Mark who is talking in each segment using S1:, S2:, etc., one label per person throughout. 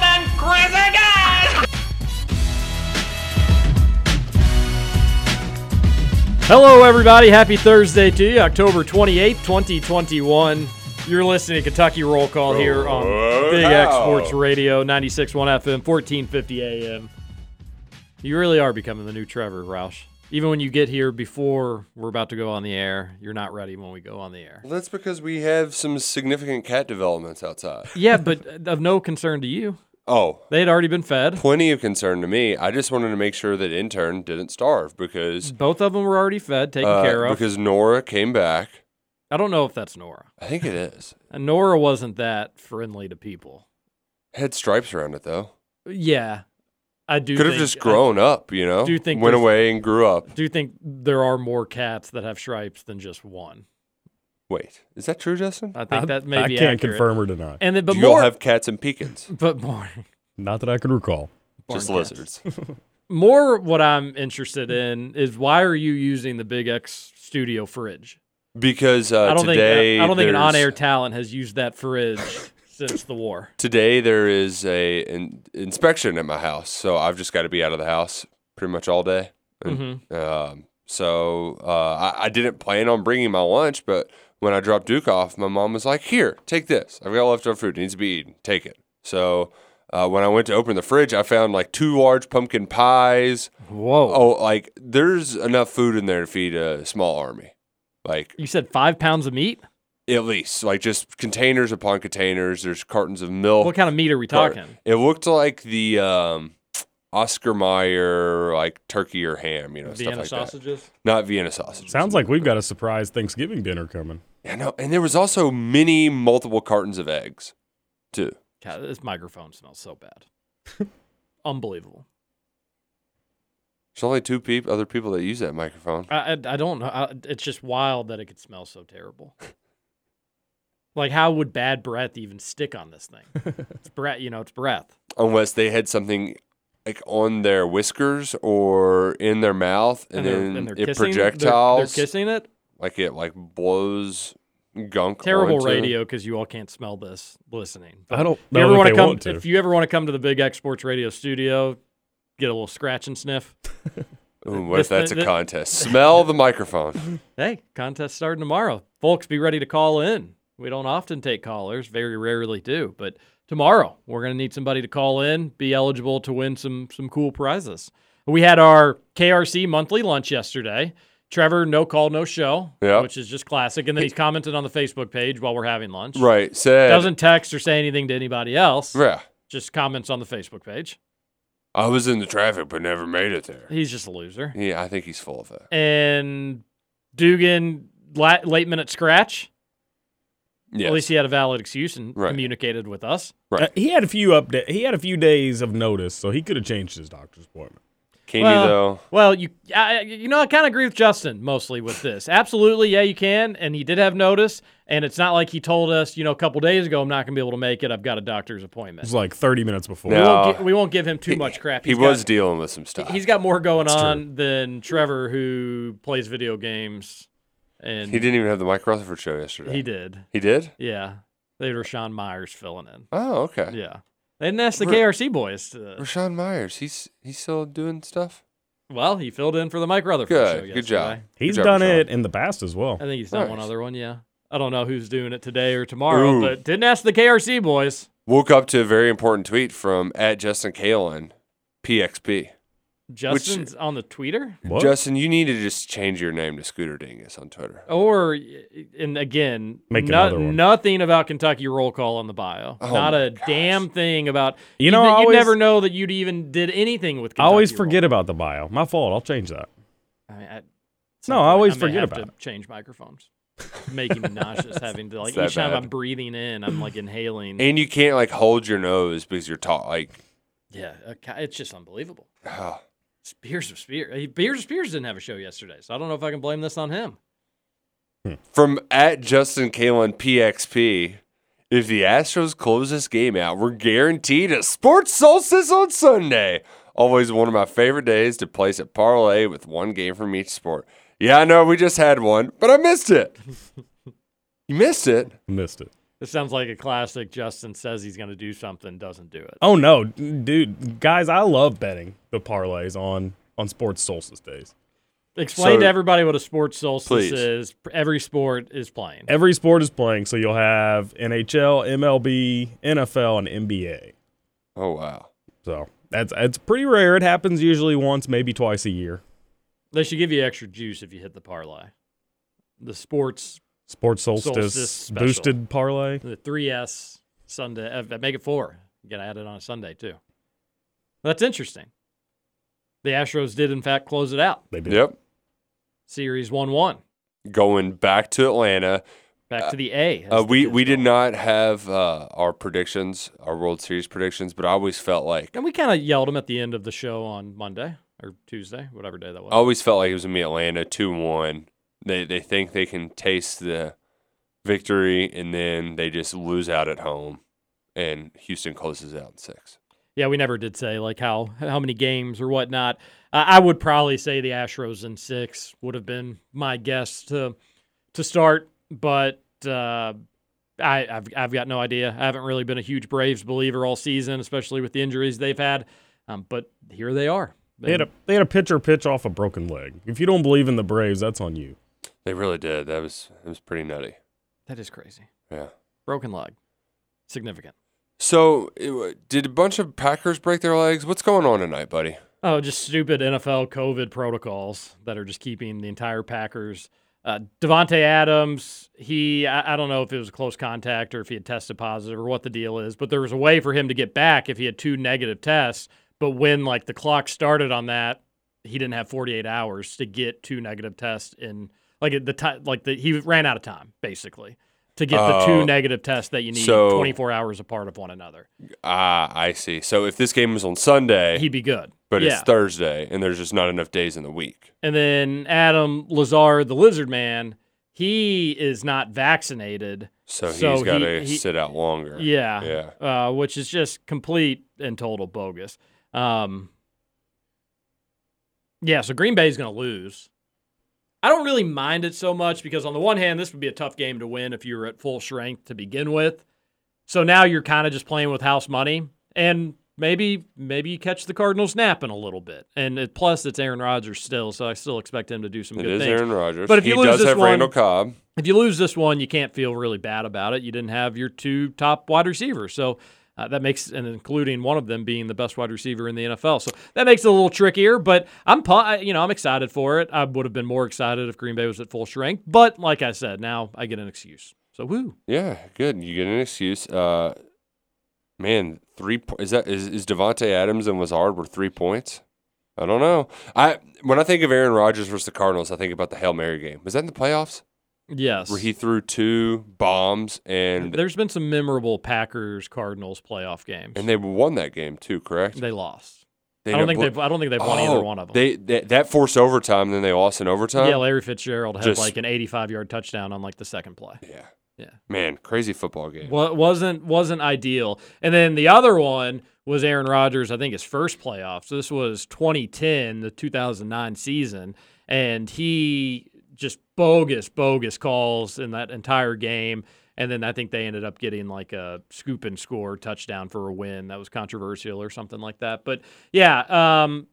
S1: and crazy guys.
S2: Hello, everybody. Happy Thursday to you, October 28th, 2021. You're listening to Kentucky Roll Call here on Big X Sports Radio, 96.1 FM, 1450 AM. You really are becoming the new Trevor Roush. Even when you get here before we're about to go on the air, you're not ready when we go on the air.
S3: Well, that's because we have some significant cat developments outside.
S2: Yeah, but of no concern to you.
S3: Oh,
S2: They had already been fed.
S3: plenty of concern to me. I just wanted to make sure that intern didn't starve because
S2: Both of them were already fed, taken
S3: uh,
S2: care of.
S3: because Nora came back.
S2: I don't know if that's Nora.
S3: I think it is.
S2: And Nora wasn't that friendly to people.
S3: Had stripes around it though.
S2: Yeah, I do.
S3: Could have
S2: think-
S3: just
S2: I-
S3: grown up, you know.
S2: do you think
S3: went
S2: there's-
S3: away and grew up?
S2: do you think there are more cats that have stripes than just one?
S3: Wait, is that true, Justin?
S2: I think that may
S4: I
S2: be
S4: can't
S2: accurate.
S4: confirm or deny.
S2: And then, but
S3: Do you all
S2: Uh, more,
S3: have cats and pecans?
S2: but more,
S4: Not that I can recall.
S2: Barn
S3: Just
S2: cats.
S3: lizards.
S2: more. What I'm interested in is why are you using the Big X Studio fridge?
S3: Because uh,
S2: I don't
S3: today,
S2: think I, I don't think an
S3: there's-
S2: on-air talent has used that fridge since the war.
S3: Today there is a in, inspection at my house, so I've just got to be out of the house pretty much all day.
S2: Mm-hmm.
S3: And, Um, so uh, I, I didn't plan on bringing my lunch, but when I dropped Duke off, my mom was like, "Here, take this. I've got leftover food. It needs to be eaten. Take it." So uh, when I went to open the fridge, I found like two large pumpkin pies.
S2: Whoa!
S3: Oh, like there's enough food in there to feed a small army, like
S2: You said five pounds of meat.
S3: at least like just containers upon containers. There's cartons of milk.
S2: What kind of meat are we
S3: Or-
S2: talking?
S3: It looked like the um, Oscar Mayer like turkey or ham, you know, stuff
S2: Vienna
S3: like
S2: sausages.
S3: that. Not Vienna sausages.
S4: Sounds like we've got a surprise Thanksgiving dinner coming.
S3: Yeah, no, and there was also many multiple cartons of eggs, too.
S2: God, this microphone smells so bad. Unbelievable.
S3: There's only two peop other people that use that microphone.
S2: I, I, I don't know. I, it's just wild that it could smell so terrible. like, how would bad breath even stick on this thing? it's breath, you know, it's breath.
S3: Unless they had something like on their whiskers or in their mouth, and, then it
S2: kissing- they're-
S3: projectiles
S2: They're, kissing it.
S3: like it like blows gunk.
S2: Terrible
S3: onto-
S2: radio because you all can't smell this listening.
S4: I don't
S2: If you
S4: know
S2: ever
S4: that
S2: wanna
S4: they
S2: come,
S4: want to.
S2: if you ever want to come to the Big X Sports Radio Studio, get a little scratch and sniff.
S3: Ooh, what
S2: This-
S3: if that's
S2: thi-
S3: a contest? Smell the microphone.
S2: Hey, contest starting tomorrow. Folks, be ready to call in. We don't often take callers, very rarely do, but tomorrow we're going to need somebody to call in, be eligible to win some some cool prizes. We had our KRC monthly lunch yesterday. Trevor, no call, no show,
S3: Yeah.
S2: which is just classic. And then he's commented on the Facebook page while we're having lunch.
S3: Right. Said.
S2: Doesn't text or say anything to anybody else.
S3: Yeah.
S2: Just comments on the Facebook page.
S3: I was in the traffic but never made it there.
S2: He's just a loser.
S3: Yeah, I think he's full of it.
S2: And Dugan, la- late minute scratch.
S3: Yeah.
S2: At least he had a valid excuse and
S3: Right.
S2: communicated with us.
S3: Right.
S4: Uh, he had a few upda- He had a few days of notice, so he could have changed his doctor's appointment.
S3: Can
S2: well,
S3: you though?
S2: Well, you, I, you know, I kind of agree with Justin mostly with this. Absolutely, yeah, you can, and he did have notice, and it's not like he told us, you know, a couple days ago, I'm not going to be able to make it. I've got a doctor's
S4: It
S2: appointment.
S4: was like 30 minutes before.
S2: We,
S3: No.
S2: won't
S3: Uh,
S2: gi- we won't give him too much crap.
S3: He
S2: He's
S3: was
S2: got-
S3: dealing with some stuff.
S2: he's got more going on than Trevor, who plays video games, and
S3: he didn't even have the Mike Rutherford show yesterday.
S2: He did.
S3: He did?
S2: Yeah, they were Sean Myers filling in.
S3: Oh, okay.
S2: Yeah, they didn't ask the
S3: Re-
S2: KRC boys. To,
S3: Rashawn Myers, he's he's still doing stuff.
S2: well, he filled in for the Mike Rutherford show.
S3: Good. Good
S2: yesterday.
S3: job.
S4: He's
S3: Good job,
S4: done
S3: Rashawn.
S4: it in the past as well.
S2: I think he's done one
S3: Nice.
S2: other one, yeah. I don't know who's doing it today or tomorrow,
S3: Ooh.
S2: but didn't ask the KRC boys.
S3: Woke up to a very important tweet from at Justin Kalen, PXP.
S2: Justin's on the tweeter,
S4: What?
S3: Justin, you need to just change your name to Scooter Dingus on Twitter.
S2: or and again,
S4: Make
S2: no-
S4: another one.
S2: nothing about Kentucky roll call on the bio.
S3: Oh
S2: Not
S3: my
S2: a damn thing about.
S4: You know, I
S2: you
S4: always-
S2: never know that you'd even did anything with.
S4: I
S2: Kentucky
S4: always
S2: Roll.
S4: forget about the bio. My fault. I'll change that.
S2: I mean, at some
S4: No, I
S2: point,
S4: always
S2: may
S4: forget
S2: have to
S4: about
S2: Change microphones, making me nauseous. Having to like
S3: It's that
S2: each time
S3: bad.
S2: I'm breathing in, I'm like inhaling.
S3: And you can't like hold your nose because you're tall. Like,
S2: yeah, okay, it's just unbelievable.
S3: ah,
S2: Spears of Spears. Beers of Spears didn't have a show yesterday, so I don't know if I can blame this on him.
S3: from at Justin Kalen PXP. If the Astros close this game out, we're guaranteed a sports solstice on Sunday. Always one of my favorite days to place a parlay with one game from each sport. Yeah, I know we just had one, but I missed it. you missed it.
S4: Missed it.
S2: This sounds like a classic. Justin says he's going to do something, doesn't do it.
S4: Oh no, dude, guys, I love betting the parlays on on sports solstice days.
S2: Explain
S3: So-
S2: to everybody what a sports solstice
S3: Please.
S2: is. Every sport is playing.
S4: Every sport is playing, so you'll have NHL, MLB, NFL, and NBA.
S3: Oh, wow.
S4: So that's it's pretty rare. It happens usually once, maybe twice a year.
S2: They should give you extra juice if you hit the parlay. The sports,
S4: Sports solstice,
S2: Solstice special.
S4: boosted parlay.
S2: the 3S Sunday. uh, Make it four. You got to add it on a Sunday, too. That's interesting. The Astros did, in fact, close it out.
S4: They did.
S3: Yep.
S2: Series 1 1.
S3: Going back to Atlanta.
S2: Back to the A. as
S3: Uh,
S2: the
S3: we
S2: kids
S3: we did
S2: call it.
S3: not have uh, our predictions, our World Series predictions, but I always felt like I
S2: And we kind of yelled them at the end of the show on Monday or Tuesday, whatever day that was.
S3: always felt like it was gonna be Atlanta two one. They they think they can taste the victory, and then they just lose out at home, and Houston closes out in six.
S2: Yeah, we never did say like how how many games or whatnot. I, I would probably say the Astros in six would have been my guess to to start, but uh, I, I've I've got no idea. I haven't really been a huge Braves believer all season, especially with the injuries they've had. Um, but here they are.
S4: They had a they had a pitcher pitch off a broken leg. If you don't believe in the Braves, that's on you.
S3: They really did. That was that was pretty nutty.
S2: that is crazy.
S3: Yeah.
S2: Broken leg, significant.
S3: So it, wa- did a bunch of Packers break their legs? What's going on tonight, buddy?
S2: Oh, just stupid NFL COVID protocols that are just keeping the entire Packers. Uh, Devonte Adams, he I, I don't know if it was a close contact or if he had tested positive or what the deal is, but there was a way for him to get back if he had two negative tests. But when like the clock started on that, he didn't have 48 hours to get two negative tests in like at the time like the, he ran out of time basically to get the
S3: Oh.
S2: two negative tests that you need
S3: So-
S2: 24 hours apart of one another.
S3: Ah, I see. So if this game was on Sunday,
S2: He'd be good.
S3: Eh, but
S2: yeah.
S3: it's Thursday, and there's just not enough days in the week.
S2: And then Adam Lazard, the lizard man, he is not vaccinated.
S3: So,
S2: So
S3: he's got to
S2: he- he-
S3: sit out longer.
S2: Yeah.
S3: Yeah.
S2: Uh, which is just complete and total bogus. Um, yeah, so Green Bay's going to lose. I don't really mind it so much because, on the one hand, this would be a tough game to win if you were at full strength to begin with. So now you're kind of just playing with house money, and maybe maybe you catch the Cardinals napping a little bit. And it, plus, it's Aaron Rodgers still, so I still expect him to do some
S3: It
S2: good
S3: is
S2: things.
S3: Aaron Rodgers.
S2: But if you
S3: he
S2: lose
S3: does
S2: this
S3: have Randall
S2: one-
S3: Cobb.
S2: if you lose this one, you can't feel really bad about it. You didn't have your two top wide receivers, so uh, that makes and including one of them being the best wide receiver in the NFL. So that makes it a little trickier. But I'm pu- I- you know I'm excited for it. I would have been more excited if Green Bay was at full strength. But like I said, now I get an excuse. So woo.
S3: Yeah, good. You get an excuse. Uh, man, three po- is that is, is Devonte Adams and Lazard were three points? I don't know. I when I think of Aaron Rodgers versus the Cardinals, I think about the Hail Mary game. Was that in the playoffs
S2: Yes. Uh,
S3: where he threw two bombs and
S2: There's been some memorable Packers Cardinals playoff games.
S3: and they won that game too? Correct.
S2: they lost.
S3: They
S2: I don't
S3: ended
S2: think
S3: up
S2: they've. I don't think they've
S3: blo-
S2: won either
S3: Oh,
S2: one of them.
S3: They, they that forced overtime, then they lost in overtime.
S2: yeah, Larry Fitzgerald had
S3: Just-
S2: like an 85 yard touchdown on like the second play.
S3: yeah,
S2: Yeah.
S3: Man, crazy football game.
S2: Wa- wasn't wasn't ideal. And then the other one was Aaron Rodgers, I think his first playoffs. This was 2010, the 2009 season, and he just bogus bogus calls in that entire game. And then I think they ended up getting like a scoop and score touchdown for a win. That was controversial or something like that. But yeah, um,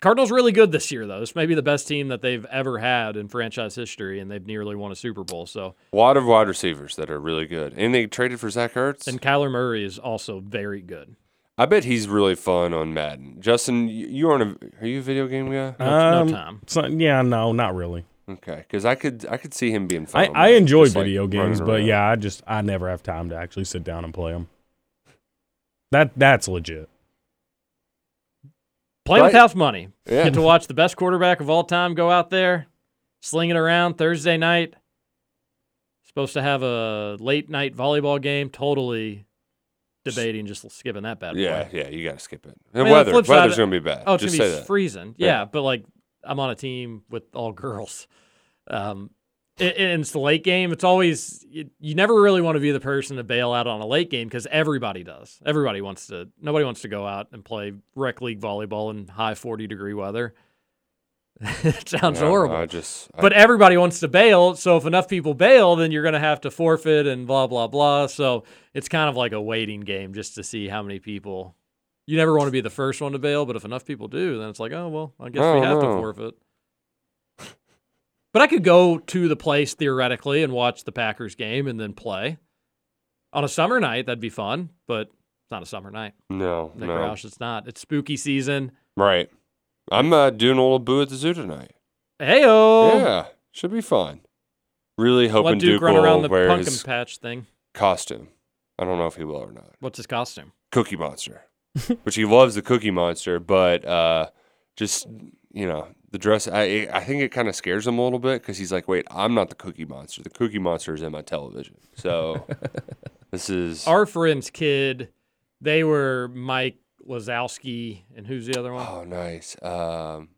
S2: Cardinals really good this year though. This may be the best team that they've ever had in franchise history, and they've nearly won a Super Bowl. So
S3: A lot of wide receivers that are really good, and they traded for Zach Ertz.
S2: And Kyler Murray is also very good.
S3: I bet he's really fun on Madden. Justin, you, you aren't a are you a video game guy?
S2: No- no time.
S4: Um, so- yeah, no, not really.
S3: Okay, because I could I could see him being fun.
S4: I,
S3: on
S4: I
S3: Madden,
S4: enjoy
S3: Um, just, like,
S4: video games,
S3: running
S4: but
S3: around.
S4: yeah, I just I never have time to actually sit down and play them. That that's legit.
S2: Play with
S3: Right.
S2: house money.
S3: Yeah.
S2: Get to watch the best quarterback of all time go out there, sling it around Thursday night. Supposed to have a late night volleyball game. Totally debating just skipping that bad boy.
S3: yeah, yeah, you gotta skip it. The
S2: I mean, the
S3: weather,
S2: flip side-
S3: weather's gonna be bad.
S2: Oh, it's
S3: just
S2: gonna
S3: say
S2: be
S3: that.
S2: freezing. Yeah,
S3: Yeah.
S2: but like I'm on a team with all girls. Um, it, and it's the late game. It's always you, you never really want to be the person to bail out on a late game because everybody does. Everybody wants to. Nobody wants to go out and play rec league volleyball in high forty degree weather. it sounds
S3: I-
S2: horrible.
S3: I just, I-
S2: but everybody wants to bail, so if enough people bail, then you're going to have to forfeit and blah blah blah. So it's kind of like a waiting game just to see how many people. You never want to be the first one to bail, but if enough people do, then it's like, oh well, I guess
S3: Oh,
S2: we have to
S3: no.
S2: forfeit. But I could go to the place theoretically and watch the Packers game and then play on a summer night. That'd be fun, but it's not a summer night.
S3: no,
S2: Nick
S3: no.
S2: Roush, it's not. It's spooky season.
S3: Right. I'm uh, doing a little boo at the zoo tonight.
S2: Heyo,
S3: Yeah, should be fun. Really hoping
S2: let Duke,
S3: Duke,
S2: Oh. run
S3: will
S2: around the
S3: wear
S2: pumpkin
S3: his
S2: patch thing.
S3: costume. I don't know if he will or not.
S2: What's his costume?
S3: Cookie Monster, which he loves the Cookie Monster, but uh, just you know the dress. I I think it kind of scares him a little bit because he's like, wait, I'm not the Cookie Monster. The Cookie Monster is in my television. So this is
S2: our friend's kid, they were Mike Lazowski and who's the other one?
S3: oh nice. Um,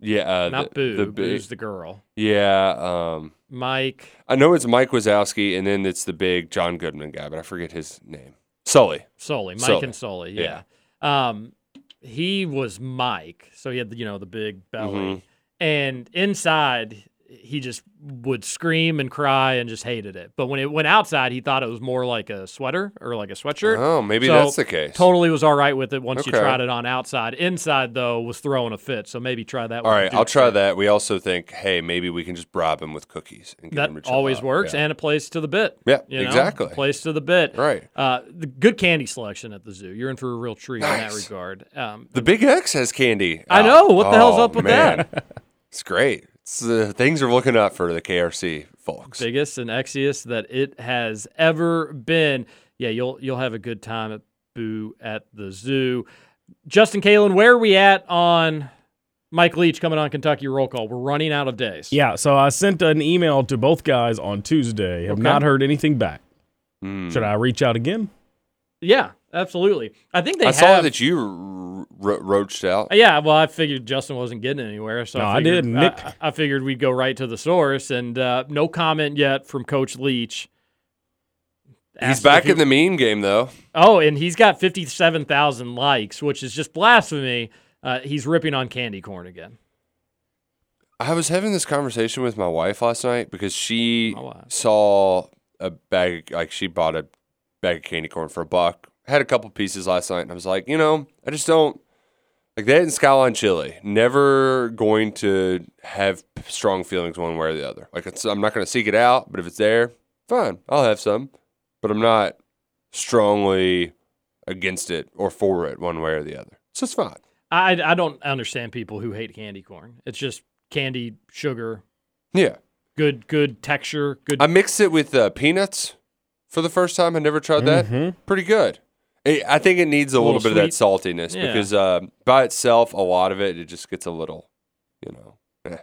S3: yeah, uh,
S2: Not
S3: the,
S2: Boo.
S3: the, big-
S2: Boo's the girl.
S3: yeah. Um,
S2: Mike.
S3: I know it's Mike Wazowski, and then it's the big John Goodman guy, but I forget his name. Sully.
S2: Sully, Mike
S3: Sully,
S2: and Sully, yeah.
S3: yeah.
S2: Um, he was Mike, so he had the, you know the big belly,
S3: Mm-hmm.
S2: and inside he just would scream and cry and just hated it. But when it went outside, he thought it was more like a sweater or like a sweatshirt.
S3: Oh, maybe
S2: So,
S3: that's the case.
S2: Totally was all right with it once you
S3: Okay.
S2: tried it on outside. Inside though was throwing a fit, so maybe try that.
S3: All
S2: with
S3: right, I'll
S2: Duke's
S3: try
S2: kid.
S3: that. We also think, hey, maybe we can just bribe him with cookies and get him to
S2: That
S3: chill
S2: always
S3: out.
S2: works,
S3: Yeah.
S2: and it plays to the bit.
S3: Yeah,
S2: you know?
S3: exactly.
S2: Plays to the bit.
S3: Right.
S2: Uh, the good candy selection at the zoo. You're in for a real treat in that
S3: Nice.
S2: regard. Um,
S3: the Big X has candy.
S2: I
S3: out.
S2: know, what the hell's
S3: Oh,
S2: up with
S3: man. it's great. It's, uh, things are looking up for the KRC folks.
S2: biggest and exiest that it has ever been. Yeah, you'll you'll have a good time at Boo at the zoo. Justin Kalen, where are we at on Mike Leach coming on Kentucky roll call? We're running out of days.
S4: Yeah, so I sent an email to both guys on Tuesday. Have not heard anything back.
S3: Hmm.
S4: Should I reach out again?
S2: Yeah, absolutely. I think they
S3: I
S2: have.
S3: saw that you ro- ro- roached out.
S2: Uh, Yeah, well, I figured Justin wasn't getting anywhere, so
S4: No,
S2: I,
S4: I
S2: figured, uh,
S4: did. Nick-
S2: I, I figured we'd go right to the source, and uh, no comment yet from Coach Leach.
S3: He's
S2: Asked if
S3: back
S2: he-
S3: in the meme game, though.
S2: Oh, and he's got fifty-seven thousand likes, which is just blasphemy. Uh, he's ripping on candy corn again.
S3: I was having this conversation with my wife last night because she
S2: My wife.
S3: saw a bag, like she bought a bag of candy corn for a buck. Had a couple pieces last night, and I was like, you know, I just don't like that in Skyline Chili. Never going to have p- strong feelings one way or the other. Like it's, I'm not going to seek it out, but if it's there, fine, I'll have some. But I'm not strongly against it or for it one way or the other. So it's fine.
S2: I I don't understand people who hate candy corn. It's just candy, sugar,
S3: Yeah.
S2: good good texture, good.
S3: I mixed it with uh, peanuts for the first time. I never tried that. Pretty good. I I think it needs a, little,
S2: Mm-hmm. little
S3: bit of that saltiness
S2: Yeah.
S3: because uh, by itself, a lot of it, it just gets a little, you know. eh.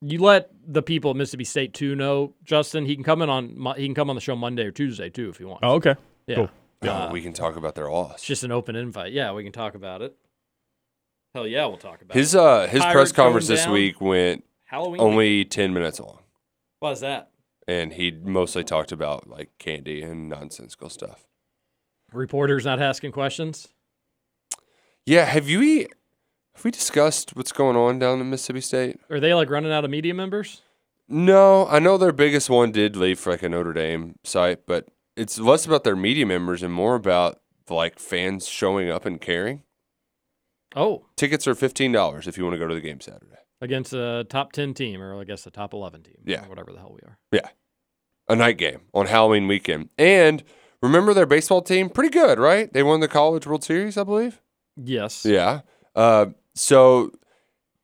S2: you let the people at Mississippi State too know, Justin. He can come in on Mo- he can come on the show Monday or Tuesday too if he wants.
S4: Oh, okay.
S2: yeah.
S4: cool.
S3: No, we can talk about their loss.
S2: It's just an open invite. Yeah, we can talk about it. Hell yeah, we'll talk about
S3: his
S2: it.
S3: uh, oh, his press
S2: Pirates going
S3: conference this
S2: down.
S3: week went
S2: Halloween.
S3: only ten minutes long,
S2: Why's that?
S3: and he mostly talked about like candy and nonsensical stuff.
S2: Reporters not asking questions.
S3: Yeah, have you eat? Have we discussed what's going on down in Mississippi State?
S2: Are they like running out of media members?
S3: No, I know their biggest one did leave for like a Notre Dame site, but it's less about their media members and more about like fans showing up and caring.
S2: Oh,
S3: Tickets are fifteen dollars if you want to go to the game Saturday.
S2: against a top ten team or I guess a top eleven team.
S3: Yeah.
S2: or whatever the hell we are.
S3: Yeah, a night game on Halloween weekend. And remember their baseball team, pretty good, right? They won the College World Series, I believe.
S2: Yes.
S3: Yeah. Uh, so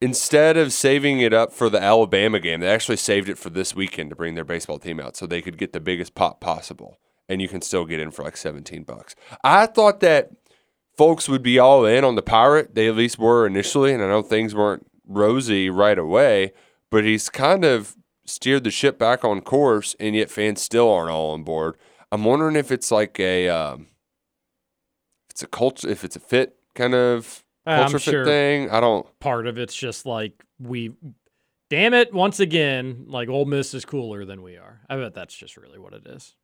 S3: instead of saving it up for the Alabama game, they actually saved it for this weekend to bring their baseball team out so they could get the biggest pop possible. And you can still get in for like 17 bucks. I thought that folks would be all in on the pirate. They at least were initially. And I know things weren't rosy right away, but he's kind of steered the ship back on course. And yet fans still aren't all on board. I'm wondering if it's like a. Um, if it's a culture, if it's a fit kind of
S2: Uh, I'm
S3: culture fit
S2: sure.
S3: thing. I don't.
S2: Part of it's just like we Damn it! Once again, like Ole Miss is cooler than we are. I bet that's just really what it is.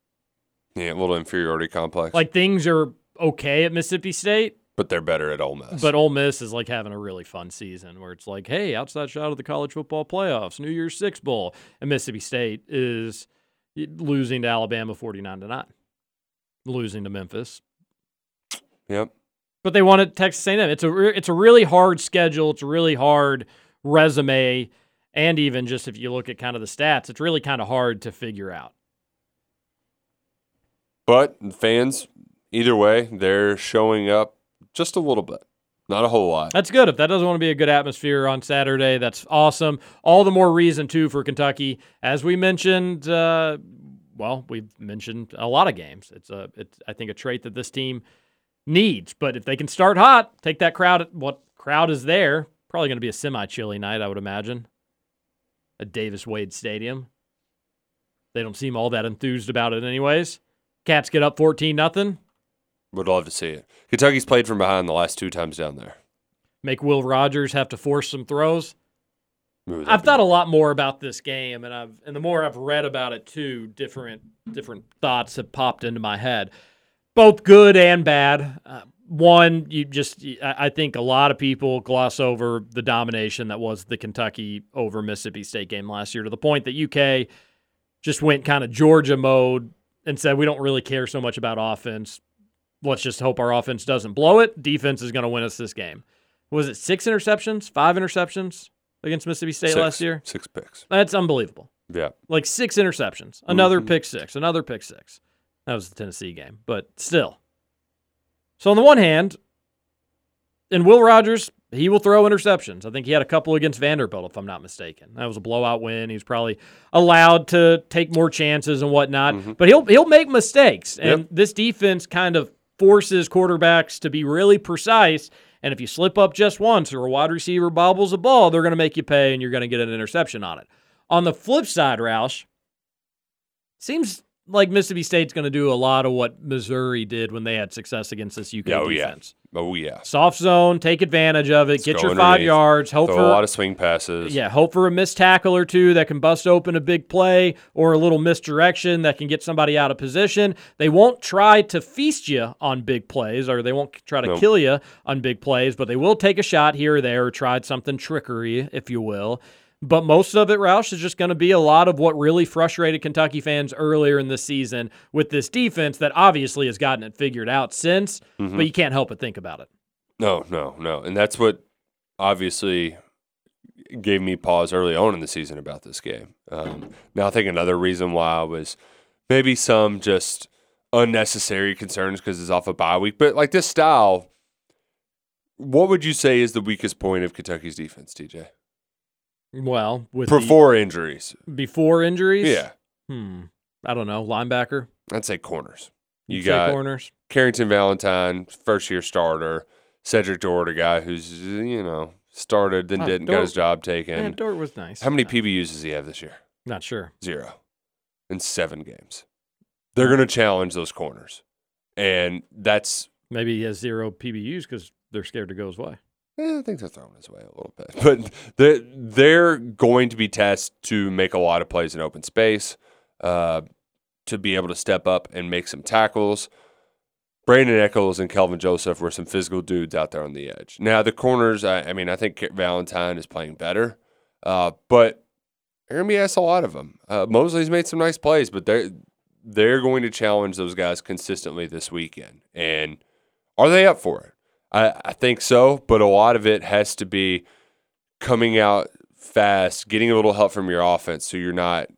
S3: Yeah, a little inferiority complex.
S2: Like things are okay at Mississippi State,
S3: but they're better at Ole Miss.
S2: But Ole Miss is like having a really fun season where it's like, hey, outside shot of the college football playoffs, New Year's Six Bowl. And Mississippi State is eh, losing to Alabama 49 to 9, losing to Memphis.
S3: yep.
S2: But they wanted Texas A&M. It's a, re- it's a really hard schedule. It's a really hard resume. And even just if you look at kind of the stats, it's really kind of hard to figure out.
S3: But fans, either way, they're showing up just a little bit, not a whole lot.
S2: That's good. If that doesn't want to be a good atmosphere on Saturday, that's awesome. All the more reason too for Kentucky, as we mentioned. Uh, well, we've mentioned a lot of games. It's a, it's I think a trait that this team needs. But if they can start hot, take that crowd. What crowd is there? Probably going to be a semi-chilly night, I would imagine. A Davis Wade Stadium. They don't seem all that enthused about it, anyways. Cats get up fourteen nothing.
S3: Would love to see it. Kentucky's played from behind the last two times down there.
S2: Make Will Rogers have to force some throws.
S3: Ooh,
S2: I've
S3: that'd
S2: thought a lot more about this game, and I've and the more I've read about it too, different different thoughts have popped into my head, both good and bad. Uh, one, you just I I think a lot of people gloss over the domination that was the Kentucky over Mississippi State game last year to the point that UK just went kind of Georgia mode and said we don't really care so much about offense. Let's just hope our offense doesn't blow it. Defense is going to win us this game. Was it six interceptions, five interceptions against Mississippi State
S3: be
S2: last
S3: six-
S2: year?
S3: Six picks.
S2: That's unbelievable.
S3: Yeah.
S2: Like six interceptions, another pick six, another pick six. That was the Tennessee game, but still. So on the one hand, and Will Rogers, he will throw interceptions. I think he had a couple against Vanderbilt, if I'm not mistaken. That was a blowout win. He was probably allowed to take more chances and whatnot. But he'll he'll make mistakes. And
S3: Mm-hmm. Yep.
S2: this defense kind of forces quarterbacks to be really precise. And if you slip up just once or a wide receiver bobbles a ball, they're going to make you pay and you're going to get an interception on it. On the flip side, Roush, seems like Mississippi State's going to do a lot of what Missouri did when they had success against this UK
S3: Oh, yeah.
S2: defense
S3: Oh, yeah.
S2: soft zone, take advantage of it, get
S3: go
S2: your five
S3: underneath,
S2: yards, hope
S3: Throw
S2: for
S3: a lot of swing passes.
S2: yeah, hope for a missed tackle or two that can bust open a big play or a little misdirection that can get somebody out of position. They won't try to feast you on big plays or they won't try to
S3: Nope.
S2: kill you on big plays, but they will take a shot here or there or try something trickery, if you will. But most of it, Roush, is just going to be a lot of what really frustrated Kentucky fans earlier in the season with this defense that obviously has gotten it figured out since,
S3: Mm-hmm.
S2: but you can't help but think about it.
S3: No, no, no. And that's what obviously gave me pause early on in the season about this game. Um, now, I think another reason why was maybe some just unnecessary concerns because it's off a bye week. But like this style, what would you say is the weakest point of Kentucky's defense, TJ?
S2: Well, with the-
S3: Before injuries.
S2: before injuries.
S3: Yeah.
S2: Hmm. I don't know. Linebacker.
S3: I'd say corners. You
S2: Say
S3: got
S2: corners.
S3: Carrington Valentine, first year starter, Cedric Dort, a guy who's, you know, started, then
S2: Oh,
S3: didn't,
S2: Dort-
S3: got his job
S2: Yeah,
S3: taken.
S2: Dort was nice.
S3: How many
S2: Uh,
S3: PBUs does he have this year?
S2: Not sure.
S3: Zero. In seven games. They're going to challenge those corners. And that's,
S2: Maybe he has zero PBUs because they're scared to go his way.
S3: eh, I think they're throwing his way a little bit. But they're, they're going to be tested to make a lot of plays in open space, uh, to be able to step up and make some tackles. Brandon Eccles and Kelvin Joseph were some physical dudes out there on the edge. Now, the corners, I, I mean, I think Valentine is playing better, uh, but they're going to be asked a lot of them. Uh, Mosley's made some nice plays, but they're, they're going to challenge those guys consistently this weekend. And are they up for it? I, I think so, but a lot of it has to be coming out fast, getting a little help from your offense so you're not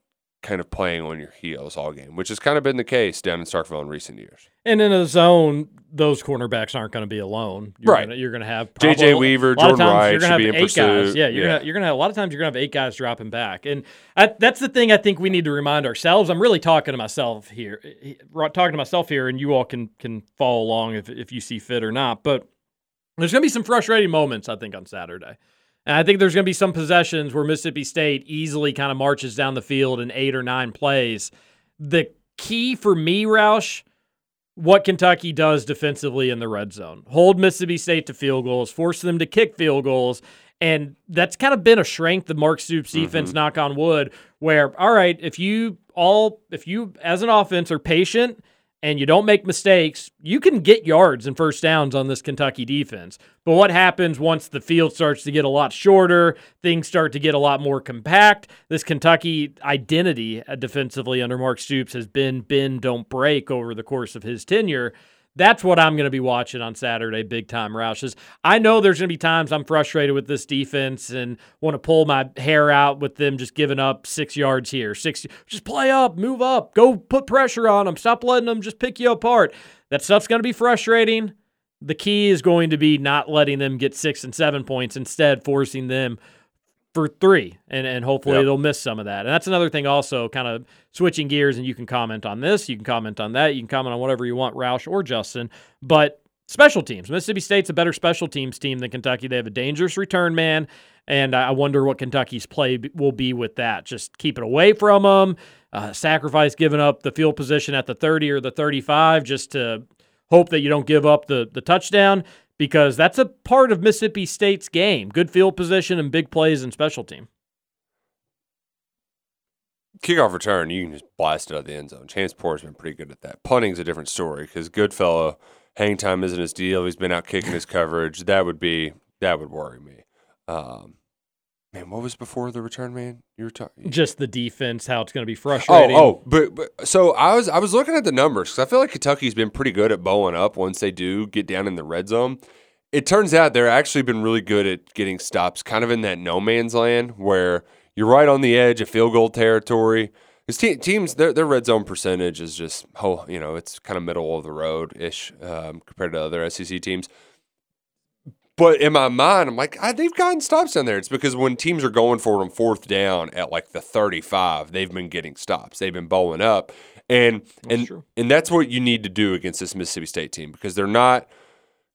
S3: kind of playing on your heels all game, which has kind of been the case down in Starkville in recent years.
S2: And in a zone, those cornerbacks aren't going to be alone. You're
S3: Right.
S2: Gonna, you're going to have
S3: J.J.
S2: probably-
S3: Weaver,
S2: a lot of
S3: Jordan
S2: times
S3: Wright
S2: you're gonna
S3: should be
S2: have
S3: in
S2: eight Guys.
S3: pursuit.
S2: Yeah, you're
S3: Yeah.
S2: Gonna, you're going to have a lot of times you're going to have eight guys dropping back, and I, that's the thing I think we need to remind ourselves. I'm really talking to myself here, eh, eh, talking to myself here, and you all can can follow along if if you see fit or not. But there's going to be some frustrating moments, I think, on Saturday. And I think there's going to be some possessions where Mississippi State easily kind of marches down the field in eight or nine plays. The key for me, Roush, what Kentucky does defensively in the red zone hold Mississippi State to field goals, force them to kick field goals, And that's kind of been a strength of Mark Stoops' defense, knock on wood, where, all right, if you all, if you as an offense are patient and you don't make mistakes, you can get yards and first downs on this Kentucky defense. But what happens once the field starts to get a lot shorter, things start to get a lot more compact? This Kentucky identity uh, defensively under Mark Stoops has been bend, don't break over the course of his tenure. That's what I'm going to be watching on Saturday, big time Roush's. I know there's going to be times I'm frustrated with this defense and want to pull my hair out with them just giving up six yards here. Six, just play up, move up, go put pressure on them, stop letting them just pick you apart. That stuff's going to be frustrating. The key is going to be not letting them get six and seven points, instead, forcing them for three, and and hopefully
S3: Yep.
S2: they'll miss some of that. And that's another thing, also, kind of switching gears. And you can comment on this, you can comment on that, you can comment on whatever you want, Roush or Justin. But special teams, Mississippi State's a better special teams team than Kentucky. They have a dangerous return man, and I I wonder what Kentucky's play b- will be with that. Just keep it away from them, uh, sacrifice giving up the field position at the thirty or the thirty-five, just to hope that you don't give up the the touchdown because that's a part of Mississippi State's game. Good field position and big plays and special team.
S3: Kickoff return, you can just blast it out the end zone. Chance Poor's been pretty good at that. Punting's a different story because Goodfellow, hang time isn't his deal. He's been out kicking his coverage. That would be that would worry me. Um, man, what was before the return man? You were talking.
S2: Just the defense, how it's going to be
S3: Oh,
S2: frustrating.
S3: oh, but, but so I was I was looking at the numbers because I feel like Kentucky's been pretty good at bowing up once they do get down in the red zone. It turns out they're actually been really good at getting stops, kind of in that no man's land where you're right on the edge of field goal territory. Because te- teams, their, their red zone percentage is just oh, you know, it's kind of middle of the road ish um, compared to other SEC teams. But in my mind, I'm like, ah, they've gotten stops down there. It's because when teams are going for it on fourth down at like the 35, they've been getting stops. They've been bowling up, and and
S2: true.
S3: and that's what you need to do against this Mississippi State team because they're not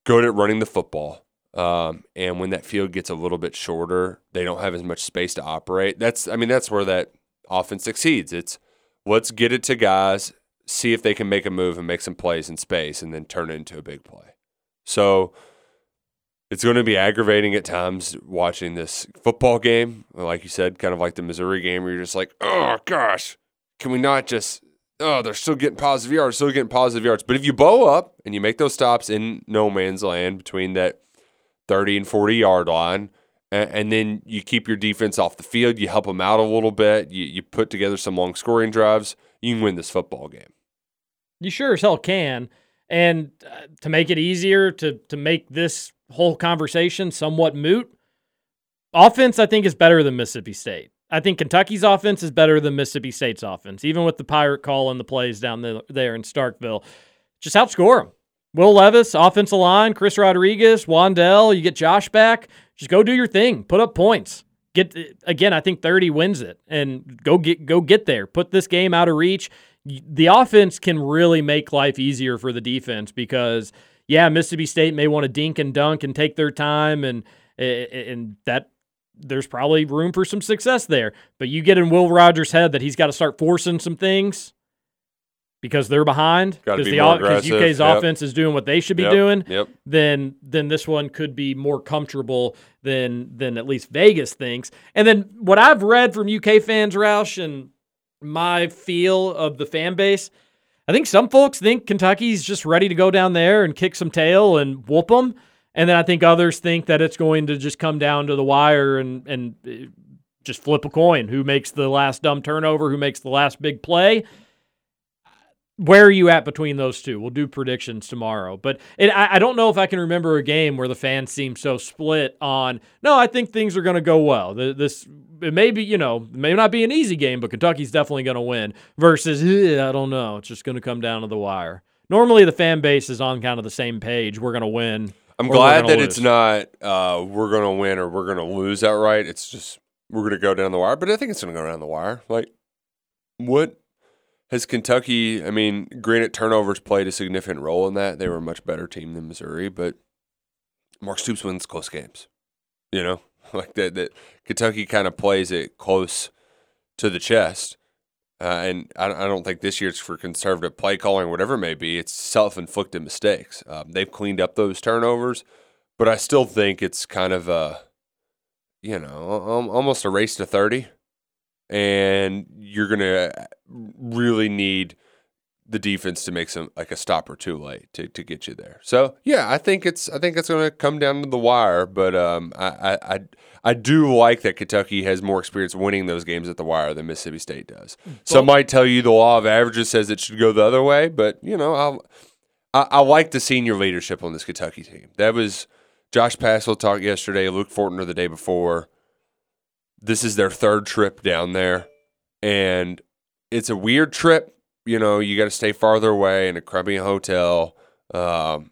S3: good at running the football. Um, and when that field gets a little bit shorter, they don't have as much space to operate. That's I mean that's where that offense succeeds. It's let's get it to guys, see if they can make a move and make some plays in space, and then turn it into a big play. So it's going to be aggravating at times watching this football game. Like you said, kind of like the Missouri game where you're just like, oh gosh, can we not just, oh, they're still getting positive yards, still getting positive yards. But if you bow up and you make those stops in no man's land between that 30 and 40 yard line, and, and then you keep your defense off the field, you help them out a little bit, you, you put together some long scoring drives, you can win this football game.
S2: You sure as hell can. And uh, to make it easier to to make this whole conversation somewhat moot, offense I think is better than Mississippi State. I think Kentucky's offense is better than Mississippi State's offense, even with the pirate call and the plays down the- there in Starkville. Just outscore them. Will Levis, offensive line, Chris Rodriguez, Wandell, you get Josh back. Just go do your thing. Put up points. Get again, I think 30 wins it. And go get go get there. Put this game out of reach. Y- The offense can really make life easier for the defense because yeah, Mississippi State may want to dink and dunk and take their time and and that there's probably room for some success there. But you get in Will Rogers' head that he's got to start forcing some things because they're behind
S3: Gotta
S2: because
S3: be
S2: the
S3: more
S2: o- 'cause
S3: aggressive,
S2: UK's
S3: yep.
S2: offense is doing what they should be
S3: Yep,
S2: doing.
S3: Yep.
S2: Then then this one could be more comfortable than than at least Vegas thinks. And then what I've read from UK fans, Roush, and my feel of the fan base. I think some folks think Kentucky's just ready to go down there and kick some tail and whoop them. And then I think others think that it's going to just come down to the wire and, and uh, just flip a coin. Who makes the last dumb turnover? Who makes the last big play? Where are you at between those two? We'll do predictions tomorrow. But it, I, I don't know if I can remember a game where the fans seem so split on, no, I think things are going to go well. Th- This, it may be, you know, it may not be an easy game, but Kentucky's definitely going to win versus, "Eh, I don't know. It's just going to come down to the wire. Normally, the fan base is on kind of the same page. We're going to win.
S3: I'm
S2: or we're
S3: glad
S2: gonna
S3: that it's
S2: lose.
S3: not uh, we're gonna win or we're gonna lose outright. It's just we're gonna go down the wire. But I think it's gonna go down the wire. Like what has Kentucky? I mean, granted, turnovers played a significant role in that. They were a much better team than Missouri, but Mark Stoops wins close games. You know, like that. That Kentucky kind of plays it close to the chest. Uh, and I, I don't think this year's for conservative play calling, whatever it may be. It's self inflicted mistakes. Um, they've cleaned up those turnovers, but I still think it's kind of a you know, al- almost a race to 30. And you're going to really need the defense to make some like a stop or two late to, to get you there. So yeah, I think it's I think it's going to come down to the wire. But um, I, I I I do like that Kentucky has more experience winning those games at the wire than Mississippi State does. Some might tell you the law of averages says it should go the other way, but you know I'll, I I like the senior leadership on this Kentucky team. That was Josh Passel talked yesterday, Luke Fortner the day before. This is their third trip down there, and it's a weird trip. You know, you got to stay farther away in a crummy hotel. Um,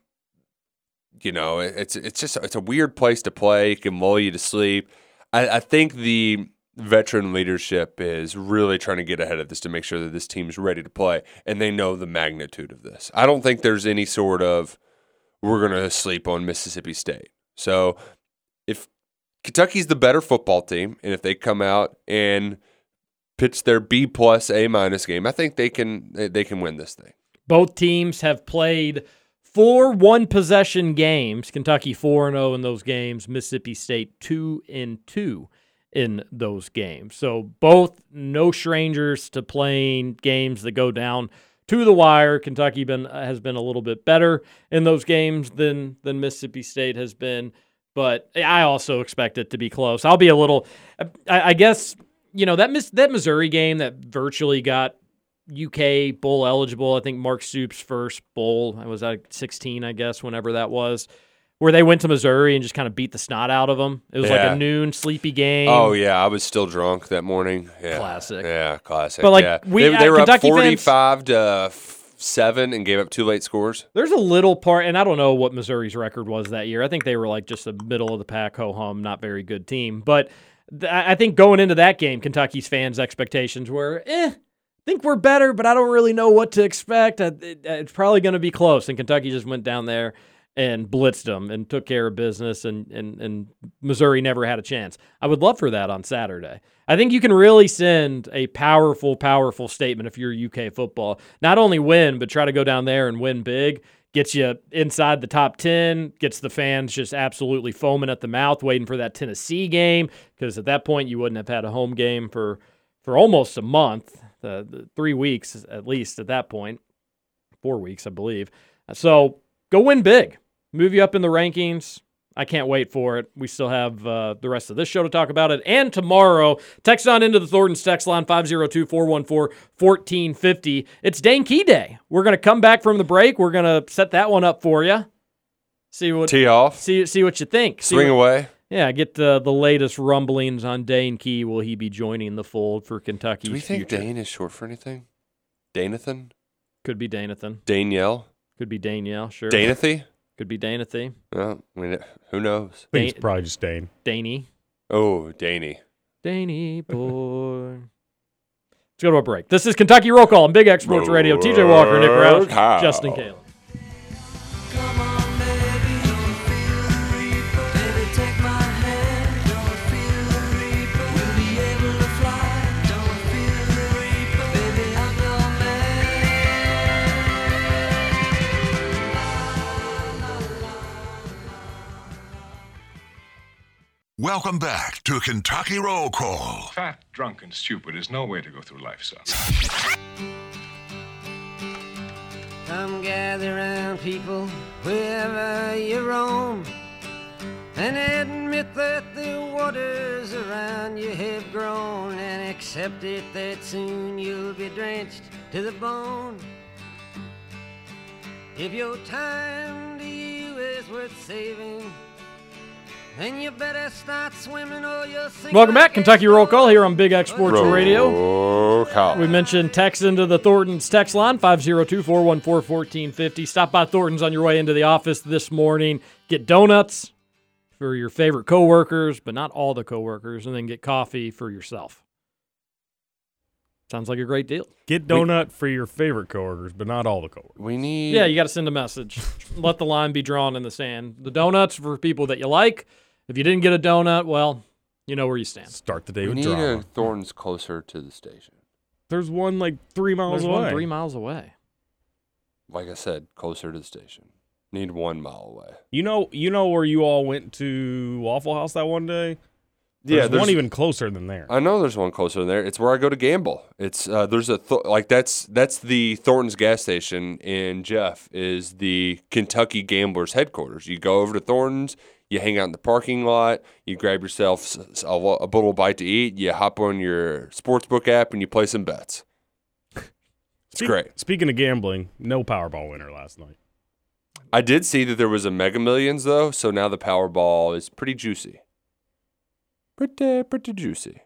S3: you know, it, it's it's just it's a weird place to play. It can lull you to sleep. I, I think the veteran leadership is really trying to get ahead of this to make sure that this team's ready to play and they know the magnitude of this. I don't think there's any sort of we're going to sleep on Mississippi State. So if Kentucky's the better football team, and if they come out and pitch their B plus A minus game, I think they can they they can win this thing.
S2: Both teams have played four one possession games. Kentucky 4 and 0 in those games, Mississippi State 2 and 2 in those games. So both no strangers to playing games that go down to the wire. Kentucky been has been a little bit better in those games than than Mississippi State has been, but I also expect it to be close. I'll be a little I, I guess you know that Miss, that Missouri game that virtually got UK bowl eligible. I think Mark Stoops' first bowl. I was at 16, I guess, whenever that was, where they went to Missouri and just kind of beat the snot out of them. It was like
S3: Yeah.
S2: a noon sleepy game.
S3: Oh yeah, I was still drunk that morning. Yeah.
S2: Classic.
S3: Yeah, classic.
S2: But, like,
S3: yeah.
S2: we-
S3: they, they
S2: uh,
S3: were
S2: Kentucky
S3: up
S2: fans-
S3: forty-five to uh, f- seven and gave up two late scores.
S2: There's a little part, and I don't know what Missouri's record was that year. I think they were like just a middle of the pack, ho hum, not very good team. But th- I I think going into that game, Kentucky's fans' expectations were, eh, think we're better, but I don't really know what to expect. I, it- it's probably going to be close. And Kentucky just went down there and blitzed them and took care of business, and, and, and Missouri never had a chance. I would love for that on Saturday. I think you can really send a powerful, powerful statement if you're UK football. Not only win, but try to go down there and win big. Gets you inside the top 10, gets the fans just absolutely foaming at the mouth, waiting for that Tennessee game. Because at that point, you wouldn't have had a home game for for almost a month, the, the three weeks at least at that point, four weeks, I believe. So go win big, move you up in the rankings. I can't wait for it. We still have uh, the rest of this show to talk about it. And tomorrow, text on into the Thornton's text line 502 414 1450. It's Dane Key Day. We're going to come back from the break. We're going to set that one up for you. See what
S3: Tee off,
S2: see see what you think. See
S3: swing
S2: what-
S3: away.
S2: yeah, get the the latest rumblings on Dane Key. Will he be joining the fold for Kentucky's
S3: Do we think
S2: future?
S3: Dane is short for anything? Danathan,
S2: Could be Danathan.
S3: Danielle,
S2: Could be Danielle. Sure.
S3: Danathy.
S2: Could be Danathy.
S3: Well, I mean, who knows?
S4: think
S2: Dane-
S4: it's probably just Dane.
S2: Daney.
S3: Oh, Danny.
S2: Daney boy. Let's go to a break. This is Kentucky Roll Call on Big X Sports Radio. TJ Walker, Nick
S3: Roll
S2: Roush,
S3: call.
S2: Justin Kalen.
S5: Welcome back to Kentucky Roll Call.
S6: Fat, drunk, and stupid is no way to go through life, son.
S7: Come gather round, people, wherever you roam, and admit that the waters around you have grown, and accept it that soon you'll be drenched to the bone. If your time to you is worth saving, then you better start swimming or you'll sink.
S2: Welcome
S7: like
S2: back,
S7: a
S2: Kentucky Roll Call here on Big X Sports
S3: Roll
S2: Radio.
S3: call.
S2: We mentioned text into the Thornton's text line, 502 414 1450. Stop by Thornton's on your way into the office this morning. Get donuts for your favorite coworkers, but not all the coworkers, and then get coffee for yourself. Sounds like a great deal.
S4: Get donut for your favorite coworkers, but not all the coworkers.
S3: We need.
S2: Yeah, you got to send a message. Let the line be drawn in the sand. The donuts for people that you like. If you didn't get a donut, well, you know where you stand.
S4: Start the day
S3: we
S4: with
S3: need
S4: drama.
S3: a Thornton's closer to the station.
S4: There's one like three miles
S2: There's
S4: away.
S2: one three miles away.
S3: Like I said, closer to the station. Need one mile away.
S4: You know, you know where you all went to Waffle House that one day.
S3: Yeah,
S4: There's
S3: there's-
S4: one even closer than there.
S3: I know there's one closer than there. It's where I go to gamble. It's uh, there's a th- like that's that's the Thornton's gas station in Jeff is the Kentucky Gamblers headquarters. You go over to Thornton's, you hang out in the parking lot, you grab yourself s- s- a, lo- a little bite to eat, you hop on your sportsbook app and you play some bets. It's
S4: Speak-
S3: great.
S4: Speaking of gambling, no Powerball winner last night.
S3: I did see that there was a Mega Millions though, so now the Powerball is pretty juicy. Pretty pretty juicy.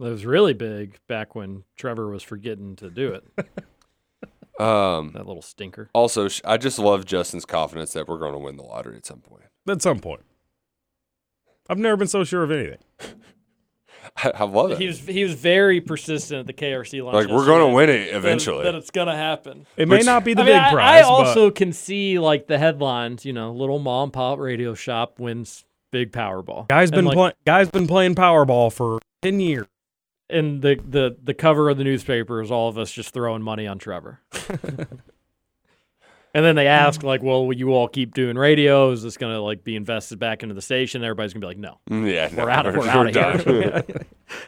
S2: That was really big back when Trevor was forgetting to do it.
S3: Um,
S2: That little stinker.
S3: Also, sh- I just love Justin's confidence that we're going to win the lottery at some point.
S4: At some point. I've never been so sure of anything.
S3: I, I love it.
S2: He was he was very persistent at the KRC launch.
S3: like, we're
S2: yesterday
S3: going to win it
S2: that-
S3: eventually.
S2: That it's gonna happen.
S4: It may
S3: Which-
S4: not be the
S2: I mean,
S4: big
S2: I- I,
S4: prize. but
S2: also can see like the headlines. You know, little mom pop radio shop wins big Powerball.
S4: guy's
S2: And,
S4: been
S2: like,
S4: playing. Guy's been playing Powerball for ten years.
S2: and the the the cover of the newspaper is all of us just throwing money on Trevor. and then they ask like, "Well, will you all keep doing radio? Is this gonna like be invested back into the station?" Everybody's gonna be like, "No,
S3: Mm, yeah, no,
S2: we're out of we're, out of
S3: done.
S2: here."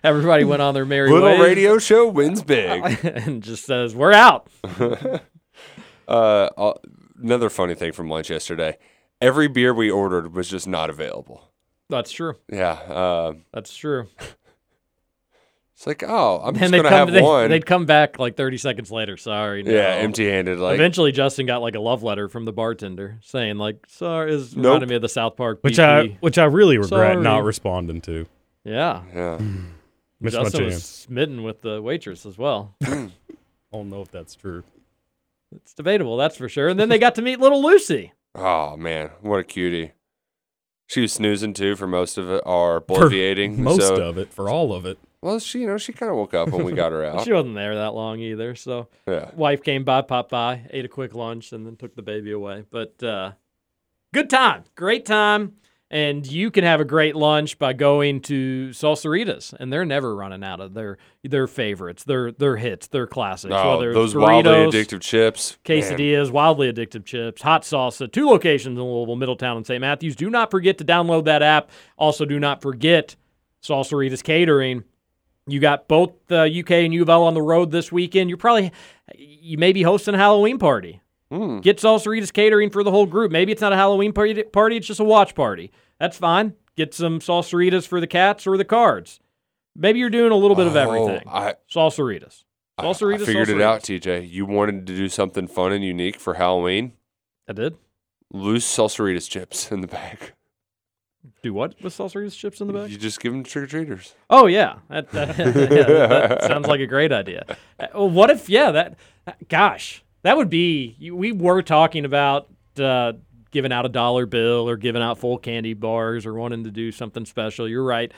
S2: Everybody went on their merry
S3: Little
S2: ways
S3: radio show wins big.
S2: and just says, "We're out."
S3: Uh, uh, another funny thing from lunch yesterday: every beer we ordered was just not available.
S2: That's true.
S3: Yeah, uh,
S2: That's true.
S3: it's like, oh, I'm just
S2: And they'd
S3: going to
S2: come
S3: have
S2: they,
S3: one.
S2: They'd come back like 30 seconds later. Sorry. no."
S3: yeah, empty-handed. Like,
S2: Eventually, Justin got like a love letter from the bartender saying like, "Sorry," is
S3: Nope.
S2: reminded me of the South Park.
S4: Which
S2: BP.
S4: I which I really regret
S2: Sorry.
S4: not responding to.
S2: yeah.
S3: yeah.
S4: Missed my
S2: Justin was
S4: chance.
S2: smitten with the waitress as well.
S4: I don't know if that's true.
S2: It's debatable, that's for sure. And then they got to meet little Lucy.
S3: Oh man, what a cutie. She was snoozing too for most of it, or bloviating.
S4: For most
S3: so,
S4: of it, for all of it.
S3: Well, she you know she kind of woke up when we got her out.
S2: She wasn't there that long either. So
S3: yeah.
S2: wife came by, popped by, ate a quick lunch, and then took the baby away. But uh, good time, great time. And you can have a great lunch by going to Salsaritas, and they're never running out of their their favorites, their their hits, their classics.
S3: Oh,
S2: whether it's
S3: those wildly
S2: Doritos,
S3: addictive chips. Man,
S2: quesadillas, wildly addictive chips, hot salsa, two locations in Louisville, Middletown, and St. Matthews. Do not forget to download that app. Also, do not forget Salsaritas Catering. You got both the UK and U of L on the road this weekend. You're probably, you may be hosting a Halloween party.
S3: Hmm.
S2: Get Salsaritas Catering for the whole group. Maybe it's not a Halloween party, party it's just a watch party. That's fine. Get some Salsaritas for the cats or the cards. Maybe you're doing a little bit of
S3: Oh,
S2: everything.
S3: I-
S2: Salsaritas.
S3: I, I
S2: Salsaritas.
S3: figured it
S2: Salsaritas.
S3: out, TJ. You wanted to do something fun and unique for Halloween.
S2: I did.
S3: Loose salsaritas chips in the bag.
S2: Do what with Salsaritas chips in the back?
S3: You just give them to trick or treaters.
S2: Oh yeah, that, that, yeah, that- that sounds like a great idea. Uh, well, what if yeah that, uh, gosh, that would be you- we were talking about uh, giving out a dollar bill or giving out full candy bars or wanting to do something special. You're right.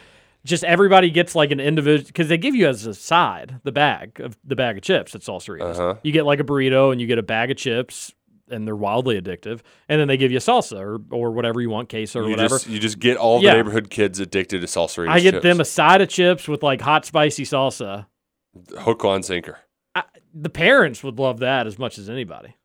S2: Just everybody gets like an individual because they give you as a side the bag of the bag of chips at Salsaritas.
S3: Uh-huh.
S2: You get like a burrito and you get a bag of chips. And they're wildly addictive. And then they give you salsa or, or whatever you want, queso or
S3: You
S2: whatever.
S3: just you just get all the
S2: Yeah.
S3: neighborhood kids addicted to salsaritas.
S2: I get
S3: chips.
S2: them a side of chips with like hot spicy salsa.
S3: hook on sinker.
S2: I, the parents would love that as much as anybody.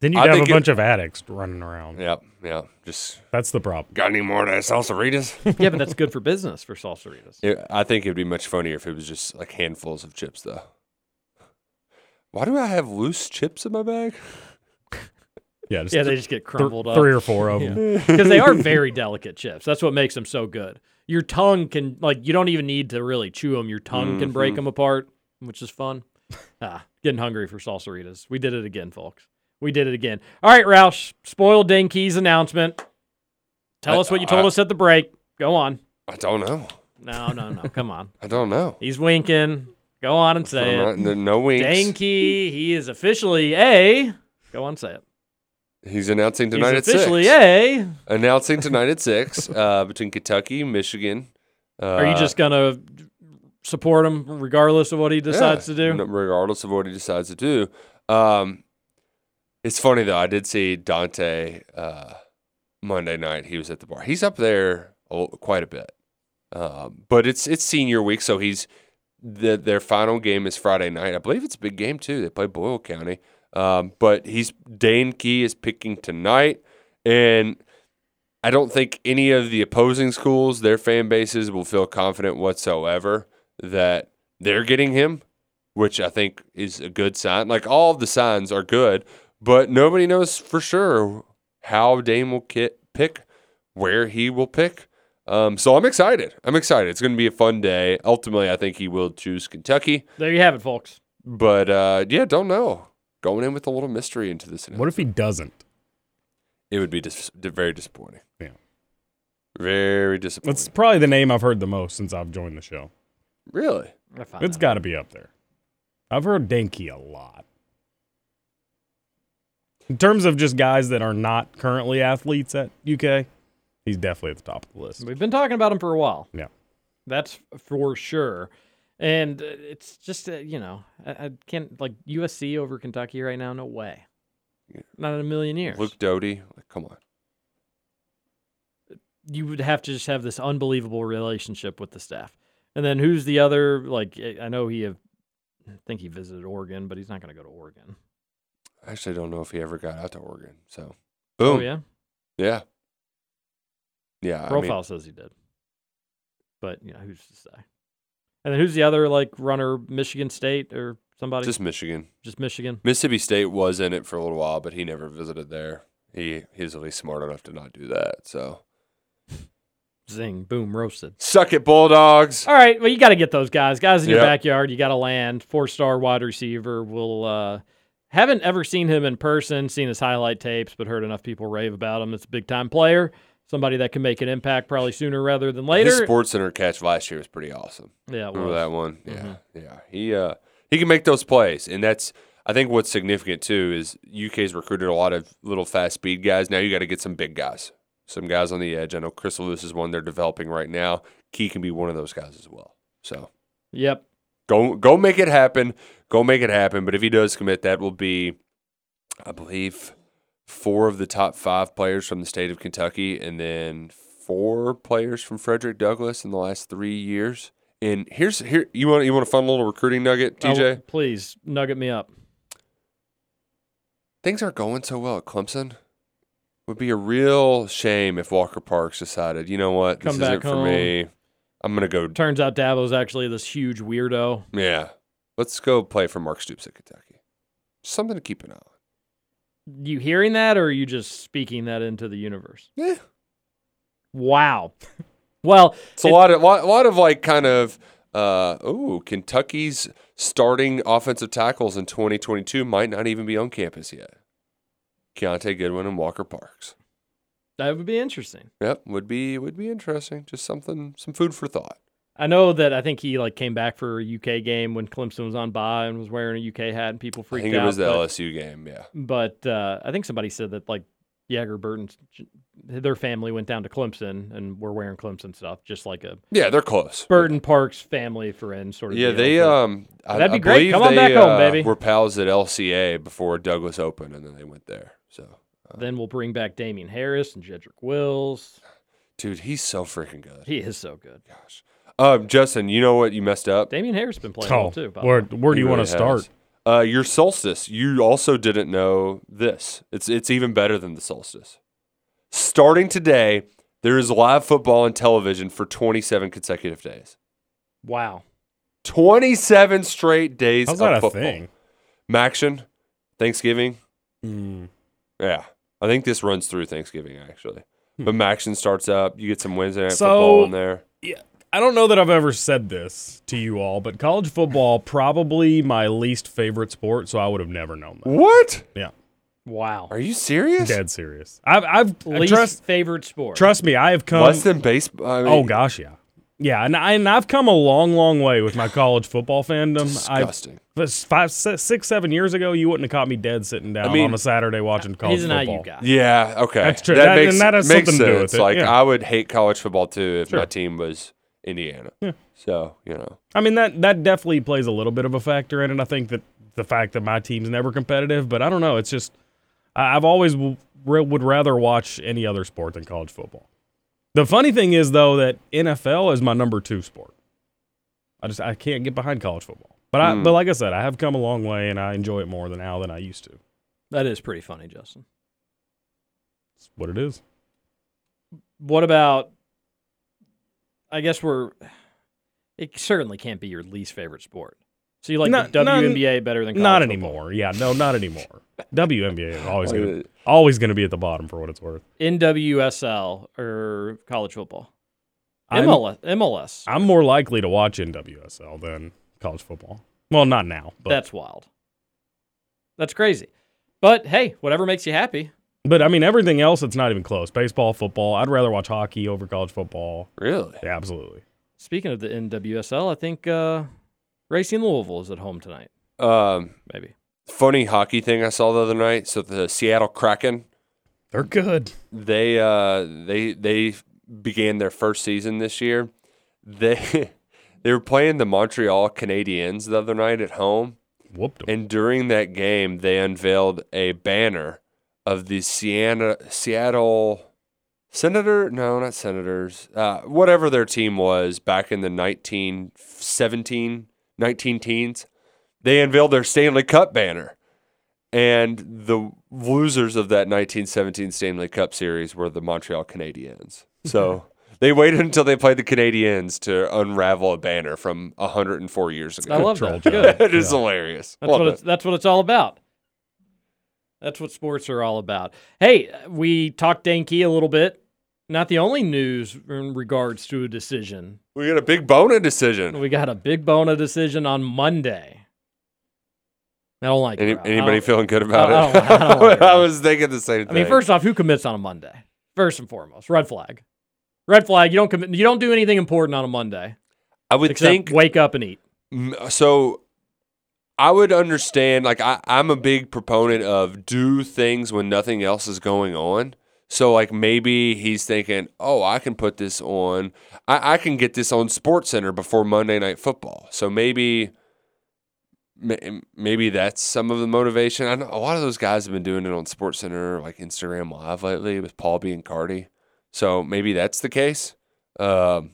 S4: Then
S3: I
S4: you'd have a
S3: think it-
S4: bunch of addicts running around.
S3: Yep, yeah. Just
S4: That's the problem.
S3: got any more of that salsaritas?
S2: yeah, but that's good for business for salsaritas.
S3: It, I think it'd be much funnier if it was just like handfuls of chips, though. Why do I have loose chips in my bag?
S4: Yeah, just
S2: Yeah, they
S4: th-
S2: just get
S4: thr-
S2: crumbled up
S4: three or four of them.
S2: because they are very delicate chips. That's what makes them so good. Your tongue can like you don't even need to really chew them. Your tongue can break
S3: Mm-hmm.
S2: them apart, which is fun. ah, getting hungry for salsaritas. We did it again, folks. We did it again. All right, Roush. Spoiled Dinkies announcement. Tell
S3: I-
S2: us what you told
S3: I-
S2: us at the break. Go on.
S3: I don't know.
S2: No, no, no. Come on.
S3: I don't know.
S2: He's winking. Go on and say
S3: I'm
S2: it.
S3: not- there- no winks.
S2: Danky, he is officially a. Go on, say it.
S3: He's announcing
S2: He's
S3: tonight at
S2: officially
S3: six.
S2: a.
S3: Announcing tonight at six uh, between Kentucky, Michigan. Uh,
S2: Are you just gonna support him regardless of what he decides to do?
S3: no- uh, regardless of what he decides to do. Um, it's funny though. I did see Dante uh, Monday night. He was at the bar. He's up there a- quite a bit, um, but it's it's senior week, so he's the, their final game is Friday night. I believe it's a big game too. They play Boyle County, um, but he's Dane Key is picking tonight, and I don't think any of the opposing schools, their fan bases, will feel confident whatsoever that they're getting him, which I think is a good sign. Like all of the signs are good, but nobody knows for sure how Dame will ki- pick, where he will pick. Um, so I'm excited. I'm excited. It's going to be a fun day. Ultimately, I think he will choose Kentucky,
S2: There you have it, folks.
S3: but uh, yeah, don't know. Going in with a little mystery into this.
S4: What if he doesn't?
S3: It would be dis- di- very disappointing.
S4: Yeah.
S3: Very disappointing.
S4: That's probably the name I've heard the most since I've joined the show.
S3: really?
S2: I found
S4: It's
S2: out.
S4: got to be up there. I've heard Danke a lot. In terms of just guys that are not currently athletes at UK, he's definitely at the top of the list.
S2: We've been talking about him for a while.
S4: Yeah.
S2: That's f- for sure. And uh, it's just, uh, you know, I, I can't, like, USC over Kentucky right now, no way. Not in a million years.
S3: Luke Doty? Like, come on.
S2: you would have to just have this unbelievable relationship with the staff. And then who's the other? Like, eh, I I know he, have, I think he visited Oregon, but he's not going to go to Oregon.
S3: I actually don't know if he ever got out to Oregon. So,
S2: Oh,
S3: boom.
S2: yeah.
S3: Yeah. Yeah. I mean,
S2: Profile says he did. But, you know, who's to say? And then who's the other, like, runner? Michigan State or somebody?
S3: just Michigan.
S2: just Michigan.
S3: Mississippi State was in it for a little while, but he never visited there. He he's at least smart enough to not do that. So,
S2: Zing, boom, roasted.
S3: suck it, Bulldogs.
S2: All right, well, you got to get those guys. Guys in your
S3: Yep.
S2: backyard, you got to land. Four star wide receiver. Will uh, haven't ever seen him in person, seen his highlight tapes, but heard enough people rave about him. It's a big time player, somebody that can make an impact probably sooner rather than
S3: His
S2: later.
S3: Sports Center catch last year was pretty awesome.
S2: yeah, it
S3: Remember
S2: was.
S3: that one? Yeah, yeah. He uh he can make those plays, and that's I think what's significant too is UK's recruited a lot of little fast speed guys. Now you got to get some big guys, some guys on the edge. I know Chris Lewis is one they're developing right now. Key can be one of those guys as well. So
S2: Yep.
S3: go go make it happen. Go make it happen. But if he does commit, that will be, I believe, four of the top five players from the state of Kentucky, and then four players from Frederick Douglass in the last three years. And here's here you want you want a fun little recruiting nugget,
S2: I w-
S3: TJ.
S2: please nugget me up.
S3: Things aren't going so well at Clemson. Would be a real shame if Walker Parks decided, you know what,
S2: Come
S3: this
S2: back
S3: isn't
S2: home.
S3: for me. I'm gonna go.
S2: Turns out Dabo's actually this huge weirdo.
S3: Yeah, let's go play for Mark Stoops at Kentucky. Something to keep an eye on.
S2: You hearing that, or are you just speaking that into the universe?
S3: Yeah.
S2: Wow. well,
S3: It's a lot of lot, lot of like kind of uh oh Kentucky's starting offensive tackles in 2022 might not even be on campus yet. Keontae Goodwin and Walker Parks.
S2: that would be interesting.
S3: Yep, would be would be interesting. Just something some food for thought.
S2: I know that I think he like came back for a UK game when Clemson was on bye and was wearing a UK hat and people freaked
S3: I think
S2: out.
S3: it was uh, the
S2: but
S3: LSU game. Yeah,
S2: but uh, I think somebody said that like Jagger Burton's their family went down to Clemson and were wearing Clemson stuff, just like a
S3: yeah, they're close.
S2: Burton Parks family friend sort of.
S3: Yeah,
S2: deal.
S3: they
S2: But
S3: um. I,
S2: That'd be
S3: I
S2: great.
S3: believe
S2: Come on
S3: they,
S2: back home,
S3: uh,
S2: baby.
S3: Were pals at LCA before Douglas Open, and then they went there. So,
S2: then we'll bring back Damien Harris and Jedrick Wills.
S3: dude, he's so freaking good.
S2: He is so good.
S3: Um, Justin, you know what you messed up.
S2: Damien Harris been playing well
S4: Oh,
S2: too. By the
S4: where
S2: way.
S4: where do
S3: He
S4: you want
S3: really
S4: to start?
S3: has. Uh, your solstice. You also didn't know this. It's it's even better than the solstice. Starting today, there is live football on television for 27 consecutive days.
S2: Wow.
S3: 27 straight days
S4: How's
S3: of
S4: that a
S3: football.
S4: thing?
S3: Maction, Thanksgiving.
S2: Hmm.
S4: Mm.
S3: Yeah, I think this runs through Thanksgiving actually. But Maction starts up. You get some Wednesday night
S4: Hmm. So-
S3: football in there.
S4: Yeah, I don't know that I've ever said this to you all, but college football probably my least favorite sport, so I would have never known that.
S3: What?
S4: Yeah,
S2: Wow.
S3: Are you serious?
S4: dead serious. I've I've
S2: Least
S4: trust
S2: favorite sport.
S4: trust me, I have come.
S3: Less than baseball. I mean,
S4: oh gosh, yeah, yeah, and I, and I've come a long, long way with my college football fandom.
S3: Disgusting.
S4: I but five, se- six, seven years ago, you wouldn't have caught me dead sitting down
S3: mean-
S4: on a Saturday watching college
S2: He's an
S4: football.
S2: IU guy.
S3: Yeah, okay.
S4: That's true. That- and that has
S3: makes
S4: something to do with
S3: sense.
S4: it,
S3: Like
S4: yeah.
S3: I would hate college football too if my
S4: Sure.
S3: team was Indiana. So, you know.
S4: I mean that that definitely plays a little bit of a factor in it. I think that the fact that my team's never competitive, but I don't know. It's just I, I've always w- re- would rather watch any other sport than college football. The funny thing is though that NFL is my number two sport. I just I can't get behind college football, but
S2: Hmm.
S4: I but like I said, I have come a long way and I enjoy it more than now than I used to.
S2: That is pretty funny, Justin.
S4: It's what it is.
S2: what about? I guess we're. It certainly can't be your least favorite sport. So you like
S4: Not-
S2: the
S4: not-
S2: WNBA better than college football.
S4: Not
S2: uh,
S4: anymore. Yeah, no, not anymore. WNBA is always
S3: Like
S4: gonna
S3: the-
S4: always gonna be at the bottom for what it's worth.
S2: NWSL or college football.
S4: I'm-
S2: MLS. MLS.
S4: I'm more likely to watch NWSL than college football. Well, not now, but
S2: That's wild. That's crazy. But hey, whatever makes you happy.
S4: but I mean everything else. It's not even close. Baseball, football. I'd rather watch hockey over college football.
S3: Really?
S4: Yeah, absolutely.
S2: Speaking of the NWSL, I think uh, Racing Louisville is at home tonight.
S3: Um,
S2: Maybe
S3: funny hockey thing I saw the other night. So the Seattle Kraken,
S4: They're good.
S3: they uh, they they began their first season this year. They they were playing the Montreal Canadiens the other night at home,
S4: Whooped 'em.
S3: and during that game, they unveiled a banner of the Siena, Seattle Senator. No, not Senators. Uh, whatever their team was back in the 1917, 19 teens, they unveiled their Stanley Cup banner. And the losers of that 1917 Stanley Cup series were the Montreal Canadiens. So they waited until they played the Canadiens to unravel a banner from 104 years ago.
S2: I love
S4: troll
S2: that. Good.
S3: It is hilarious.
S2: That's
S3: Love
S2: what
S3: it.
S2: it's, that's what it's all about. That's what sports are all about. Hey, we talked Danke a little bit. Not the only news in regards to a decision.
S3: We got a big Bona decision.
S2: We got a big Bona decision on Monday. I don't like
S3: Any,
S2: crowd. I
S3: anybody
S2: don't-
S3: feeling good about
S2: I
S3: it?
S2: don't- I don't like that.
S3: I was thinking the same
S2: I
S3: thing.
S2: mean, first off, who commits on a Monday? First and foremost, red flag. Red flag. You don't commit. You don't do anything important on a Monday
S3: I would
S2: except
S3: think
S2: wake up and eat.
S3: Mm, so I would understand like I, I'm a big proponent of do things when nothing else is going on. So like maybe he's thinking, Oh, I can put this on I, I can get this on Sports Center before Monday night football. So maybe ma- maybe that's some of the motivation. I know a lot of those guys have been doing it on Sports Center, like Instagram Live lately with Paul being Cardi. So maybe that's the case. Um,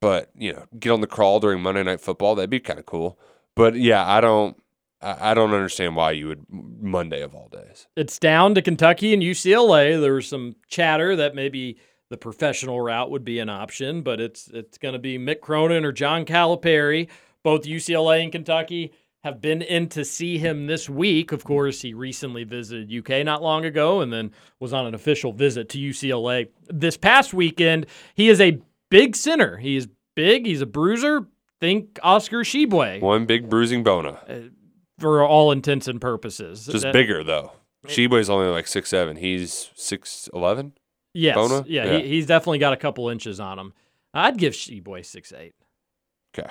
S3: but you know, get on the crawl during Monday Night Football. That'd be kind of cool. But yeah, I don't, I, I don't understand why you would Monday of all days.
S2: it's down to Kentucky and UCLA. There was some chatter that maybe the professional route would be an option, but it's it's going to be Mick Cronin or John Calipari. Both UCLA and Kentucky have been in to see him this week. Of course, he recently visited UK not long ago and then was on an official visit to UCLA this past weekend. He is a big center. He is big, he's a bruiser. Think Oscar Shibwe
S3: One big bruising bona,
S2: for all intents and purposes.
S3: just
S2: That-
S3: bigger though. Sheboy's only like six seven. He's six eleven.
S2: Yes.
S3: Bona?
S2: Yeah,
S3: Yeah.
S2: He, he's definitely got a couple inches on him. I'd give Sheboy six eight.
S3: Okay,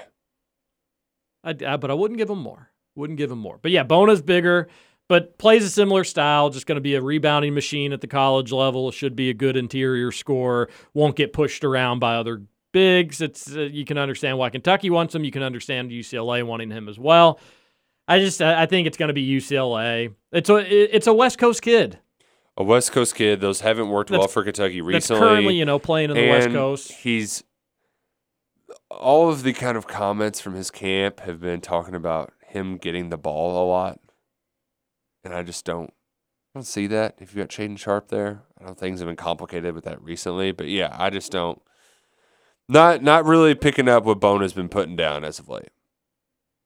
S2: I'd, I, but I wouldn't give him more. Wouldn't give him more. But yeah, Bona's bigger, but plays a similar style. Just going to be a rebounding machine at the college level. Should be a good interior scorer. Won't get pushed around by other bigs. It's uh, you can understand why Kentucky wants him. You can understand UCLA wanting him as well. I just I I think it's going to be UCLA. It's a it- it's a West Coast kid
S3: a West Coast kid. Those haven't worked well
S2: That's-
S3: for Kentucky
S2: that's
S3: recently.
S2: currently you know playing in the West
S3: And
S2: Coast.
S3: He's all of the kind of comments from his camp have been talking about him getting the ball a lot, and I just don't. I don't see that. If you got Shaden Sharp there, I know things have been complicated with that recently, but yeah, I just don't. Not not really picking up what Bona's been putting down as of late.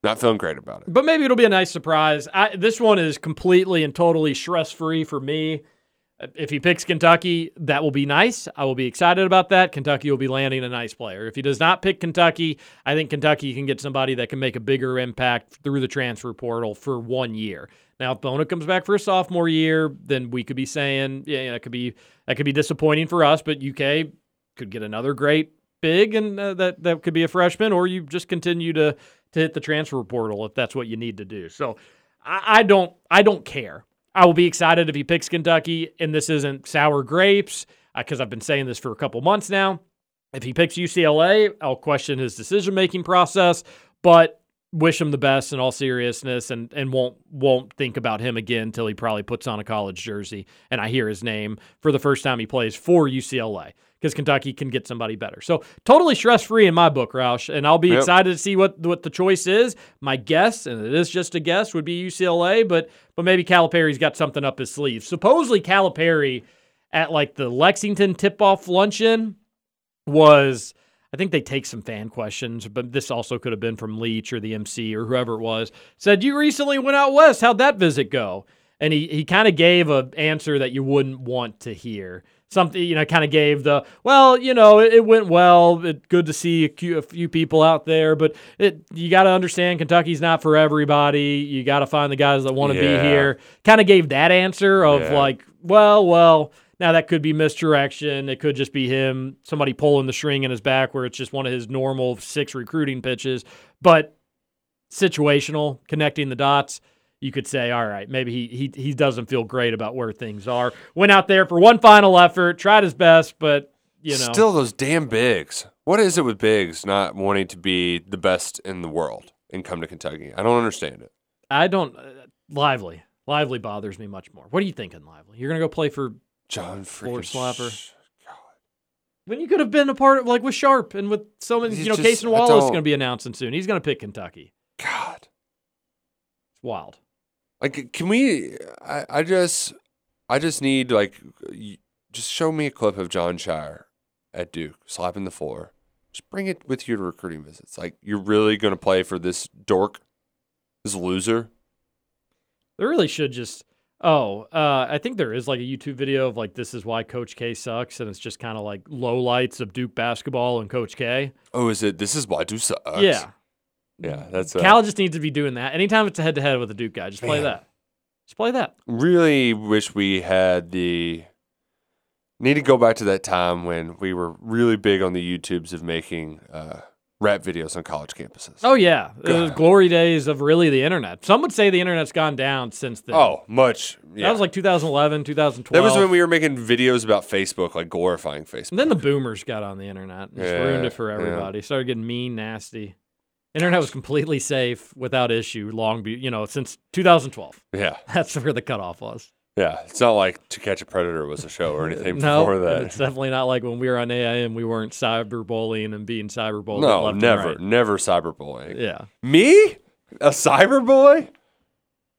S3: Not feeling great about it.
S2: But maybe it'll be a nice surprise. I, this one is completely and totally stress free for me. If he picks Kentucky, that will be nice. I will be excited about that. Kentucky will be landing a nice player. If he does not pick Kentucky, I think Kentucky can get somebody that can make a bigger impact through the transfer portal for one year. Now, if Bona comes back for a sophomore year, then we could be saying, yeah, yeah, that could be that could be disappointing for us. But UK could get another great big, and uh, that that could be a freshman, or you just continue to to hit the transfer portal if that's what you need to do. So I, I don't I don't care. I will be excited if he picks Kentucky, and this isn't sour grapes because I've been saying this for a couple months now. If he picks UCLA, I'll question his decision making process, but wish him the best in all seriousness, and and won't won't think about him again until he probably puts on a college jersey and I hear his name for the first time he plays for UCLA because Kentucky can get somebody better. So totally stress free in my book, Roush, and I'll be
S3: Yep.
S2: excited to see what what the choice is. My guess, and it is just a guess, would be UCLA, but but maybe Calipari's got something up his sleeve. Supposedly Calipari at like the Lexington tip off luncheon was I think they take some fan questions, but this also could have been from Leach or the MC or whoever it was. Said, You recently went out west. How'd that visit go? And he, he kind of gave a answer that you wouldn't want to hear. Something, you know, kind of gave the, well, you know, it, it went well. It, good to see a few, a few people out there, but it, you got to understand Kentucky's not for everybody. You got to find the guys that want to be
S3: Yeah.
S2: here. Kind of gave that answer of
S3: Yeah.
S2: like, well, well, now that could be misdirection. It could just be him, somebody pulling the string in his back where it's just one of his normal six recruiting pitches. But situational, connecting the dots, you could say, all right, maybe he he he doesn't feel great about where things are. Went out there for one final effort, tried his best, but you know
S3: Still those damn bigs. What is it with bigs not wanting to be the best in the world and come to Kentucky? I don't understand it.
S2: I don't uh, lively. Lively bothers me much more. What are you thinking, Lively? You're gonna go play for
S3: John
S2: Floor
S3: freaking
S2: slapper.
S3: Sh-
S2: when you could have been a part of like with Sharp and with so many
S3: He's
S2: you know,
S3: just-
S2: Casey
S3: I
S2: Wallace is
S3: don't-
S2: gonna be announcing soon. He's gonna pick Kentucky.
S3: God.
S2: It's wild.
S3: Like, can we? I, I just, I just need like, y- just show me a clip of John Shire at Duke slapping the floor. Just bring it with you to recruiting visits. Like, you're really gonna play for this dork, this loser?
S2: They really should just. Oh, uh, I think there is like a YouTube video of like this is why Coach K sucks, and it's just kind of like low lights of Duke basketball and Coach K.
S3: Oh, is it? This is why Duke sucks.
S2: Yeah,
S3: yeah. That's uh,
S2: Cal just needs to be doing that anytime it's a head to head with a Duke guy. Just play
S3: Man.
S2: that. Just play that.
S3: really wish we had the need to go back to that time when we were really big on the YouTubes of making uh, rap videos on college campuses.
S2: Oh yeah, It was
S3: God.
S2: glory days of really the internet. Some would say the internet's gone down since then.
S3: Oh, much. Yeah.
S2: that was like 2011, 2012.
S3: That was when we were making videos about Facebook, like glorifying Facebook.
S2: And then the boomers got on the internet and just
S3: Yeah,
S2: ruined it for
S3: yeah.
S2: everybody. Started getting mean, nasty. Internet was completely safe without issue long, be- you know, since 2012.
S3: Yeah,
S2: That's where the cutoff was.
S3: yeah. It's not like To Catch a Predator was a show or anything
S2: No,
S3: before
S2: and
S3: that.
S2: it's definitely not like when we were on AIM, we weren't cyberbullying and being cyberbullied.
S3: No,
S2: left and
S3: never,
S2: right.
S3: never cyberbullying.
S2: Yeah,
S3: Me, a cyberboy?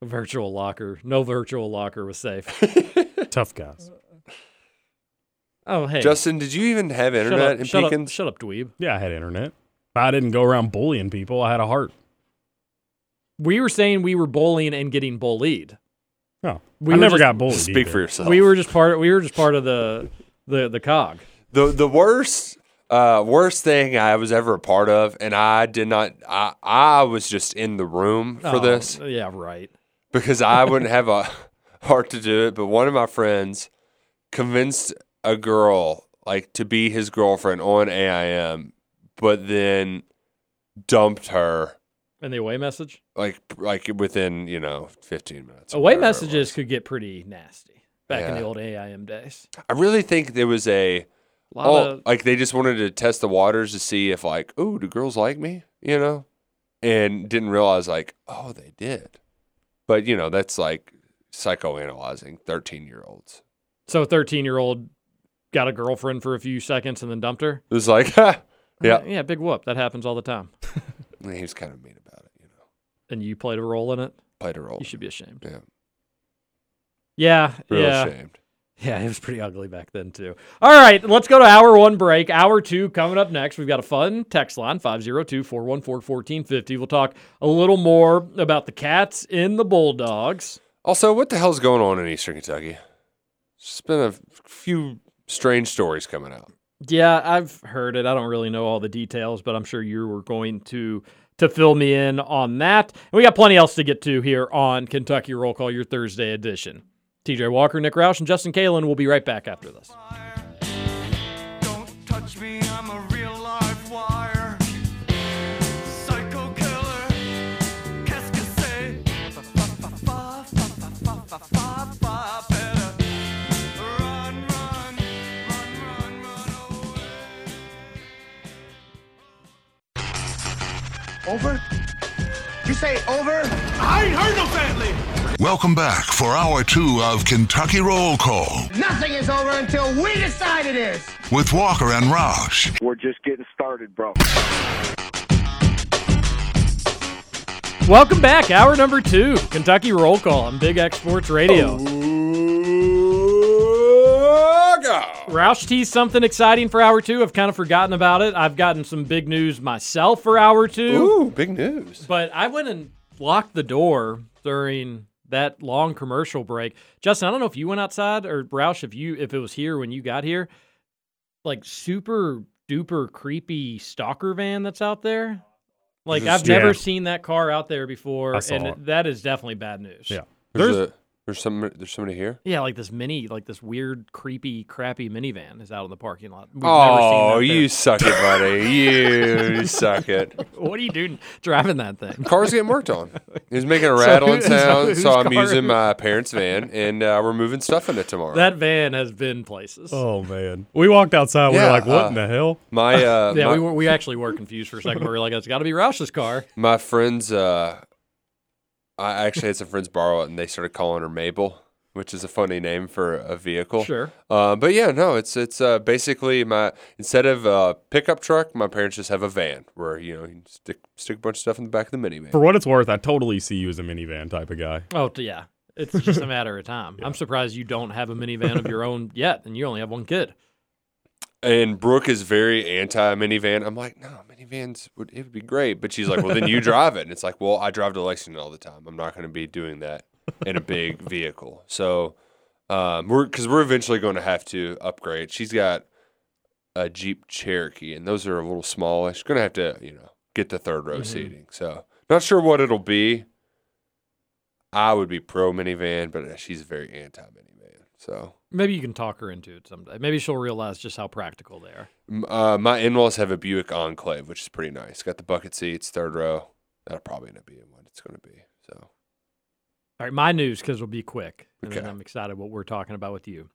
S2: virtual locker. No virtual locker was safe.
S4: Tough guys.
S2: Oh hey,
S3: Justin, did you even have
S2: shut
S3: internet
S2: up,
S3: in
S2: shut
S3: Pekin?
S2: Up, shut up, dweeb.
S4: Yeah, I had internet. I didn't go around bullying people. I had a heart.
S2: We were saying we were bullying and getting bullied.
S4: No,
S2: We
S4: I
S2: were
S4: never
S2: just-
S4: got bullied.
S3: Speak for
S4: either.
S3: yourself.
S2: We were just part. We were just part of the the the cog.
S3: the the worst uh, worst thing I was ever a part of, and I did not. I I was just in the room for
S2: Oh,
S3: this
S2: yeah, right.
S3: because I wouldn't have a heart to do it. But one of my friends convinced a girl like to be his girlfriend on AIM, but then dumped her
S2: And the away message.
S3: like like within you know fifteen minutes. or
S2: Away
S3: whatever it was.
S2: messages could get pretty nasty back in the
S3: Yeah.
S2: old AIM days.
S3: I really think there was a
S2: A lot
S3: oh,
S2: of
S3: like they just wanted to test the waters to see if like, oh, do girls like me? You know, and didn't realize like, oh, they did. But you know, that's like psychoanalyzing thirteen year olds.
S2: So a 13 year old got a girlfriend for a few seconds and then dumped her.
S3: It was like, ha, yeah,
S2: Yeah, big whoop. That happens all the time.
S3: And he was kind of mean about it. You know,
S2: And you played a role in it.
S3: played a role.
S2: You should be ashamed.
S3: yeah,
S2: Yeah.
S3: real
S2: yeah.
S3: ashamed.
S2: Yeah, it was pretty ugly back then, too. All right, let's go to hour one break. Hour two coming up next. We've got a fun text line 502 414 1450. We'll talk a little more about the Cats in the Bulldogs.
S3: Also, what the hell's going on in Eastern Kentucky? It's been a few strange stories coming out.
S2: Yeah, I've heard it. I don't really know all the details, but I'm sure you were going to to fill me in on that. And we got plenty else to get to here on Kentucky Roll Call, your Thursday edition. TJ Walker, Nick Roush, and Justin Kalen will be right back after this.
S8: Don't touch me, I'm a real live wire. Psycho killer, qu'est-ce que c'est? Fa- fa- fa- fa- fa- fa- fa- fa- fa- fa- better. Run, run, run, run, run away.
S1: I ain't heard no fat lady.
S5: Welcome back for hour two of Kentucky Roll Call
S7: Nothing is over until we decide it is.
S5: with Walker and Roush.
S9: We're just getting started, bro.
S2: Welcome back, hour number two, Kentucky Roll Call on Big X Sports Radio. Roush teased something exciting for hour two. I've kind of forgotten about it. I've gotten some big news myself for hour two.
S3: Ooh, big news.
S2: But I went and locked the door during that long commercial break. Justin, I don't know if you went outside or Roush, if you if it was here when you got here, like super duper creepy stalker van that's out there. Like I've
S4: Yeah.
S2: never seen that car out there before,
S4: I saw
S2: and
S4: it.
S2: that is definitely bad news.
S4: Yeah.
S3: There's
S4: There's
S3: a, there's somebody there's somebody here.
S2: Yeah, like this mini, like this weird, creepy, crappy minivan is out in the parking lot. We've
S3: Oh,
S2: never seen that
S3: you suck it, buddy. You suck it.
S2: thing. What are you doing driving that thing?
S3: Car's getting worked on. He's making a rattling
S2: who- so
S3: sound, so,
S2: whose car
S3: I'm using
S2: is-
S3: my parents' van, and uh, we're moving stuff in it tomorrow.
S2: That van has been places.
S4: oh man, we walked outside. We
S3: Yeah,
S4: were like, what
S3: uh,
S4: in the hell?
S3: my uh,
S2: yeah,
S3: my,
S2: we, were, we actually were confused for a second. We were like, it's got to be Roush's car.
S3: my friends, uh, I actually had some friends borrow it, and they started calling her Mabel, which is a funny name for a vehicle.
S2: Sure.
S3: Uh, but yeah, no, it's it's uh, basically my instead of a pickup truck, my parents just have a van where you know you can stick stick a bunch of stuff in the back of the minivan.
S4: For what it's worth, I totally see you as a minivan type of guy.
S2: Oh, t- yeah. It's just a matter of time. I'm surprised you don't have a minivan of your own yet, and you only have one kid.
S3: And Brooke is very anti minivan. I'm like, no, minivans would it would be great, but she's like, well, then you drive it. And it's like, well, I drive to Lexington all the time. I'm not going to be doing that in a big vehicle. So, um, we're because we're eventually going to have to upgrade. She's got a Jeep Cherokee, and those are a little smallish. Going to have to, you know, get the third row seating. So, not sure what it'll be. I would be pro minivan, but she's very anti minivan. So,
S2: Maybe you can talk her into it someday. Maybe she'll realize just how practical they are.
S3: M- Uh, my in-laws have a Buick Enclave, which is pretty nice. Got the bucket seats, third row. That'll probably end up being what it's going to be. So
S2: All right, my news because it'll be quick, and then
S3: Okay.
S2: I'm excited what we're talking about with you.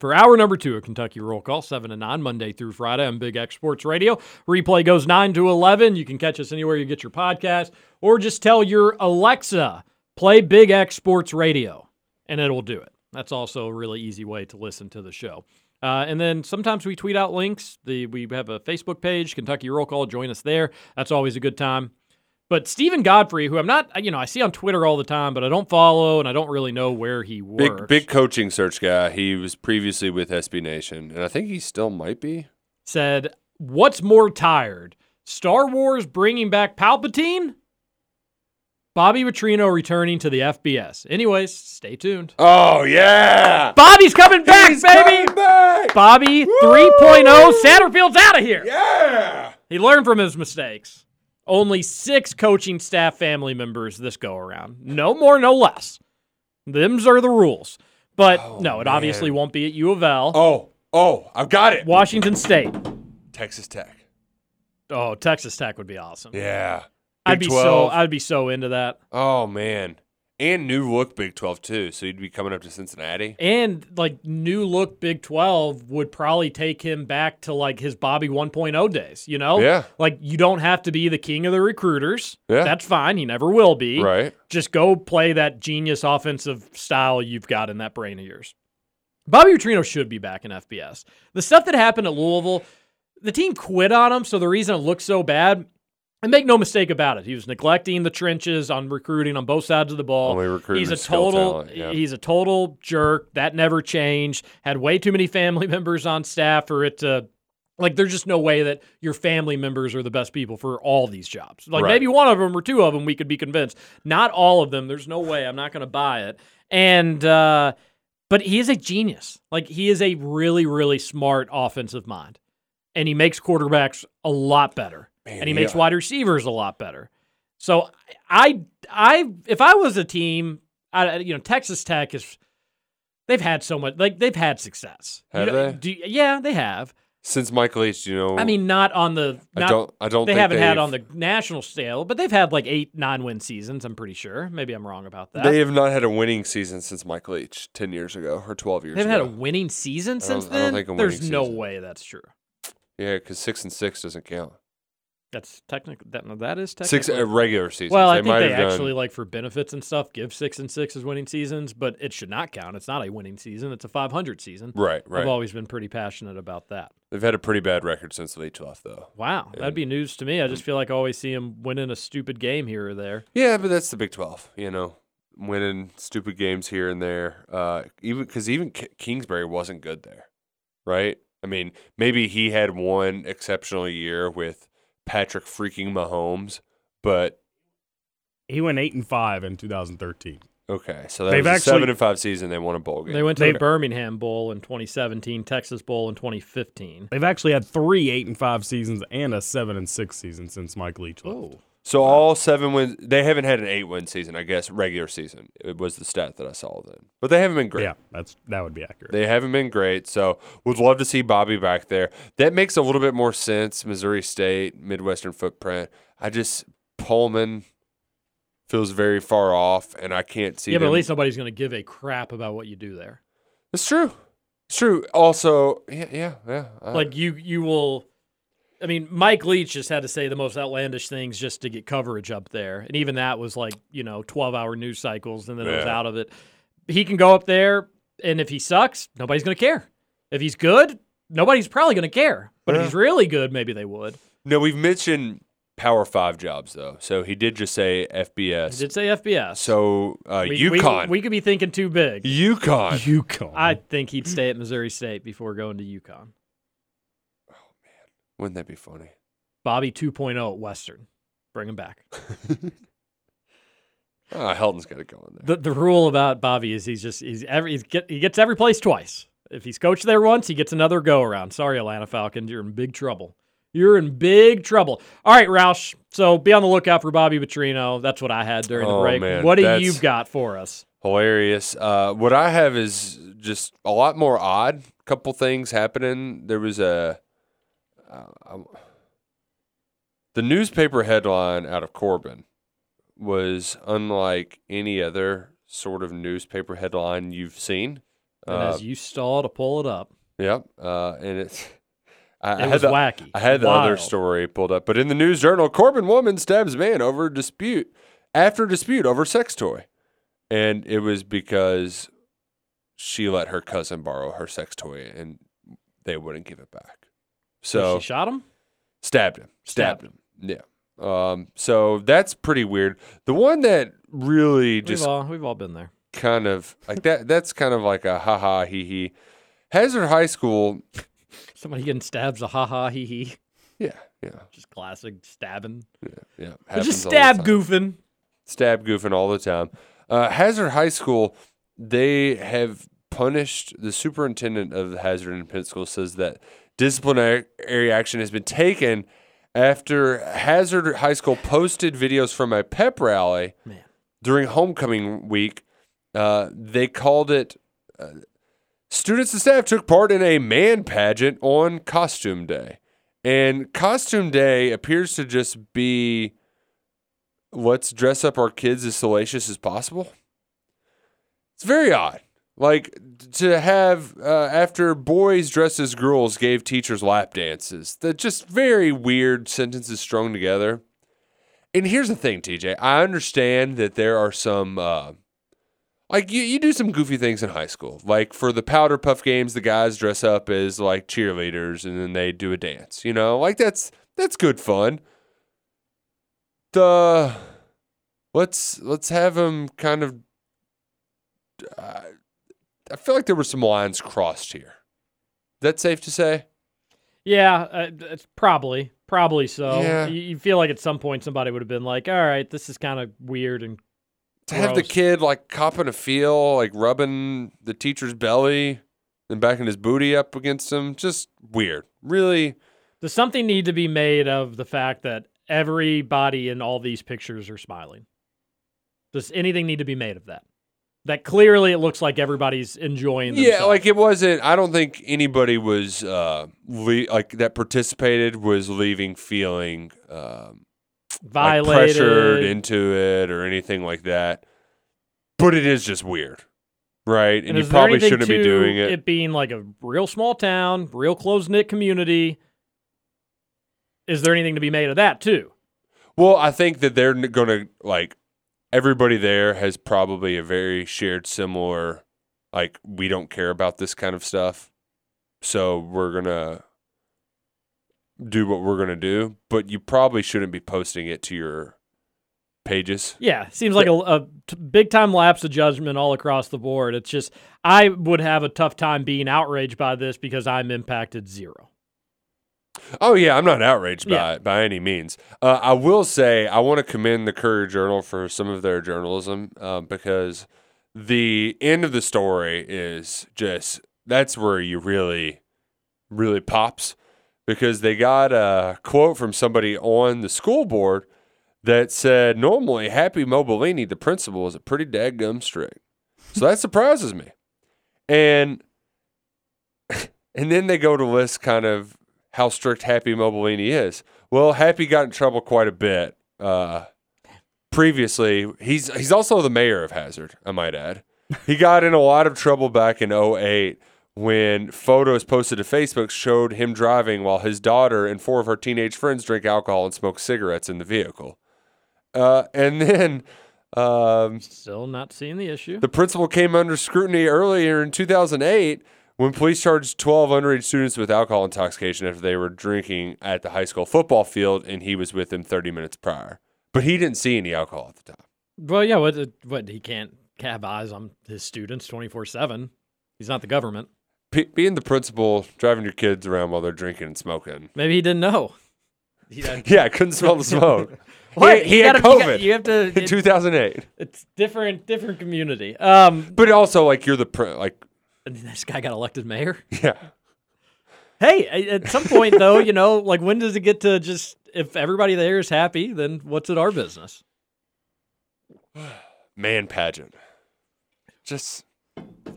S2: For hour number two of Kentucky Roll Call, 7 to 9, Monday through Friday on Big X Sports Radio. Replay goes 9 to 11. You can catch us anywhere you get your podcast, or just tell your Alexa, play Big X Sports Radio, and it'll do it. That's also a really easy way to listen to the show. Uh, and then sometimes we tweet out links. The, we have a Facebook page, Kentucky Roll Call. Join us there. That's always a good time. But Stephen Godfrey, who I'm not, you know, I see on Twitter all the time, but I don't follow and I don't really know where he
S3: big,
S2: works.
S3: big coaching search guy. He was previously with SB Nation, and I think he still might be.
S2: said, What's more tired? Star Wars bringing back Palpatine? Bobby Petrino returning to the FBS. Anyways, stay tuned.
S3: Oh yeah,
S2: Bobby's coming back, baby!
S3: back.
S2: Bobby 3.0, Satterfield's out of here. Yeah. He learned from his mistakes. Only six coaching staff family members this go around. No more, no less. Them's are the rules. But no, it obviously won't be at U of L.
S3: Oh, oh, I've got it.
S2: Washington State.
S3: Texas Tech.
S2: Oh, Texas Tech would be awesome.
S3: Yeah.
S2: I'd
S3: Big
S2: be
S3: 12.
S2: so I'd be so into that.
S3: Oh man, and new look Big Twelve too. So he'd be coming up to Cincinnati.
S2: And like new look Big 12 would probably take him back to like his Bobby 1.0 days, you know?
S3: Yeah.
S2: Like you don't have to be the king of the recruiters.
S3: Yeah.
S2: That's fine. He never will be.
S3: Right.
S2: Just go play that genius offensive style you've got in that brain of yours. Bobby Petrino should be back in FBS. The stuff that happened at Louisville, the team quit on him, so the reason it looked so bad, and make no mistake about it, he was neglecting the trenches on recruiting on both sides of the ball.
S3: Only recruiting
S2: he's a
S3: is skill
S2: total
S3: talent, yeah.
S2: he's a total jerk. That never changed. Had way too many family members on staff for it to like there's just no way that your family members are the best people for all these jobs. Like
S3: Right.
S2: maybe one of them or two of them we could be convinced. Not all of them. There's no way. I'm not going to buy it. And uh but he is a genius. Like he is a really really smart offensive mind. And he makes quarterbacks a lot better. and he makes
S3: yeah.
S2: wide receivers a lot better. So I I if I was a team, I you know Texas Tech is they've had so much like they've had success. You
S3: Have
S2: know,
S3: they?
S2: do- yeah, they have.
S3: Since Michael Leach, you know,
S2: I mean, not on the. Not,
S3: I don't, I don't.
S2: They
S3: think
S2: haven't had
S3: they've-
S2: on the national scale, but they've had like eight, nine win seasons. I'm pretty sure. Maybe I'm wrong about that.
S3: They have not had a winning season since Mike Leach ten years ago or twelve years
S2: They've had
S3: ago.
S2: a winning season
S3: don't-
S2: since
S3: I don't
S2: then.
S3: think a winning
S2: There's no
S3: season.
S2: way that's true.
S3: yeah, because six and six doesn't count.
S2: That's technically that. No, that is technically.
S3: Six uh, regular seasons.
S2: well, I
S3: they
S2: think
S3: might
S2: they
S3: have done-
S2: actually like for benefits and stuff give six and six as winning seasons, but it should not count. It's not a winning season. It's a 500 season.
S3: right,
S2: I've
S3: right.
S2: always been pretty passionate about that.
S3: They've had a pretty bad record since Leach left, though.
S2: Wow, that'd be news to me. I just feel like I always see him winning a stupid game here or there.
S3: Yeah, but that's the Big Twelve. You know, winning stupid games here and there. Uh, even because even K- Kingsbury wasn't good there. right? I mean, maybe he had one exceptional year with Patrick freaking Mahomes, but
S4: He went eight and five in 2013.
S3: okay, so that
S4: They've
S3: was a
S4: actually-
S3: seven and five season. They won a bowl game.
S2: They went to the
S4: They-
S2: Birmingham Bowl in 2017, Texas Bowl in 2015.
S4: They've actually had three eight and five seasons and a seven and six season since Mike Leach left.
S3: so all seven wins. They haven't had an eight win season, I guess. Regular season it was the stat that I saw then, but they haven't been great.
S4: Yeah, that's that would be accurate.
S3: They haven't been great, so would love to see Bobby back there. That makes a little bit more sense. Missouri State, Midwestern footprint. I just Pullman feels very far off, and I can't see.
S2: yeah, but at
S3: them-
S2: least nobody's going to give a crap about what you do there.
S3: it's true. It's true. Also, yeah, yeah, yeah. Uh, I-
S2: Like you, you will. I mean, Mike Leach just had to say the most outlandish things just to get coverage up there, and even that was like you know twelve-hour news cycles, and then it was
S3: Yeah.
S2: out of it. He can go up there, and if he sucks, nobody's going to care. If he's good, nobody's probably going to care. But if he's really good, maybe they would.
S3: no, we've mentioned Power Five jobs though, so he did just say
S2: He
S3: FBS.
S2: did say FBS.
S3: so uh,
S2: we, we-
S3: UConn,
S2: we could be thinking too big.
S3: UConn.
S4: UConn.
S2: I think he'd stay at Missouri State before going to UConn.
S3: Wouldn't that be funny?
S2: Bobby 2.0 at Western. Bring him back.
S3: Ah, Helton's got to go in there.
S2: The, the rule about Bobby is he's just he's every he's get, he gets every place twice. If he's coached there once, he gets another go around. Sorry, Atlanta Falcons, you're in big trouble. You're in big trouble. All right, Roush. So be on the lookout for Bobby Petrino. That's what I had during the
S3: Oh,
S2: break.
S3: man,
S2: what do
S3: that's-
S2: you got for us?
S3: Hilarious. Uh, what I have is just a lot more odd. Couple things happening. There was a uh, I- the newspaper headline out of Corbin was unlike any other sort of newspaper headline you've seen.
S2: And
S3: Uh,
S2: as you stall to pull it up,
S3: Yep. Uh, and it's I, I
S2: It
S3: had
S2: was
S3: the,
S2: wacky.
S3: I had the other
S2: Wild.
S3: story pulled up, but in the news journal, Corbin woman stabs man over dispute after dispute over sex toy, and it was because she let her cousin borrow her sex toy and they wouldn't give it back. So
S2: she shot him.
S3: Stabbed him.
S2: Stabbed
S3: Stabbed, him. Yeah. Um, so that's pretty weird. The one that really just
S2: we've all we've all been there.
S3: kind of like that that's kind of like a ha ha hee hee. Hazard High School,
S2: Somebody getting stabs a ha ha hee hee.
S3: yeah, yeah,
S2: Just classic stabbing.
S3: yeah.
S2: Or Just
S3: happens all the
S2: stab
S3: time.
S2: goofing.
S3: stab goofing all the time. Uh, Hazard High School, they have punished the superintendent of the Hazard and Pensacola says that disciplinary action has been taken after Hazard High School posted videos from a pep rally during homecoming week. Uh, they called it. Uh, Students and staff took part in a man pageant on costume day. And costume day appears to just be let's dress up our kids as salacious as possible. It's very odd. Like to have uh, after boys dressed as girls gave teachers lap dances. That just very weird sentences strung together. And here's the thing, TJ. I understand that there are some uh, like you, you do some goofy things in high school. Like for the powder puff games, the guys dress up as like cheerleaders and then they do a dance. You know, like that's that's good fun the let's let's have him kind of. Uh, I feel like there were some lines crossed here. That's safe to say.
S2: Yeah, uh, it's probably probably so.
S3: Yeah.
S2: You, you feel like at some point somebody would have been like, "All right, this is kind of weird," and
S3: To have the
S2: Gross.
S3: kid like copping a feel, like rubbing the teacher's belly and backing his booty up against him, just weird. Really,
S2: does something need to be made of the fact that everybody in all these pictures are smiling? Does anything need to be made of that? That clearly it looks like everybody's enjoying. Themselves.
S3: yeah. Like it wasn't. I don't think anybody was uh le- like that participated was leaving feeling um, like,
S2: violated.
S3: pressured into it or anything like that. But it is just weird, right? And, you
S2: is there
S3: probably
S2: anything
S3: shouldn't be
S2: to
S3: doing it.
S2: It being like a real small town, real close knit community. Is there anything to be made of that too?
S3: Well, I think that they're going to like everybody there has probably a very shared similar like we don't care about this kind of stuff. So we're going to do what we're going to do, but you probably shouldn't be posting it to your pages.
S2: Yeah, seems like a, a t- big time lapse of judgment all across the board. It's just I would have a tough time being outraged by this because I'm impacted zero.
S3: Oh yeah, I'm not outraged by
S2: Yeah.
S3: it by any means. Uh, I will say I want to commend the Courier Journal for some of their journalism uh, because the end of the story is just that's where you really, really pops because they got a quote from somebody on the school board that said normally Happy Mobilini, the principal, is a pretty dadgum strict. So that surprises me, and and then they go to list kind of how strict Happy Mobilini is. Well, Happy got in trouble quite a bit uh, previously. He's he's also the mayor of Hazard, I might add. He got in a lot of trouble back in 08 when photos posted to Facebook showed him driving while his daughter and four of her teenage friends drink alcohol and smoke cigarettes in the vehicle. Uh, and then um,
S2: Still not seeing the issue.
S3: the principal came under scrutiny earlier in 2008 when police charged 12 underage students with alcohol intoxication after they were drinking at the high school football field and he was with them 30 minutes prior. But he didn't see any alcohol at the time.
S2: well, yeah, what what he can't have eyes on his students twenty four seven. He's not the government.
S3: P- being the principal, driving your kids around while they're drinking and smoking.
S2: Maybe he didn't know. He had-
S3: Yeah, couldn't smell the smoke.
S2: What?
S3: He, he
S2: You
S3: had
S2: gotta- you got-
S3: COVID
S2: You have to.
S3: in
S2: it-
S3: 2008.
S2: it's different, different community. Um,
S3: But also, like, you're the, pr- like,
S2: and this guy got elected mayor.
S3: yeah.
S2: Hey, a- at some point though, you know, like when does it get to just if everybody there is happy, then what's it our business?
S3: Man pageant. Just,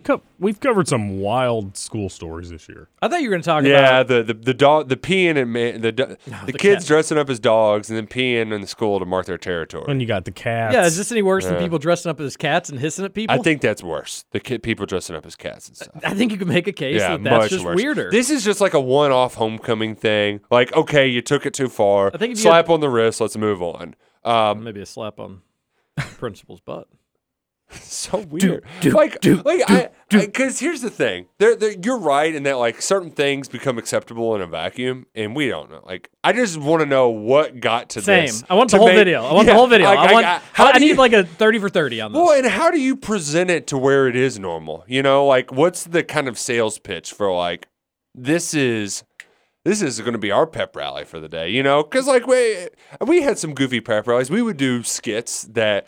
S4: Co- We've covered some wild school stories this year.
S2: I thought you were going to talk
S3: yeah,
S2: about
S3: the the the dog, the peeing and man, the do- the,
S2: the
S3: kids
S2: cat.
S3: dressing up as dogs and then peeing in the school to mark their territory.
S4: And you got the cats.
S2: yeah. Is this any worse than
S3: Yeah.
S2: people dressing up as cats and hissing at people?
S3: I think that's worse. The kid, people dressing up as cats and stuff.
S2: I think you can make a case
S3: Yeah,
S2: that that's
S3: much
S2: just
S3: worse.
S2: weirder.
S3: This is just like a one-off homecoming thing. Like, okay, you took it too far.
S2: I think if you
S3: slap on the wrist. Let's move on. Um,
S2: Maybe a slap on principal's butt.
S3: so weird. like, like, I, because here's the thing. There, there, you're right in that like certain things become acceptable in a vacuum, and we don't know. Like, I just want to know what got to
S2: Same.
S3: this.
S2: I want
S3: to
S2: the whole
S3: make-
S2: video. I want
S3: Yeah,
S2: the whole video.
S3: like,
S2: I want.
S3: how
S2: I
S3: do
S2: need
S3: you-
S2: like a thirty for thirty on this.
S3: Well, and how do you present it to where it is normal? You know, like what's the kind of sales pitch for like this is this is going to be our pep rally for the day? You know, because like we we had some goofy pep rallies. We would do skits that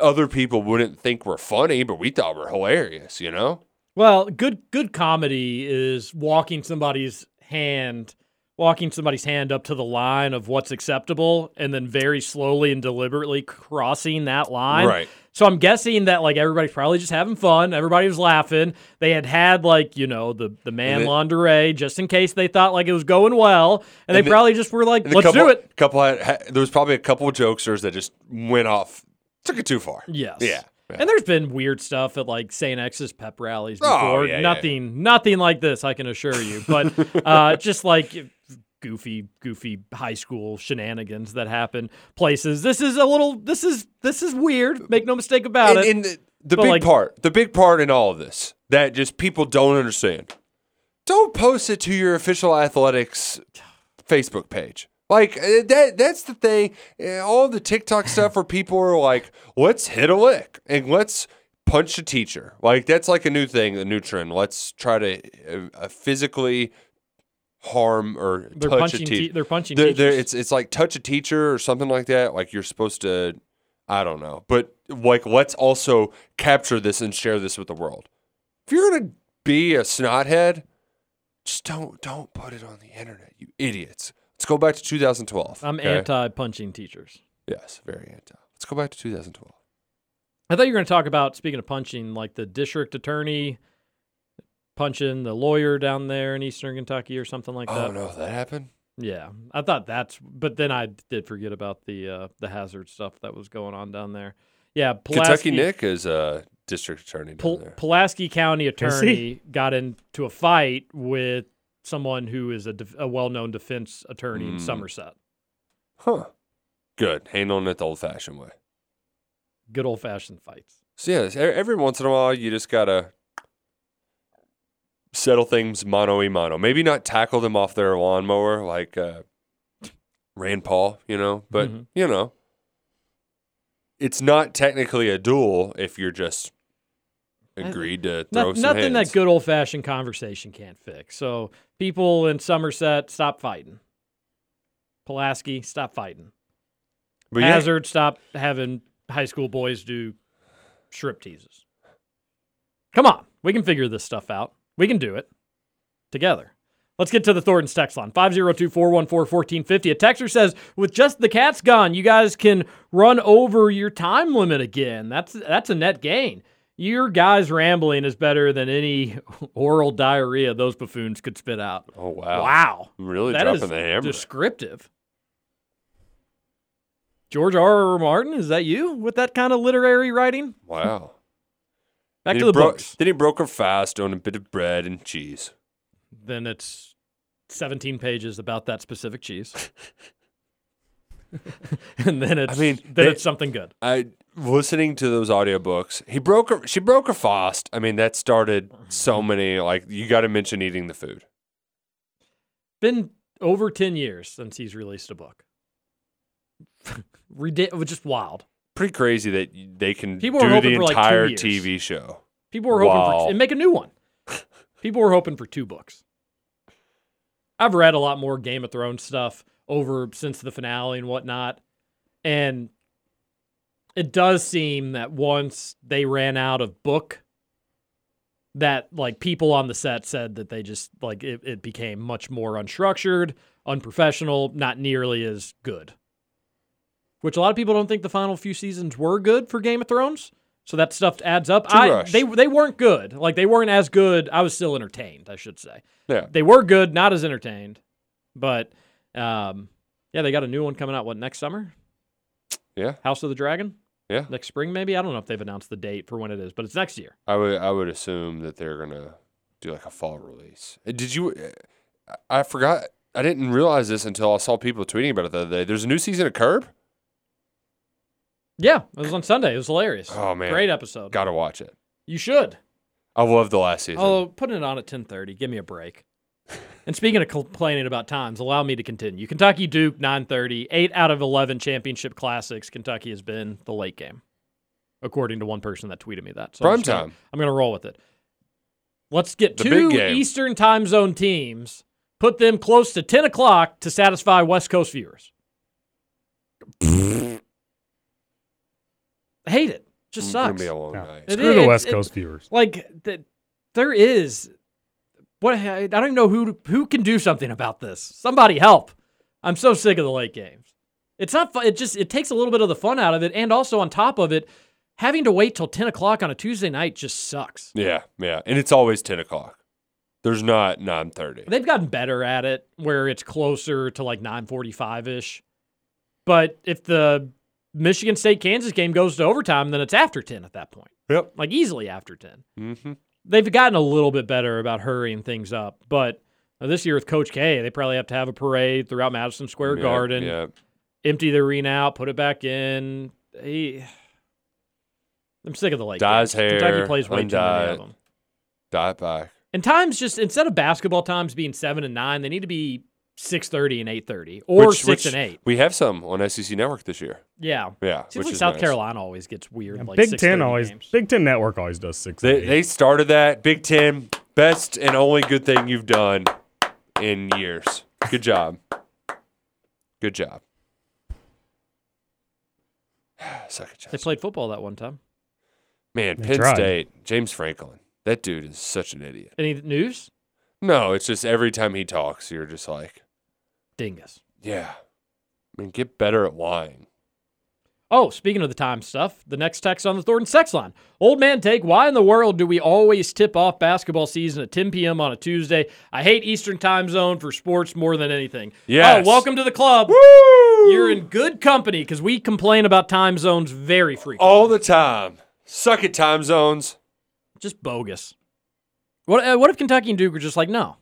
S3: other people wouldn't think were funny, but we thought were hilarious. You know,
S2: Well, good good comedy is walking somebody's hand, walking somebody's hand up to the line of what's acceptable, and then very slowly and deliberately crossing that line.
S3: Right.
S2: So I'm guessing that like everybody's probably just having fun. Everybody was laughing. They had had like you know the the man
S3: then-
S2: lingerie just in case they thought like it was going well, and, they
S3: the-
S2: probably just were like,
S3: And a
S2: let's
S3: couple,
S2: do it.
S3: Couple had, ha- there was probably a couple of jokesters that just went off, took it too far.
S2: Yes.
S3: Yeah.
S2: And there's been weird stuff at like St. X's pep rallies
S3: Oh,
S2: before.
S3: yeah, yeah,
S2: nothing, nothing like this, I can assure you. But uh, just like goofy, goofy high school shenanigans that happen places. This is a little. This is this is weird. Make no mistake about
S3: and,
S2: it.
S3: and the, the
S2: But,
S3: big
S2: like-
S3: part, the big part in all of this that just people don't understand. Don't post it to your official athletics Facebook page. Like uh, that that's the thing. Uh, All the TikTok stuff where people are like, "Let's hit a lick and let's punch a teacher." Like that's like a new thing, a new trend. Let's try to uh, uh, physically harm or
S2: They're
S3: touch
S2: punching
S3: a
S2: te-
S3: teacher.
S2: they're punching
S3: They're- they're-
S2: teachers.
S3: it's it's like touch a teacher or something like that. Like you're supposed to, I don't know, but like let's also capture this and share this with the world. If you're gonna be a snothead, just don't don't put it on the internet, you idiots. Let's go back to 2012.
S2: I'm
S3: okay?
S2: anti punching teachers.
S3: Yes, very anti. Let's go back to 2012.
S2: I thought you were going to talk about speaking of punching, like the district attorney punching the lawyer down there in Eastern Kentucky or something like uh, that.
S3: Oh no, that happened.
S2: Yeah, I thought that's, but then I did forget about the uh, the hazard stuff that was going on down there. Yeah, Pulaski,
S3: Kentucky Nick is a district attorney down
S2: Pul-
S3: there.
S2: Pulaski County attorney got into a fight with someone who is a, def- a well known defense attorney in
S3: Mm.
S2: Somerset.
S3: Huh. Good, handling it the old-fashioned way.
S2: Good old fashioned fights.
S3: So yeah, it's- e- every once in a while you just gotta settle things mano a mano. Maybe not tackle them off their lawnmower like uh, Rand Paul, you know, but
S2: Mhm.
S3: you know, it's not technically a duel if you're just agreed to
S2: No-
S3: throw some
S2: nothing
S3: hands.
S2: that good old fashioned conversation can't fix. So people in Somerset, stop fighting. Pulaski, stop fighting.
S3: But yeah,
S2: Hazard, stop having high school boys do strip teases. Come on, we can figure this stuff out. We can do it together. Let's get to the Thornton's text line 502 414 1450. A texter says, with just the cats gone, you guys can run over your time limit again. That's that's a net gain. Your guys rambling is better than any oral diarrhea those buffoons could spit out.
S3: Oh, wow.
S2: Wow.
S3: I'm really
S2: That
S3: dropping
S2: is
S3: the hammer.
S2: descriptive. George R. R. Martin, is that you with that kind of literary writing?
S3: wow.
S2: Back
S3: Then
S2: to the
S3: he broke-
S2: books.
S3: Then he broke her fast on a bit of bread and cheese.
S2: Then it's 17 pages about that specific cheese. and then it's
S3: mean,
S2: then
S3: they-
S2: it's something good.
S3: I listening to those audiobooks. He broke her. She broke her fast. I mean, that started
S2: Mm-hmm.
S3: so many. Like you got to mention eating the food.
S2: Been over 10 years since he's released a book. Ridic- it was just wild.
S3: Pretty crazy that y- they can
S2: People were
S3: do
S2: hoping
S3: the
S2: for, like, two
S3: entire
S2: years.
S3: TV show.
S2: People were hoping
S3: Wow.
S2: for and make a new one. People were hoping for two books. I've read a lot more Game of Thrones stuff over since the finale and whatnot, and it does seem that once they ran out of book, that like people on the set said that they just like it, it became much more unstructured, unprofessional, not nearly as good. Which a lot of people don't think the final few seasons were good for Game of Thrones. So that stuff adds up.
S3: Too
S2: I,
S3: rushed.
S2: they they weren't good. Like they weren't as good. I was still entertained, I should say.
S3: Yeah.
S2: They were good, not as entertained. But um yeah, they got a new one coming out what next summer?
S3: Yeah.
S2: House of the Dragon?
S3: Yeah.
S2: Next spring maybe. I don't know if they've announced the date for when it is, but it's next year.
S3: I would I would assume that they're gonna do like a fall release. Uh, Did you? uh, I I forgot. I didn't realize this until I saw people tweeting about it the other day. There's a new season of Curb.
S2: Yeah, it was on Sunday. It was hilarious.
S3: Oh, man.
S2: Great episode.
S3: Got to watch it.
S2: You should.
S3: I love the last season.
S2: Oh, putting it on at 10:30. Give me a break. and speaking of complaining about times, allow me to continue. Kentucky Duke 9:30. 8 out of 11 championship classics Kentucky has been the late game. According to one person that tweeted me that. So I'm
S3: Prime
S2: just gonna-
S3: time.
S2: I'm going to roll with it. Let's get
S3: The
S2: two
S3: big game.
S2: Eastern time zone teams, put them close to 10 o'clock to satisfy West Coast viewers. I hate it. Just
S3: it's
S2: sucks.
S3: gonna be a long
S4: Yeah.
S3: night.
S2: It
S4: Screw the
S2: is-
S4: West
S2: it-
S4: Coast viewers.
S2: like th- there is what I don't even know who who can do something about this. Somebody help! I'm so sick of the late games. It's not fun. It just it takes a little bit of the fun out of it, and also on top of it, having to wait till 10 o'clock on a Tuesday night just sucks.
S3: Yeah, yeah, and it's always ten o'clock. There's not nine thirty.
S2: They've gotten better at it, where it's closer to like 9:45 ish. But if the Michigan State Kansas game goes to overtime, then it's after 10 at that point.
S3: Yep.
S2: Like easily after 10.
S3: Mm-hmm.
S2: they've gotten a little bit better about hurrying things up, but this year with Coach K, they probably have to have a parade throughout Madison Square Garden,
S3: Yeah.
S2: empty the arena out, put it back in. He, I'm sick of the late
S3: Dyes
S2: games. Kentucky
S3: hair,
S2: plays way too many
S3: undye-
S2: of them.
S3: Dye it back.
S2: And times just instead of basketball times being seven and nine, they need to be six thirty and eight thirty or
S3: Which-
S2: six
S3: which
S2: and eight.
S3: We have some on SEC Network this year.
S2: Yeah,
S3: Yeah,
S2: seems
S3: which
S2: like
S3: is
S2: South
S3: nice.
S2: Carolina always gets weird.
S4: Yeah,
S2: like
S4: Big Ten
S2: 6:30
S4: always.
S2: games.
S4: Big Ten Network always does six.
S3: They,
S4: to eight.
S3: they started that Big Ten best and only good thing you've done in years. Good job. Good job. Suck it,
S2: They
S3: Justin.
S2: played football that one time.
S3: Man,
S4: They
S3: Penn
S4: tried.
S3: State, James Franklin. That dude is such an idiot.
S2: Any news?
S3: No, it's just every time he talks, you're just like,
S2: Dingus.
S3: yeah. I mean, get better at lying.
S2: Oh, speaking of the time stuff, the next text on the Thornton sex line. Old man take, why in the world do we always tip off basketball season at 10 p.m. on a Tuesday? I hate Eastern time zone for sports more than anything.
S3: Yes.
S2: Oh, welcome to the club. You're in good company because we complain about time zones very frequently.
S3: All the time. Suck at time zones. Oh.
S2: Just bogus. What, uh, what if Kentucky and Duke were just like, no?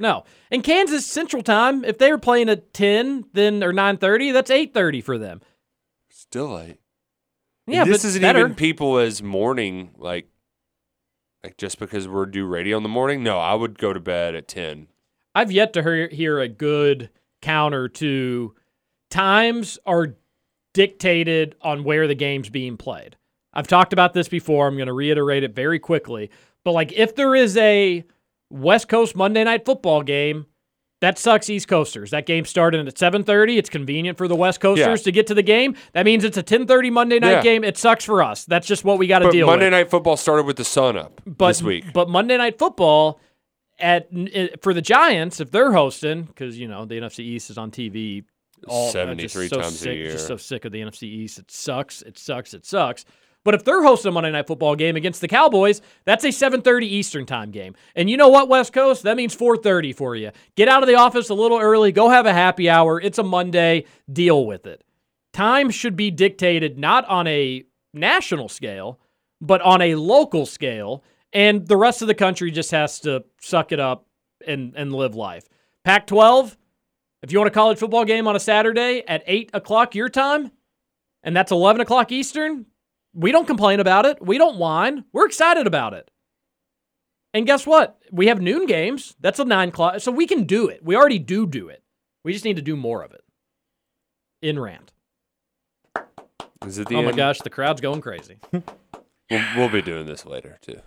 S2: No. And Kansas Central Time, if they were playing at 10 then or 9.30, that's 8.30 for them.
S3: Still late. And
S2: Yeah,
S3: this
S2: but
S3: isn't
S2: better.
S3: even people as morning like like just because we're do radio in the morning. No, I would go to bed at ten.
S2: I've yet to hear, hear a good counter to times are dictated on where the game's being played. I've talked about this before. I'm going to reiterate it very quickly. But like, if there is a West Coast Monday Night Football game, that sucks, East Coasters. That game started at 7:30. It's convenient for the West Coasters to get to the game. That means it's a 10:30 Monday night
S3: Yeah.
S2: game. It sucks for us. That's just what we got to
S3: But
S2: deal
S3: Monday
S2: with.
S3: Night Football started with the sun up
S2: but
S3: this week.
S2: but Monday Night Football at i- for the Giants if they're hosting because you know the NFC East is on TV. All, I'm just
S3: 73
S2: so
S3: times a
S2: sick, Just
S3: year.
S2: so sick of the NFC East. It sucks. It sucks. It sucks. But if they're hosting a Monday Night Football game against the Cowboys, that's a 7:30 Eastern Time game. And you know what, West Coast, that means 4:30 for you. Get out of the office a little early. Go have a happy hour. It's a Monday. Deal with it time should be dictated not on a national scale, but on a local scale. And the rest of the country just has to suck it up and, and live life. Pac 12, if you want a college football game on a Saturday at 8 o'clock your time, and that's 11 o'clock Eastern, we don't complain about it. We don't whine. We're excited about it. And guess what? We have noon games. That's a 9 o'clock. So we can do it. We already do do it. We just need to do more of it. In rant.
S3: Is it the
S2: Oh my
S3: end?
S2: gosh, the crowd's going crazy.
S3: We'll, we'll be doing this later too.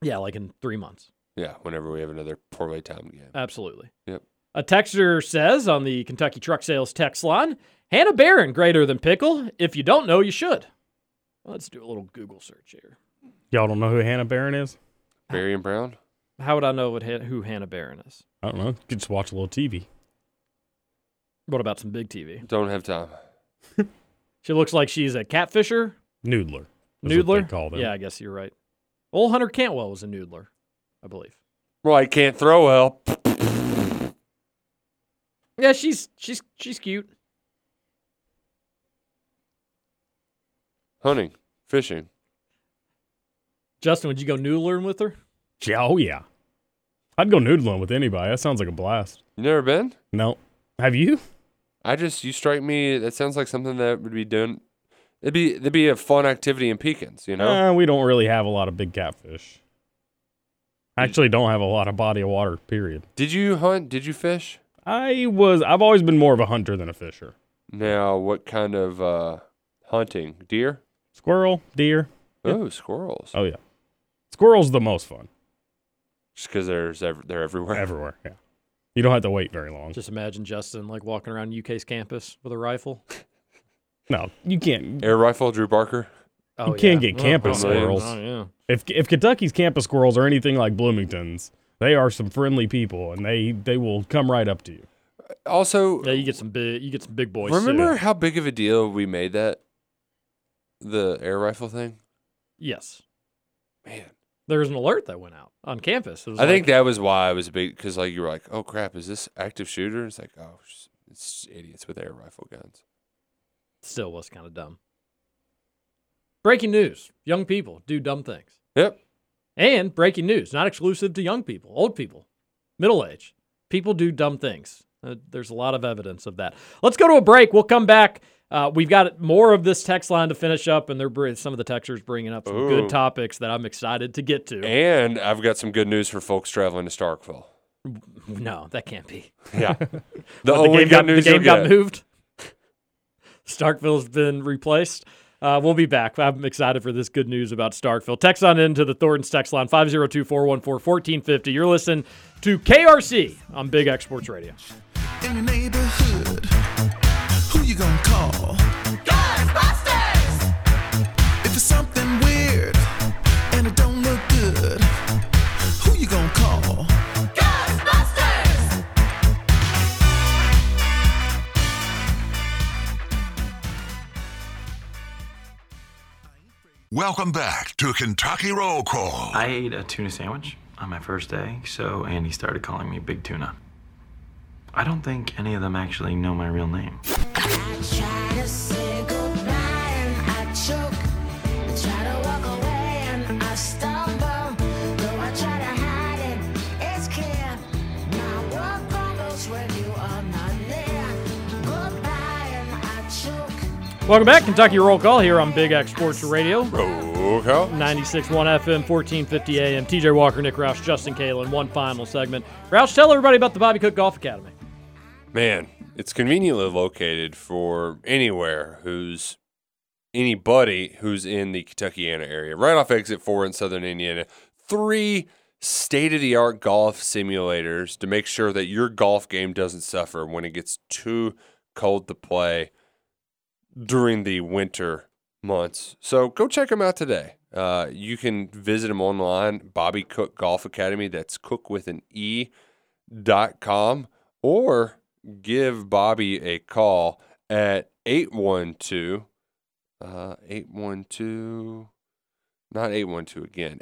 S2: Yeah, like in three months.
S3: Yeah, whenever we have another poor way time game.
S2: Absolutely.
S3: Yep.
S2: A texter says on the Kentucky Truck Sales text line Hannah Barron greater than pickle. If you don't know, you should. Let's do a little Google search here.
S4: Y'all don't know who Hannah Barron is?
S3: Barry and Brown.
S2: How would I know what Han- who Hannah Barron is?
S4: I don't know. You could just watch a little TV.
S2: What about some big TV?
S3: Don't have time.
S2: She looks like she's a catfisher,
S4: Noodler. is what
S2: noodler.
S4: they call them.
S2: Yeah, I guess you're right. Old Hunter Cantwell was a noodler, I believe.
S3: Well, I can't throw well.
S2: Yeah, she's she's she's cute.
S3: Hunting, fishing.
S2: Justin, would you go noodling with her?
S4: Yeah, Oh, yeah. I'd go noodling with anybody. That sounds like a blast.
S3: You never been?
S4: No. Have you?
S3: I just you strike me. That sounds like something that would be done. It'd be it'd be a fun activity in Pekins. You know.
S4: Uh, we don't really have a lot of big catfish. I actually don't have a lot of body of water, period.
S3: Did you hunt? Did you fish?
S4: I was, I've always been more of a hunter than a fisher.
S3: Now, what kind of uh, hunting? Deer?
S4: Squirrel, deer.
S3: Oh, squirrels.
S4: Oh, yeah. Squirrel's the most fun
S3: Just because there's ev- they're everywhere.
S4: everywhere. Yeah. You don't have to wait very long.
S2: Just imagine Justin like walking around UK's campus with a rifle.
S4: No, you can't.
S3: Air rifle, Drew Barker.
S2: Oh,
S4: You can't get campus
S2: oh, yeah.
S4: squirrels.
S2: Oh, yeah.
S4: If, if Kentucky's campus squirrels are anything like Bloomington's, they are some friendly people and they, they will come right up to you.
S3: Also,
S2: Yeah, you get some big, you get some big boys. too.
S3: remember how big of a deal we made that the air rifle thing?
S2: Yes,
S3: Man,
S2: there was an alert that went out on campus. It was
S3: I think
S2: like-
S3: that was why I was a big because like you were like, oh crap, is this active shooter? It's like, oh, sh- it's idiots with air rifle guns.
S2: still was kind of dumb. Breaking news: Young people do dumb things.
S3: Yep.
S2: And breaking news: not exclusive to young people, old people, middle age people do dumb things. Uh, there's a lot of evidence of that. Let's go to a break. We'll come back. Uh, we've got more of this text line to finish up, and they're br- some of the texters bringing up some good
S3: Ooh.
S2: topics that I'm excited to get to.
S3: And I've got some good news for folks traveling to Starkville.
S2: no, that can't be.
S3: Yeah, the
S2: But
S3: only
S2: Oh, the game,
S3: good
S2: got, the
S3: news
S2: game
S3: you'll
S2: got
S3: get.
S2: moved. Starkville's been replaced. Uh, we'll be back. I'm excited for this good news about Starkville. Text on into the Thornton's text line 502 414 1450. You're listening to KRC on Big X Sports Radio.
S8: in your neighborhood. Who you gonna call?
S10: Ghostbusters!
S8: If it's something weird and it don't look good, who you gonna call?
S10: Ghostbusters!
S5: Welcome back to Kentucky Roll Call.
S1: I ate a tuna sandwich on my first day, so Andy started calling me Big Tuna. I don't think any of them actually know my real name.
S10: I try to say goodbye and I choke. I try to walk away and I stumble. Though I try to hide it, it's clear. My world crumbles when you are not near. Goodbye and I choke.
S2: Welcome back. Kentucky Roll Call here on Big X Sports Radio.
S3: Roll call.
S2: 96.1 FM, 1450 AM. TJ Walker, Nick Roush, Justin Kalen. One final segment. Roush, tell everybody about the Bobby Cook Golf Academy.
S3: Man, it's conveniently located for anywhere who's anybody who's in the Kentuckiana area, right off exit four in southern Indiana. Three state of the art golf simulators to make sure that your golf game doesn't suffer when it gets too cold to play during the winter months. So go check them out today. Uh, you can visit them online, Bobby Cook Golf Academy. That's Cook with an E dot com, or give Bobby a call at 812 uh, 812 not 812 again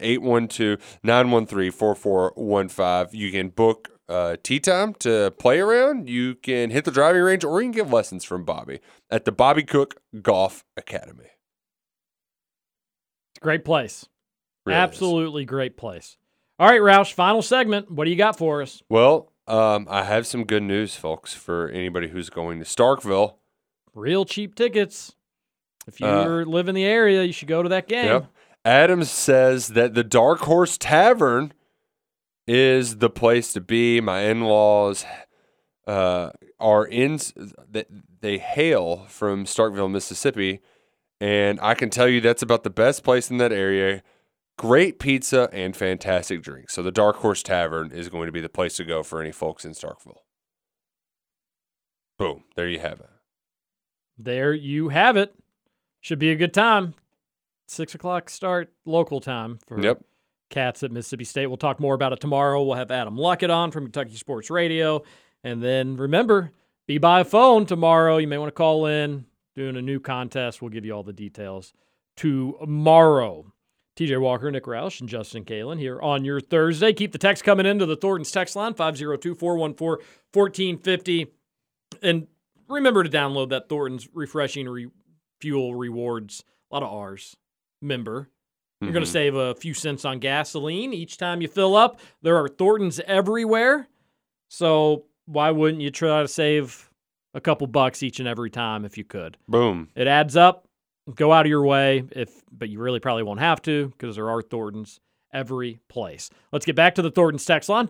S3: 812-913-4415 you can book uh, tea time to play around you can hit the driving range or you can get lessons from bobby at the bobby cook golf academy
S2: It's a great place.
S3: Really is.
S2: Absolutely great place. All right, Roush, final segment. What do you got for us?
S3: well um, i have some good news folks for anybody who's going to starkville
S2: Real cheap tickets. If you
S3: Uh,
S2: live in the area, you should go to that game.
S3: Yep. Adams says that the Dark Horse Tavern is the place to be. My in-laws uh, are in that they hail from Starkville, Mississippi, and I can tell you that's about the best place in that area. Great pizza and fantastic drinks. So the Dark Horse Tavern is going to be the place to go for any folks in Starkville. Boom, there you have it.
S2: There you have it. Should be a good time. Six o'clock start local time for
S3: Yep.
S2: Cats at Mississippi State. We'll talk more about it tomorrow. We'll have Adam Luckett on from Kentucky Sports Radio. And then remember, be by phone tomorrow. You may want to call in, doing a new contest. We'll give you all the details tomorrow. TJ Walker, Nick Roush, and Justin Kalen here on your Thursday. Keep the text coming into the Thornton's text line, 502 414 1450. And remember to download that Thornton's Refreshing Re- Fuel Rewards, a lot of R's, member. You're
S3: Mm-hmm.
S2: going to save a few cents on gasoline each time you fill up. There are Thorntons everywhere. So why wouldn't you try to save a couple bucks each and every time if you could?
S3: Boom.
S2: It adds up. Go out of your way if but you really probably won't have to because there are Thorntons every place. Let's get back to the Thorntons text line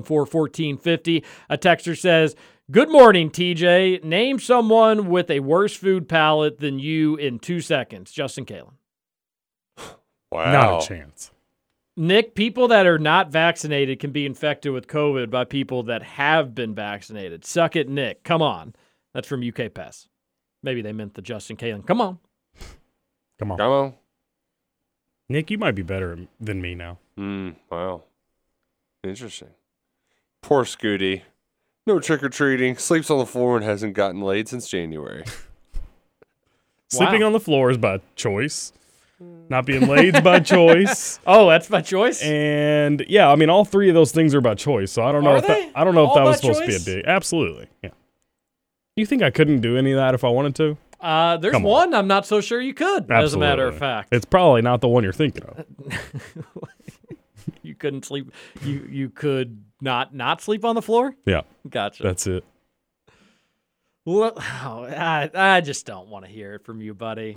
S2: 502-414-1450. A texter says, "Good morning, TJ. Name someone with a worse food palate than you in 2 seconds." Justin Kalen.
S3: Wow.
S4: Not a chance.
S2: Nick, people that are not vaccinated can be infected with COVID by people that have been vaccinated. Suck it, Nick. Come on. That's from UK Pass. Maybe they meant the Justin Kalen. Come on.
S4: Come on.
S3: Come on.
S4: Nick, you might be better than me now.
S3: Mm, wow. Interesting. Poor Scooty. No trick or treating, sleeps on the floor and hasn't gotten laid since January.
S4: Sleeping
S2: Wow.
S4: on the floor is by choice. Not being laid is by choice.
S2: Oh, that's my choice.
S4: And yeah, I mean, all three of those things are by choice. So I don't know
S2: Are
S4: if
S2: they?
S4: that I don't know
S2: All
S4: if that
S2: by
S4: was supposed
S2: choice?
S4: to be a dig. Absolutely, yeah. You think I couldn't do any of that if I wanted to?
S2: Uh, there's
S4: Come on.
S2: one I'm not so sure you could, as a matter of
S4: Absolutely.
S2: fact.
S4: it's probably not the one you're thinking of.
S2: you couldn't sleep. You you could not not sleep on the floor.
S4: Yeah,
S2: Gotcha.
S4: that's it.
S2: Well, oh, I, I just don't want to hear it from you, buddy.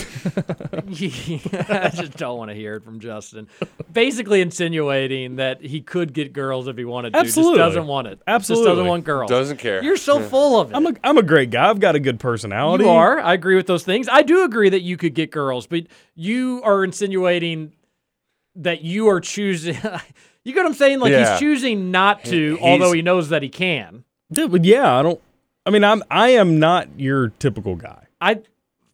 S2: I just don't want to hear it from Justin. Basically insinuating that he could get girls if he wanted to.
S4: Absolutely.
S2: Just doesn't want it. Just
S4: Absolutely.
S2: doesn't want girls.
S3: Doesn't care.
S2: You're so full of it.
S4: I'm a I'm a great guy. I've got a good personality.
S2: You are. I agree with those things. I do agree that you could get girls, but you are insinuating that you are choosing. you get what I'm saying? Like
S3: Yeah.
S2: he's choosing not to,
S3: He-
S2: although
S3: he's-
S2: he knows that he can.
S4: Yeah, but yeah, I don't. I mean, I'm I am not your typical guy.
S2: I.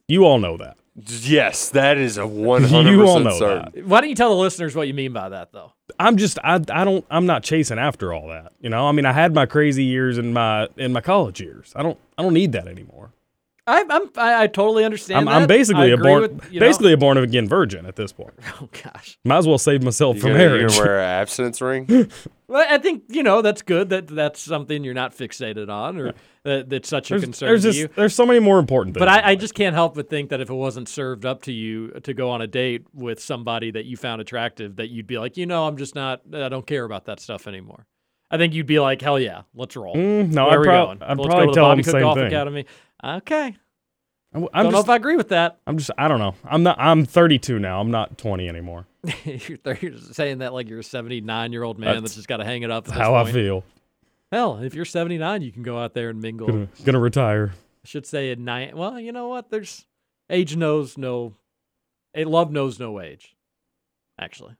S4: You all know that.
S3: yes, that is a 100%
S4: You all know
S3: certain.
S2: Why don't you tell the listeners what you mean by that, though?
S4: I'm just I I don't I'm not chasing after all that. You know, I mean, I had my crazy years in my in my college years. I don't I don't need that anymore.
S2: I, I'm. I, I totally understand.
S4: I'm, I'm
S2: that.
S4: basically
S2: I
S4: a
S2: agree
S4: born
S2: with- you know-
S4: basically a born again virgin at this point.
S2: oh gosh.
S4: Might as well save myself
S3: You
S4: from
S3: gonna, you
S4: marriage.
S3: gonna wear an abstinence ring?
S2: Well, I think you know that's good. That that's something you're not fixated on, or that that's such a
S4: There's,
S2: concern
S4: there's
S2: to
S4: just
S2: you.
S4: there's so many more important things.
S2: But
S4: in
S2: I, I
S4: life.
S2: just can't help but think that if it wasn't served up to you to go on a date with somebody that you found attractive, that you'd be like, you know, I'm just not, I don't care about that stuff anymore. I think you'd be like, hell yeah, let's roll.
S4: Mm, no,
S2: Where
S4: I'd
S2: we
S4: prob-
S2: going?
S4: I'd
S2: let's
S4: probably
S2: go to
S4: tell
S2: the
S4: them
S2: Bobby Cook
S4: same
S2: Golf
S4: thing.
S2: Academy. Okay,
S4: I'm,
S2: I
S4: I'm
S2: don't know
S4: just
S2: if I agree with that.
S4: I'm just I don't know. I'm not I'm 32 now. I'm not 20 anymore.
S2: you're, you're saying that like you're a 79 year old man that's,
S4: That's
S2: just got to hang it up. At this
S4: How I
S2: point.
S4: feel.
S2: Hell, if you're 79, you can go out there and mingle. I
S4: Gonna, gonna retire.
S2: should say at nine. Well, you know what? There's age knows no, a love knows no age. Actually,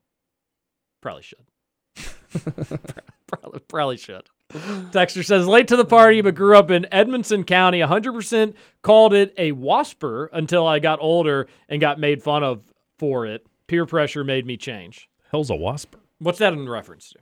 S2: probably should. probably, probably should. Texter says late to the party, but grew up in Edmonson County. 100% called it a wasper until I got older and got made fun of for it. Peer pressure made me change.
S4: Hell's a wasp.
S2: What's that in reference to?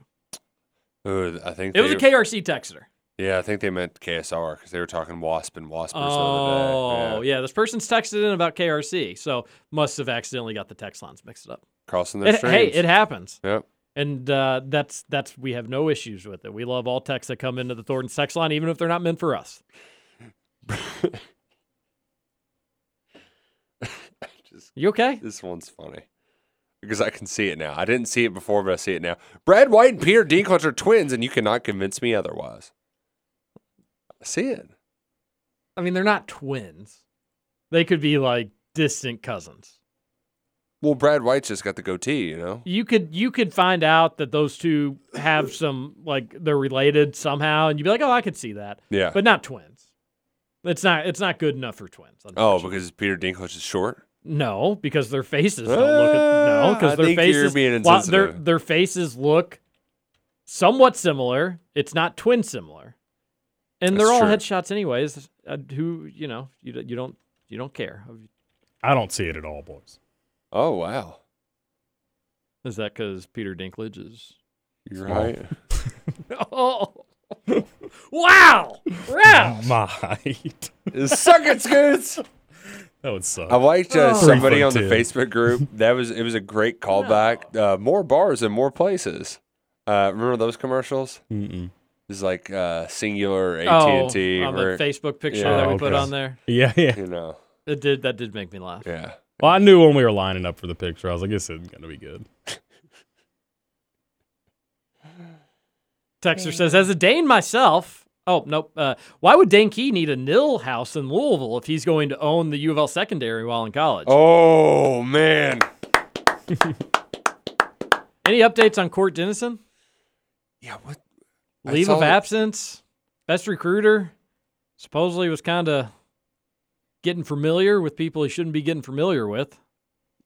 S3: Ooh, I think
S2: It was
S3: they-
S2: a KRC texter.
S3: Yeah, I think they meant KSR because they were talking Wasp and Waspers the other
S2: Oh,
S3: day.
S2: yeah. This person's texted in about KRC, so must have accidentally got the text lines mixed up.
S3: Crossing their
S2: It,
S3: streams.
S2: hey, it happens.
S3: Yep.
S2: And uh, that's that's we have no issues with it. We love all texts that come into the Thornton text line, even if they're not meant for us.
S3: Just-
S2: You okay?
S3: This one's funny because I can see it now. I didn't see it before, but I see it now. Brad White and Peter Dinklage are twins, and you cannot convince me otherwise. I see it.
S2: I mean, they're not twins. They could be like distant cousins.
S3: Well, Brad White's just got the goatee, you know.
S2: You could you could find out that those two have some like they're related somehow, and you'd be like, oh, I could see that,
S3: Yeah.
S2: but not twins. It's not it's not good enough for twins.
S3: oh,
S2: unfortunately.
S3: because Peter Dinklage is short.
S2: No, because their faces don't look. No,
S3: Ah, I
S2: because their
S3: think you're
S2: faces.
S3: being
S2: well, their
S3: insensitive.
S2: their faces look somewhat similar. It's not twin similar, and they're
S3: That's
S2: all
S3: true.
S2: headshots anyways. Uh, who you know you d- you don't you don't care.
S4: I don't see it at all, boys.
S3: Oh wow,
S2: Is that because Peter Dinklage is?
S3: you're right.
S2: Oh, wow!
S3: Oh,
S2: Wow!
S4: My height.
S3: Suck it, Scoots.
S4: That would suck.
S3: I liked uh,
S2: Oh.
S4: Three
S3: somebody
S4: foot
S3: on the
S4: two.
S3: Facebook group. That was it was a great callback. Uh, more bars and more places. Uh, remember those commercials?
S4: Mm-mm.
S3: It's like uh, singular AT
S2: Oh,
S3: and T.
S2: on the Facebook picture
S3: Yeah,
S2: that we put
S4: okay.
S2: on there,
S4: Yeah, yeah.
S3: You know,
S2: it did that did make me laugh.
S3: yeah.
S4: Well, I knew when we were lining up for the picture, I was like, this isn't gonna be good.
S2: Texter says, as a Dane myself, oh, nope. Uh, why would Dane Key need a nil house in Louisville if he's going to own the U of L secondary while in college?
S3: Oh man,
S2: Any updates on Court Dennison?
S3: yeah. What? I
S2: Leave of
S3: saw-
S2: absence? Best recruiter? Supposedly was kind of getting familiar with people he shouldn't be getting familiar with.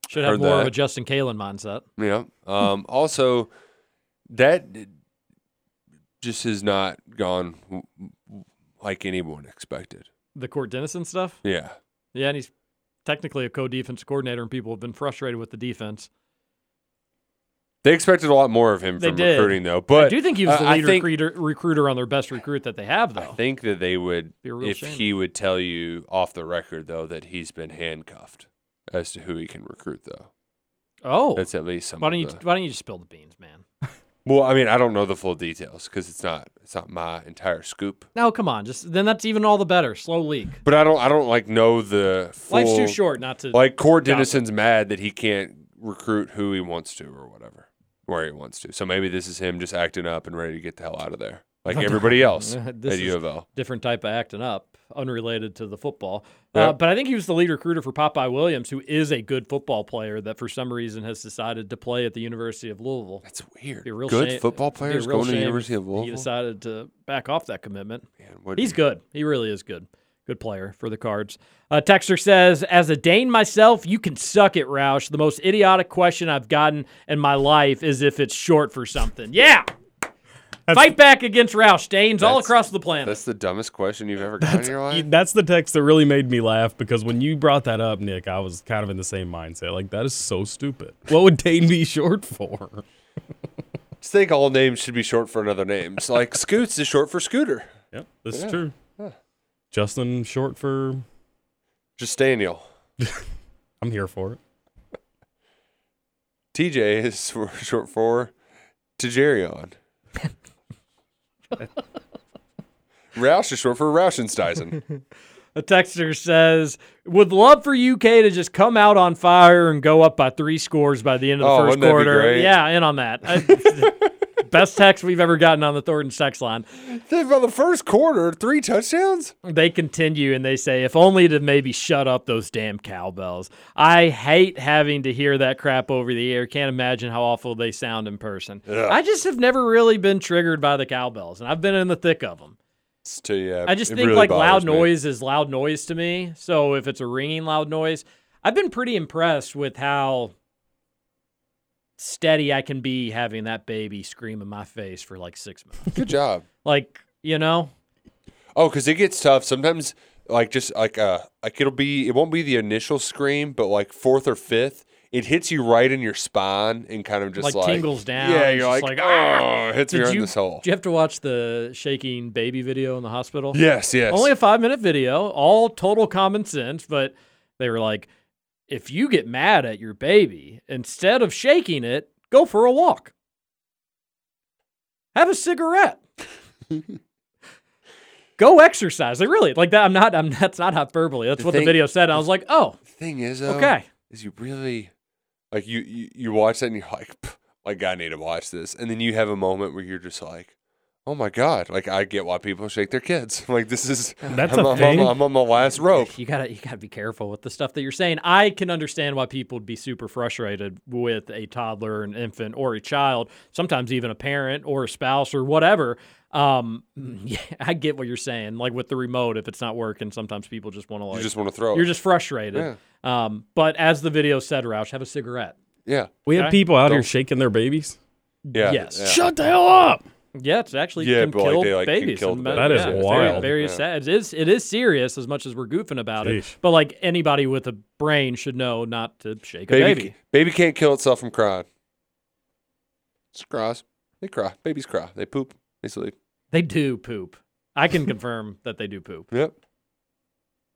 S2: Should have
S3: Heard
S2: more of
S3: that.
S2: a Justin Kalen mindset.
S3: Yeah. Um, also, that just has not gone w- w- like anyone expected.
S2: The Court Dennison stuff?
S3: Yeah.
S2: Yeah, and he's technically a co defense coordinator, and people have been frustrated with the defense.
S3: They expected a lot more of him
S2: They
S3: from
S2: did.
S3: recruiting, though. But
S2: I do think he was
S3: uh,
S2: the
S3: I
S2: lead
S3: think-
S2: recruiter, recruiter on their best recruit that they have, though.
S3: I think that they would,
S2: Be a real
S3: if
S2: shame.
S3: he would tell you off the record, though, that he's been handcuffed as to who he can recruit, though.
S2: Oh,
S3: That's at least some.
S2: why
S3: of
S2: don't you
S3: the-
S2: why don't you just spill the beans, man?
S3: well, I mean, I don't know the full details because it's not it's not my entire scoop.
S2: No, come on, just then that's even all the better. Slow leak.
S3: But I don't I don't like know the full.
S2: Life's too short not to.
S3: Like Court
S2: Gossip.
S3: Dennison's mad that he can't recruit who he wants to or whatever, where he wants to. So maybe this is him just acting up and ready to get the hell out of there, like everybody else at
S2: This is-
S3: U of L.
S2: different type of acting up, unrelated to the football.
S3: Yeah.
S2: Uh, but I think he was the lead recruiter for Popeye Williams, who is a good football player that for some reason has decided to play at the University of Louisville.
S3: That's weird.
S2: Be a real
S3: Good
S2: shame-
S3: football
S2: be a
S3: players
S2: real
S3: going to the
S2: shame
S3: University of
S2: if He
S3: Louisville?
S2: decided to back off that commitment.
S3: Man, what-
S2: He's good. He really is good. Good player for the Cards. Uh, Texter says, as a Dane myself, you can suck it, Roush. The most idiotic question I've gotten in my life is if it's short for something. Yeah. Fight back against Roush. Danes all
S3: That's-
S2: across the planet.
S3: That's the dumbest question you've ever gotten in your
S4: You-
S3: life.
S4: That's the text that really made me laugh because when you brought that up, Nick, I was kind of in the same mindset. Like, that is so stupid. What would Dane be short for?
S3: Just think all names should be short for another name. It's like Scoots is short for Scooter.
S4: Yep, this is true. Justin, short for
S3: Just Daniel.
S4: I'm here for it.
S3: TJ is for- short for Tejerion. Roush is short for Rauschensteisen.
S2: A texter says, would love for UK to just come out on fire and go up by three scores by the end of the
S3: Oh,
S2: first
S3: wouldn't that be
S2: quarter.
S3: great?
S2: Yeah, in on that. I- Best text we've ever gotten on the Thornton sex line.
S3: For the first quarter, three touchdowns.
S2: They continue and they say, if only to maybe shut up those damn cowbells. I hate having to hear that crap over the air. Can't imagine how awful they sound in person. I just have never really been triggered by the cowbells, and I've been in the thick of them.
S3: It's too, yeah,
S2: I just
S3: it
S2: think
S3: really
S2: like loud
S3: bothers me.
S2: noise is loud noise to me. So if it's a ringing loud noise, I've been pretty impressed with how steady I can be having that baby scream in my face for like six months.
S3: Good job.
S2: like, you know,
S3: Oh, because it gets tough sometimes. Like just like uh, like it'll be it won't be the initial scream, but like fourth or fifth, it hits you right in your spine and kind of just
S2: Like
S3: like,
S2: tingles down.
S3: Yeah,
S2: It's
S3: you're
S2: just
S3: like,
S2: like, "Ah!"
S3: oh, it hits me
S2: Did
S3: right
S2: you,
S3: in this hole.
S2: did you have to watch the shaking baby video in the hospital?
S3: Yes, yes.
S2: Only a five minute video, all total common sense, but they were like, if you get mad at your baby, instead of shaking it, go for a walk. Have a cigarette. go exercise. They really like that. I'm not, I'm that's not hyperbole. That's
S3: The
S2: what the
S3: thing-
S2: video said. I was like, oh,
S3: thing is, though,
S2: Okay.
S3: is you really like you, you you watch that and you're like, "Pff, like I need to watch this, and then you have a moment where you're just like, oh my god, like I get why people shake their kids. Like this is
S4: That's
S3: I'm,
S4: a
S3: I'm-
S4: thing?
S3: I'm, I'm on my last rope.
S2: You gotta you gotta be careful with the stuff that you're saying. I can understand why people would be super frustrated with a toddler, an infant, or a child. Sometimes even a parent or a spouse or whatever. Um,
S3: Mm-hmm.
S2: yeah, I get what you're saying. Like with the remote, if it's not working, sometimes people just want to like
S3: You just want to throw.
S2: you're
S3: it.
S2: just frustrated. Um, but as the video said, Roush, have a cigarette.
S3: yeah,
S4: We have
S2: Okay.
S4: people out here shaking their babies.
S3: yeah.
S2: Yes.
S3: yeah.
S4: Shut the hell up.
S2: Yeah, it's actually
S3: Yeah,
S2: can
S3: but, like,
S2: kill
S3: they, like, can
S2: babies.
S3: kill
S2: and
S3: the
S2: ma-
S4: That is
S2: yeah, it's Very,
S4: wild.
S2: very sad. It is. It is serious as much as we're goofing about
S4: Jeez.
S2: it. But like anybody with a brain should know not to shake a
S3: Baby,
S2: baby.
S3: ca- baby can't kill itself from crying. It cries. They cry. Babies cry. They poop. They sleep.
S2: They do poop. I can confirm that they do poop.
S3: Yep.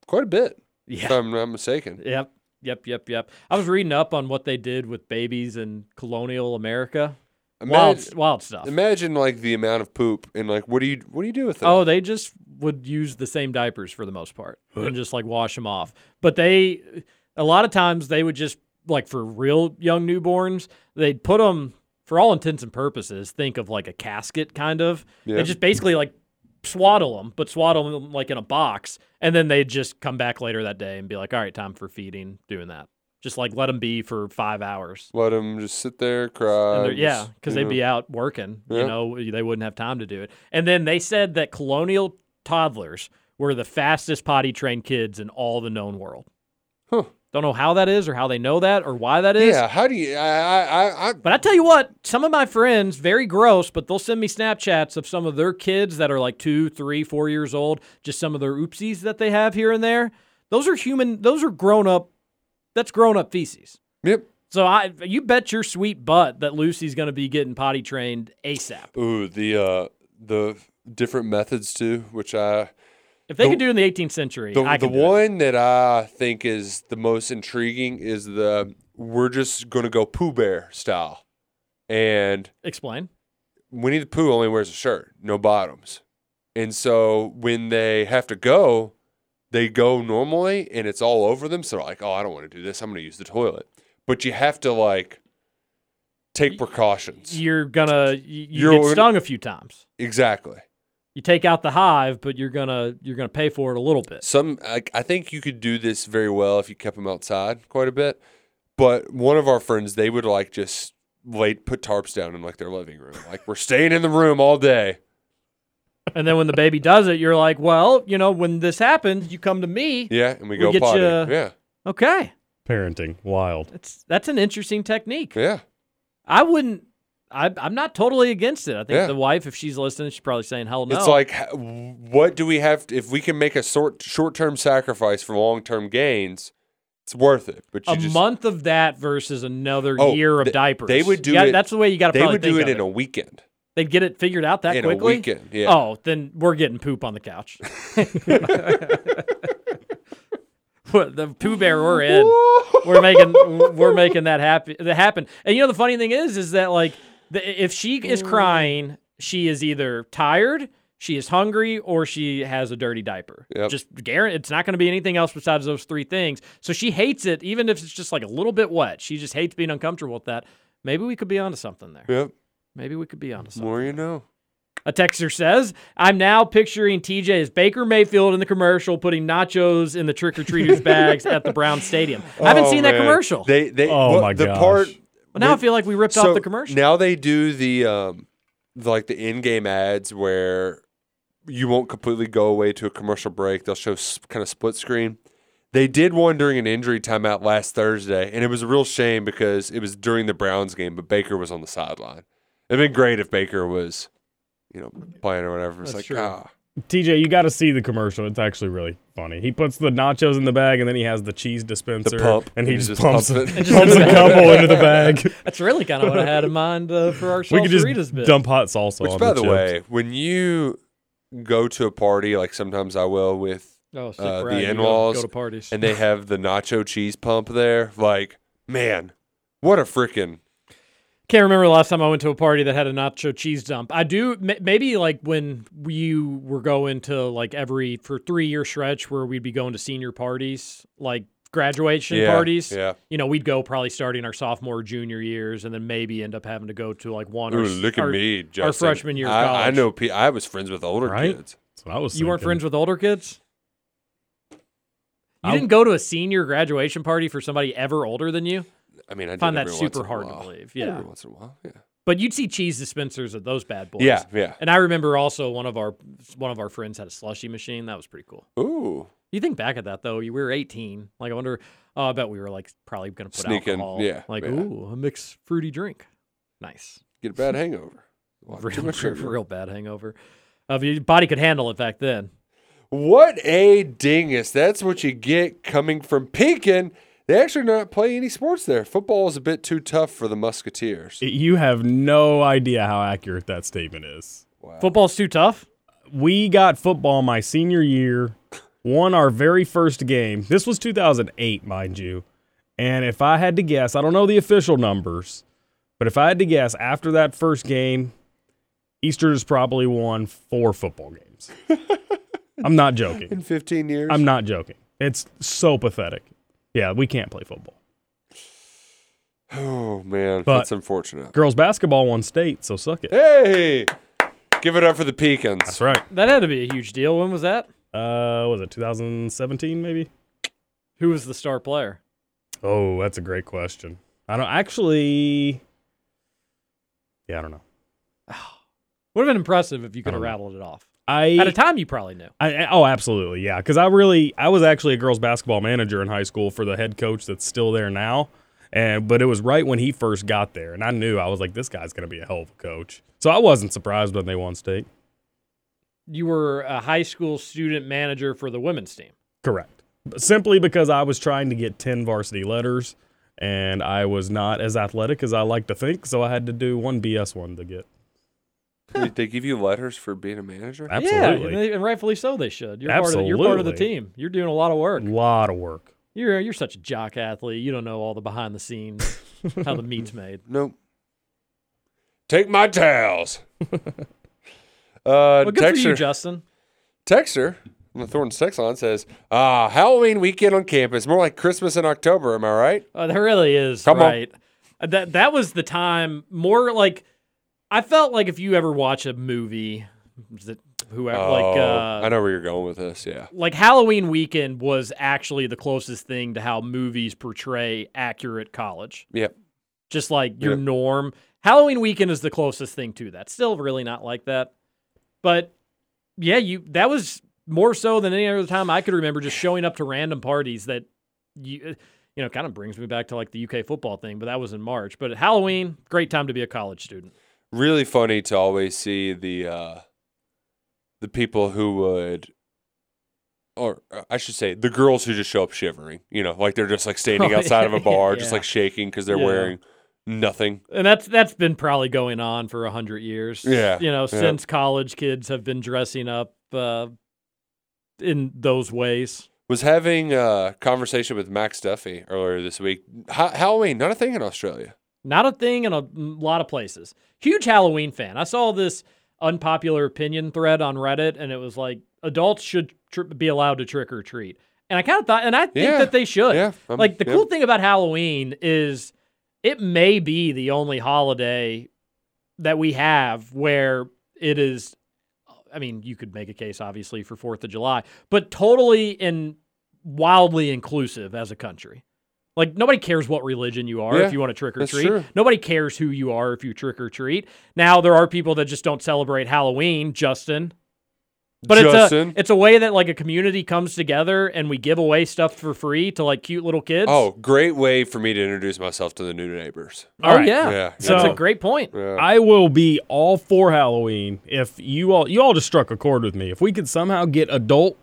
S3: Quite a bit. If
S2: Yeah.
S3: I'm not mistaken.
S2: Yep. Yep. Yep. Yep. I was reading up on what they did with babies in colonial America. Wild,
S3: Imagine-
S2: wild stuff.
S3: Imagine like the amount of poop and like what do you what do you do with it?
S2: Oh, they just would use the same diapers for the most part and just like wash them off. But they, a lot of times, they would just like for real young newborns, they'd put them for all intents and purposes. Think of like a casket kind of.
S3: Yeah.
S2: They just basically like swaddle them, but swaddle them like in a box, and then they'd just come back later that day and be like, "All right, time for feeding." Doing that, just like let them be for five hours.
S3: Let them just sit there, cry.
S2: And they're-
S3: and
S2: yeah,
S3: just,
S2: because
S3: you
S2: they'd
S3: know.
S2: be out working.
S3: Yeah.
S2: You know, they wouldn't have time to do it. And then they said that colonial toddlers were the fastest potty trained kids in all the known world.
S3: Huh.
S2: Don't know how that is, or how they know that, or why that is.
S3: Yeah. How do you? I I I, I
S2: But I tell you what, some of my friends, very gross, but they'll send me Snapchats of some of their kids that are like two, three, four years old, just some of their oopsies that they have here and there. Those are human, those are grown up, that's grown up feces.
S3: yep.
S2: So I, you bet your sweet butt that Lucy's going to be getting potty trained ASAP.
S3: Ooh, the uh the different methods too, which I
S2: If they
S3: The-
S2: could do it in the 18th century,
S3: the,
S2: I
S3: the
S2: can do it.
S3: one that I think is the most intriguing is the we're just gonna go Pooh Bear style, and
S2: Explain.
S3: Winnie the Pooh only wears a shirt, no bottoms, and so when they have to go, they go normally, and it's all over them. So they're like, oh, I don't want to do this. I'm gonna use the toilet, but you have to like take precautions.
S2: You're gonna you, you
S3: You're
S2: get
S3: order-
S2: stung a few times.
S3: exactly.
S2: You take out the hive, but you're gonna you're gonna pay for it a little bit.
S3: Some, I, I think you could do this very well if you kept them outside quite a bit. But one of our friends, they would like just lay put tarps down in like their living room. Like we're staying in the room all day.
S2: And then when the baby does it, you're like, well, you know, when this happens, you come to me.
S3: Yeah, and we
S2: We'll
S3: go
S2: get
S3: potty.
S2: ya-
S3: Yeah,
S2: Okay,
S4: Parenting. Wild.
S2: that's that's an interesting technique.
S3: yeah.
S2: I wouldn't. I, I'm not totally against it. I think
S3: Yeah.
S2: the wife, if she's listening, she's probably saying, "Hell no."
S3: It's like, h- what do we have? To, if we can make a short short term sacrifice for long term gains, it's worth it. But you
S2: a
S3: just,
S2: month of that versus another
S3: Oh,
S2: year of
S3: they-
S2: diapers.
S3: they would do
S2: Yeah,
S3: it-
S2: That's the way you got to.
S3: they would do it in a weekend.
S2: They'd get it figured out that
S3: in
S2: quickly.
S3: a weekend. Yeah.
S2: Oh, then we're getting poop on the couch. What, the Pooh Bear we're in. We're making we're making that happy that happen. And you know the funny thing is, is that like the, if she is crying, she is either tired, she is hungry, or she has a dirty diaper.
S3: Yep.
S2: Just guarantee it's not going to be anything else besides those three things. So she hates it, even if it's just like a little bit wet. She just hates being uncomfortable with that. Maybe we could be onto something there.
S3: Yep.
S2: Maybe we could be on something.
S3: More you know.
S2: A texter says, I'm now picturing TJ as Baker Mayfield in the commercial putting nachos in the trick or treaters' bags at the Brown Stadium. I haven't
S3: Oh,
S2: seen that
S3: man.
S2: commercial.
S3: They they
S4: Oh,
S3: well,
S4: my
S3: the
S4: gosh.
S3: part
S2: well, now I feel like we ripped
S3: so
S2: off the commercial.
S3: Now they do the um the, like the in-game ads where you won't completely go away to a commercial break. They'll show s- kind of split screen. They did one during an injury timeout last Thursday, and it was a real shame because it was during the Browns game, but Baker was on the sideline. It'd been great if Baker was, you know, playing or whatever. It's
S2: That's
S3: like
S2: true.
S3: ah,
S4: TJ, you got to see the commercial. It's actually really funny. He puts the nachos in the bag and then he has the cheese dispenser.
S3: pump.
S4: And he,
S3: He
S4: just,
S3: just
S4: pumps,
S3: pumps
S4: it.
S3: it.
S4: pumps a couple into the bag.
S2: That's really kind of what I had in mind uh, for our
S4: we could
S2: salsaritas
S4: just
S2: bit.
S4: dump hot salsa
S3: Which,
S4: on
S3: by the,
S4: chips.
S3: way, when you go to a party, like sometimes I will with,
S2: oh, sick
S3: uh,
S2: Brad,
S3: the
S2: you go-
S3: in-laws
S2: Go to parties.
S3: and they have the nacho cheese pump there. Like, man, what a freaking
S2: Can't remember the last time I went to a party that had a nacho cheese dump. I do ma- maybe like when we were going to like every for three year stretch where we'd be going to senior parties, like graduation
S3: Yeah,
S2: parties.
S3: yeah.
S2: You know, we'd go probably starting our sophomore, junior years, and then maybe end up having to go to like one.
S3: Ooh,
S2: or, s-
S3: look at
S2: our-
S3: me, Justin.
S2: Our freshman year of
S3: I,
S2: college.
S3: I know. Pe- I was friends with older
S4: Right?
S3: kids.
S4: That's what I was
S2: You weren't friends with older kids. You
S4: I-
S2: didn't go to a senior graduation party for somebody ever older than you.
S3: I mean, I
S2: Find
S3: did
S2: that
S3: every once
S2: super
S3: in a
S2: hard to
S3: while.
S2: believe, yeah.
S3: every once in a while, yeah,
S2: But you'd see cheese dispensers at those bad boys.
S3: yeah, yeah.
S2: And I remember also one of our one of our friends had a slushy machine. That was pretty cool.
S3: Ooh,
S2: You think back at that though, you we were 18. Like I wonder, oh, I bet we were like probably gonna put
S3: Sneak in,
S2: alcohol.
S3: yeah,
S2: Like
S3: yeah.
S2: ooh, a mixed fruity drink. Nice.
S3: get a bad hangover. A lot- too
S2: Real,
S3: much
S2: real,
S3: sugar.
S2: real bad hangover. Of your body could handle it back then.
S3: What a dingus! That's what you get coming from Pekin. They actually not play any sports there. Football is a bit too tough for the Musketeers.
S4: You have no idea how accurate that statement is.
S2: Football's too tough.
S4: we got football my senior year, won our very first game. This was 2008, mind you. And if I had to guess, I don't know the official numbers, but if I had to guess, after that first game, Eastern has probably won four football games. I'm not joking.
S3: In 15 years,
S4: I'm not joking. It's so pathetic. Yeah, we can't play football.
S3: Oh man,
S4: But-
S3: that's unfortunate.
S4: Girls basketball won state, so suck it.
S3: Hey, give it up for the Pekins.
S4: That's right.
S2: That had to be a huge deal. When was that?
S4: Uh, was it 2017 maybe?
S2: Who was the star player?
S4: Oh, that's a great question. I don't actually. Yeah, I don't know.
S2: Would have been impressive if you could
S4: I
S2: have
S4: don't know.
S2: rattled it off. At a
S4: I,
S2: time you probably knew.
S4: I, I- oh, absolutely, yeah. Because I really, I was actually a girls basketball manager in high school for the head coach that's still there now, and but it was right when he first got there, and I knew I was like, this guy's gonna be a hell of a coach. So I wasn't surprised when they won state.
S2: You were a high school student manager for the women's team.
S4: Correct. Simply because I was trying to get ten varsity letters, and I was not as athletic as I like to think, so I had to do one BS one to get.
S3: Wait, they give you letters for being a manager?
S4: Absolutely.
S2: Yeah, and, they- and rightfully so they should. You're part of the, you're part of the
S4: Absolutely.
S2: team. You're doing a lot of work.
S3: Mm.
S4: lot of work.
S2: You're you're such a jock athlete. You don't know all the behind the scenes how the meat's made.
S3: Nope. Take my towels. uh,
S2: Well, good for you,
S3: Texter,
S2: Justin.
S3: Texter on the Thornton's text line says, "Ah, Halloween weekend on campus, more like Christmas in October. Am I right?
S2: Uh, that really is
S3: Come on.
S2: right. Uh, That that was the time more like I felt like if you ever watch a movie that whoever like
S3: Oh,
S2: uh,
S3: I know where you're going with this. Yeah,
S2: like Halloween weekend was actually the closest thing to how movies portray accurate college.
S3: yep.
S2: Just like your
S3: Yeah.
S2: norm. Halloween weekend is the closest thing to that. Still really not like that. But yeah, you that was more so than any other time I could remember just showing up to random parties that you uh, you know, kind of brings me back to like the UK football thing, but that was in March. But Halloween, great time to be a college student.
S3: Really funny to always see the uh, the people who would." Or uh, I should say, the girls who just show up shivering, you know, like they're just like standing
S2: Oh,
S3: outside of
S2: yeah,
S3: a bar, just
S2: yeah.
S3: like shaking because they're
S2: Yeah.
S3: wearing nothing.
S2: And that's that's been probably going on for a hundred years.
S3: Yeah,
S2: you know,
S3: yeah.
S2: since college kids have been dressing up uh, in those ways.
S3: was having a conversation with Max Duffy earlier this week. Ha- Halloween, not a thing in Australia.
S2: Not a thing in a lot of places. Huge Halloween fan. I saw this unpopular opinion thread on Reddit, and it was like adults should tr- be allowed to trick or treat. And I kind of thought, and I think
S3: Yeah,
S2: that they should.
S3: yeah, I'm-
S2: like the
S3: Um, yeah.
S2: cool thing about Halloween is it may be the only holiday that we have where it is I mean, you could make a case obviously for 4th of July, but totally and wildly inclusive as a country. Like nobody cares what religion you are
S3: Yeah,
S2: if you want to trick or
S3: that's
S2: treat.
S3: true.
S2: Nobody cares who you are if you trick or treat. Now there are people that just don't celebrate Halloween, Justin. But
S3: Justin.
S2: it's a it's a way that like a community comes together and we give away stuff for free to like cute little kids.
S3: Oh, great way for me to introduce myself to the new neighbors.
S2: Oh,
S4: right.
S2: yeah.
S3: Yeah.
S2: That's
S4: So-
S2: a great point.
S4: I will be all for Halloween if you all you all just struck a chord with me. If we could somehow get adult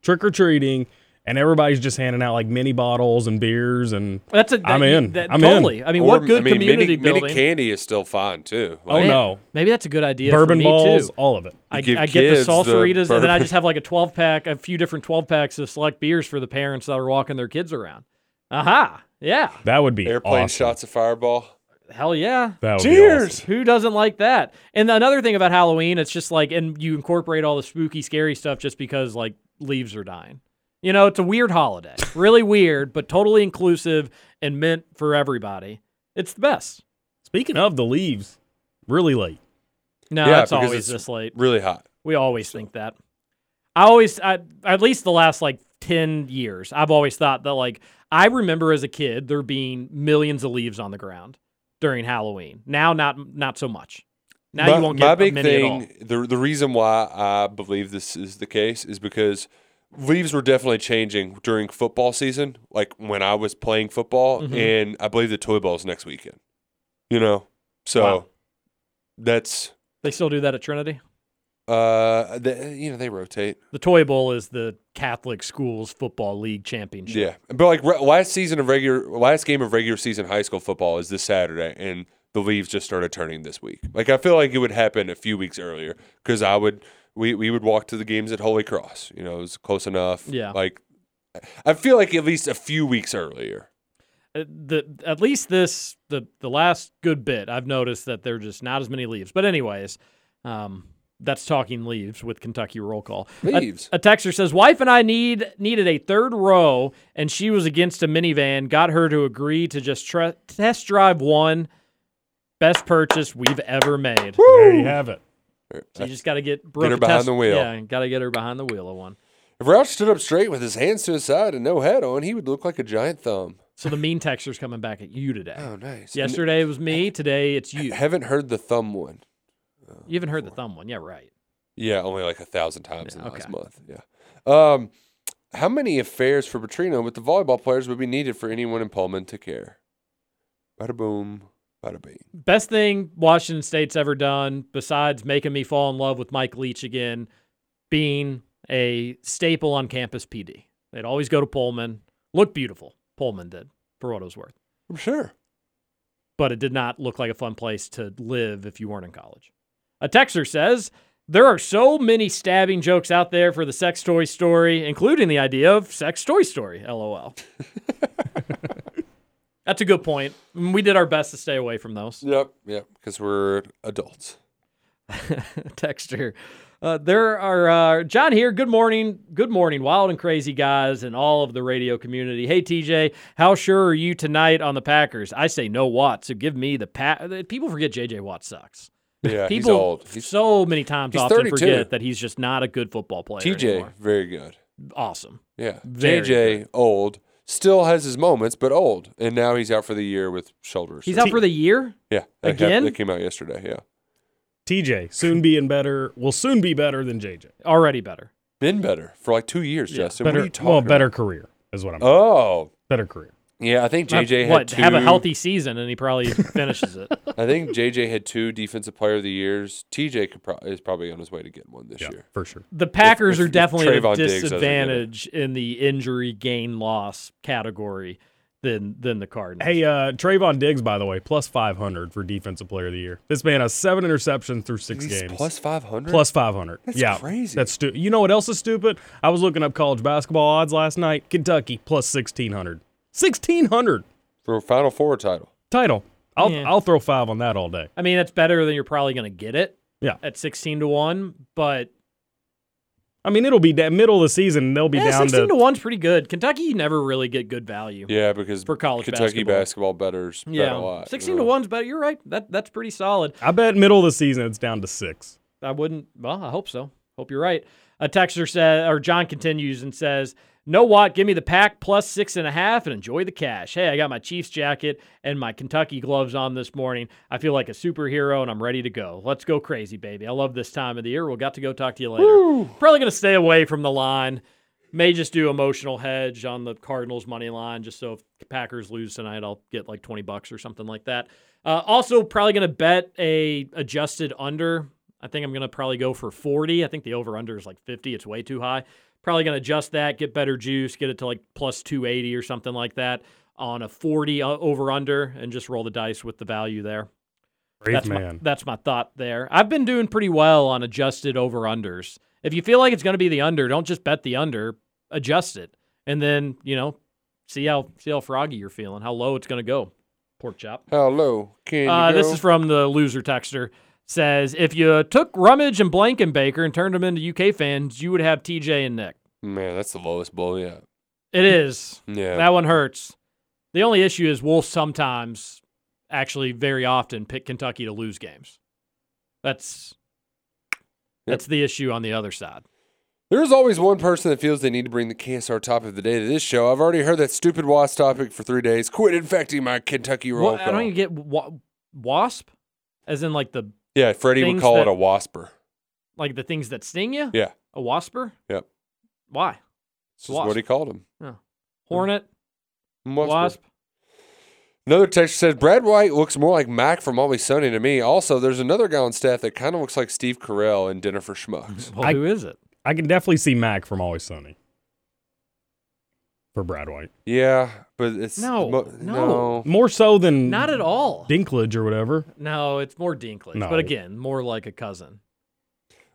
S4: trick or treating and everybody's just handing out like mini bottles and beers and
S2: That's a that,
S4: I'm in.
S2: That,
S4: I'm in.
S2: totally. I mean,
S3: Or,
S2: what good
S3: I mean,
S2: community
S3: mini,
S2: building?
S3: Mini candy is still fine too.
S4: oh
S3: Like,
S4: no
S2: Maybe that's a good idea. for
S4: bourbon
S2: me,
S4: balls,
S2: Too.
S4: all of it.
S2: I, I
S3: give
S2: get the
S3: kids the
S2: salsaritas, and then I
S3: bourbon.
S2: just have like a 12 pack, a few different 12 packs of select beers for the parents that are walking their kids around. Aha. Yeah.
S4: That would be
S3: airplane
S4: awesome.
S3: shots of fireball.
S2: Hell yeah.
S4: That would Be awesome.
S2: Who doesn't like that? And the- another thing about Halloween, it's just like, and you incorporate all the spooky, scary stuff just because like leaves are dying. You know, it's a weird holiday, really weird, but totally inclusive and meant for everybody. It's the best.
S4: Speaking of the leaves, really late.
S2: No,
S3: Yeah,
S2: it's
S3: because
S2: always
S3: it's
S2: this late.
S3: Really hot.
S2: We always think that. I always, I, at least the last like 10 years, I've always thought that, like, I remember as a kid there being millions of leaves on the ground during Halloween. Now, not not so much. Now
S3: my,
S2: you won't get
S3: my big
S2: many at all.
S3: thing. The the reason why I believe this is the case is because leaves were definitely changing during football season. Like when I was playing football,
S2: Mm-hmm.
S3: and I believe the toy ball's next weekend. You know, so
S2: Wow.
S3: that's
S2: They still do that at Trinity.
S3: uh, the, you know they rotate.
S2: The Toy Bowl is the Catholic schools football league championship.
S3: Yeah, but like re- last season of regular, last game of regular season high school football is this Saturday, and the leaves just started turning this week. Like I feel like it would happen a few weeks earlier because I would we we would walk to the games at Holy Cross. You know, it was close enough.
S2: Yeah.
S3: like I feel like at least a few weeks earlier.
S2: Uh, The at least this the the last good bit I've noticed that there are just not as many leaves. But anyways, um, that's talking leaves with Kentucky roll call. A-
S3: Leaves.
S2: A, texter says, "Wife and I need needed a third row, and she was against a minivan. Got her to agree to just tre- test drive one. Best purchase we've ever made.
S4: There you have it.
S2: So you just got to get Brooke
S3: her
S2: a
S3: behind
S2: test-
S3: the wheel.
S2: Yeah, got to get her behind the wheel of one.
S3: If Roush stood up straight with his hands to his side and no hat on, he would look like a giant thumb.
S2: So the mean texter's coming back at you today.
S3: Oh, nice.
S2: Yesterday it was me. Today it's
S3: And
S2: you.
S3: I haven't heard the thumb one.
S2: You haven't heard the thumb one. Yeah, right.
S3: Yeah, only like a thousand times in the last
S2: okay.
S3: month. Yeah. Um, how many affairs for Petrino with the volleyball players would be needed for anyone in Pullman to care? Bada boom, bada bing.
S2: Best thing Washington State's ever done, besides making me fall in love with Mike Leach again, being a staple on campus PD. They'd always go to Pullman. Looked beautiful. Pullman did, for what it was worth.
S3: I'm sure.
S2: but it did not look like a fun place to live if you weren't in college. A texter says, there are so many stabbing jokes out there for the sex toy story, including the idea of sex toy story, lol. That's a good point. We did our best to stay away from those.
S3: Yep, yep. Because we're adults.
S2: texter. Uh, there are uh, John here. Good morning, good morning, wild and crazy guys, and all of the radio community. Hey TJ, how sure are you tonight on the Packers? I say no Watt, so give me the pat. People forget JJ Watt sucks.
S3: Yeah, he's
S2: People
S3: old. He's
S2: so many times
S3: he's
S2: often
S3: 32.
S2: forget that he's just not a good football player.
S3: TJ,
S2: anymore.
S3: very good.
S2: awesome.
S3: Yeah.
S2: Very
S3: JJ, old. Still has his moments, but old. And now he's out for the year with shoulders.
S2: He's out for the year.
S3: Yeah. that ca-
S2: again?
S3: That came out yesterday. Yeah.
S4: TJ soon being better will soon be better than JJ.
S2: Already better.
S3: Been better for like two years, Justin.
S4: better,
S3: what are you talking
S4: well, better career is what I'm.
S3: Oh.
S4: better career.
S3: Yeah, I think JJ
S2: what
S3: had two,
S2: have a healthy season, and he probably finishes it.
S3: I think JJ had two defensive player of the years. TJ could pro- is probably on his way to getting one this
S4: Yeah,
S3: year.
S4: for sure.
S2: the Packers
S3: if-
S2: are
S3: if
S2: definitely at a
S3: Trayvon Diggs doesn't get it.
S2: disadvantage in the injury gain loss category than than the Cardinals.
S4: Hey, uh, Trayvon Diggs, by the way, plus 500 for Defensive Player of the Year. This man has seven interceptions through six
S3: He's
S4: games.
S3: plus 500?
S4: Plus 500.
S3: That's
S4: yeah.
S3: crazy.
S4: That's stu- You know what else is stupid? I was looking up college basketball odds last night. Kentucky plus 1600. 1600
S3: For a Final Four title.
S4: title. I'll,
S2: Yeah.
S4: I'll throw five on that all day.
S2: I mean that's better than you're probably going to get it
S4: Yeah.
S2: at sixteen to one, but
S4: I mean, it'll be da- middle of the season. They'll be
S2: Yeah,
S4: down
S2: sixteen
S4: to
S2: to one's pretty good. Kentucky, you never really get good value.
S3: Yeah, because
S2: For college
S3: Kentucky
S2: basketball.
S3: basketball, betters bet
S2: Yeah,
S3: a lot. you
S2: sixteen
S3: know.
S2: to one's better. You're right. That that's pretty solid.
S4: I bet middle of the season it's down to six.
S2: I wouldn't. Well, I hope so. Hope you're right. A texter says, or John continues and says, "Know what? Give me the pack plus six and a half and enjoy the cash." Hey, I got my Chiefs jacket and my Kentucky gloves on this morning. I feel like a superhero and I'm ready to go. Let's go crazy, baby. I love this time of the year. We'll got to go talk to you later. Probably gonna stay away from the line. May just do emotional hedge on the Cardinals money line, just so if the Packers lose tonight, I'll get like twenty bucks or something like that. Uh, also, probably gonna bet a adjusted under. I think I'm gonna probably go for forty. I think the over under is like fifty. It's way too high. Probably gonna adjust that, get better juice, get it to like plus two eighty or something like that on a forty over under, and just roll the dice with the value there.
S4: Brave
S2: That's my,
S4: man.
S2: that's my thought there. I've been doing pretty well on adjusted over unders. If you feel like it's going to be the under, don't just bet the under. Adjust it, and then you know, see how see how froggy you're feeling, how low it's going to go. Pork chop.
S3: How low can
S2: Uh,
S3: you
S2: this
S3: go?
S2: is from the loser texter. Says if you took Rummage and Blankenbaker and turned them into UK fans, you would have TJ and Nick.
S3: Man, that's the lowest blow yet.
S2: It is.
S3: Yeah.
S2: That one hurts. The only issue is we'll sometimes, actually very often, pick Kentucky to lose games. That's that's the issue on the other side.
S3: There's always one person that feels they need to bring the KSR topic of the day to this show. I've already heard that stupid wasp topic for three days. Quit infecting my Kentucky roll
S2: Well, I
S3: call.
S2: don't even get wa- wasp, as in like the
S3: yeah, Freddie would
S2: things
S3: call
S2: that-
S3: it a wasper.
S2: like the things that sting you.
S3: Yeah,
S2: A wasper.
S3: Yep.
S2: Why?
S3: this is what he called him.
S2: Hornet.
S3: Wasper.
S2: wasp.
S3: Another texture says Brad White looks more like Mac from Always Sunny to me. Also, there's another guy on staff that kind of looks like Steve Carell in Dinner for Schmucks.
S2: Well,
S4: I-
S2: who is it?
S4: I can definitely see Mac from Always Sunny for Brad White,
S3: yeah, but it's
S2: No,
S3: mo-
S2: no.
S4: more so than
S2: Not at all.
S4: Dinklage or whatever.
S2: no, it's more Dinklage,
S4: No.
S2: but again, more like a cousin.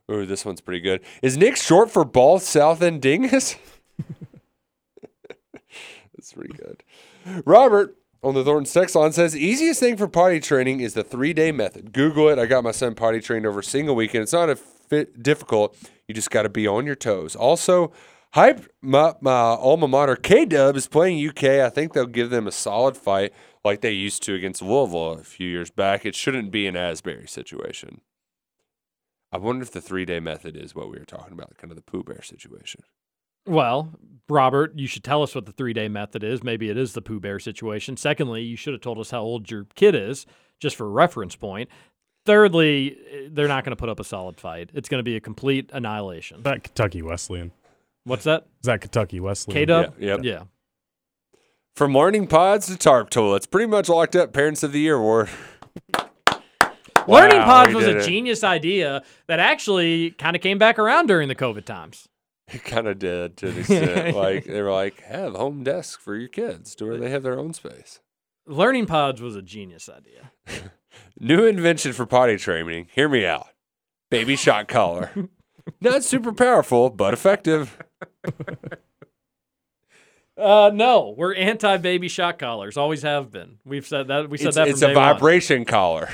S3: no. Ooh, this one's pretty good. Is Nick short for Ball South End Dingus? That's pretty good. Robert on the Thornton text line says easiest thing for potty training is the three day method. Google it. I got my son potty trained over a single weekend. It's not a fit difficult. You just got to be on your toes. Also, hype my, my alma mater K Dub is playing UK. I think they'll give them a solid fight like they used to against Louisville a few years back. It shouldn't be an Asbury situation. I wonder if the three day method is what we were talking about, kind of the Pooh Bear situation.
S2: Well, Robert, you should tell us what the three day method is. Maybe it is the Pooh Bear situation. Secondly, you should have told us how old your kid is, just for reference point. Thirdly, eh, they're not going to put up a solid fight. It's going to be a complete annihilation.
S4: Is that Kentucky Wesleyan?
S2: What's that?
S4: Is that Kentucky Wesleyan?
S2: K Dub?
S3: Yeah, yep.
S2: Yeah.
S3: From learning pods to tarp toilets, pretty much locked up Parents of the Year award.
S2: Learning
S3: Wow,
S2: Pods
S3: we
S2: was
S3: did
S2: a
S3: it.
S2: genius idea that actually kind of came back around during the COVID times.
S3: It kind of did to an extent. like they were like, have home desk for your kids to where they have their own space.
S2: Learning Pods was a genius idea.
S3: New invention for potty training. Hear me out. Baby shot collar. Not super powerful, but effective.
S2: Uh, no, we're anti baby shot collars. Always have been. We've said that. We said
S3: it's
S2: that.
S3: it's
S2: from
S3: a
S2: day one.
S3: vibration collar.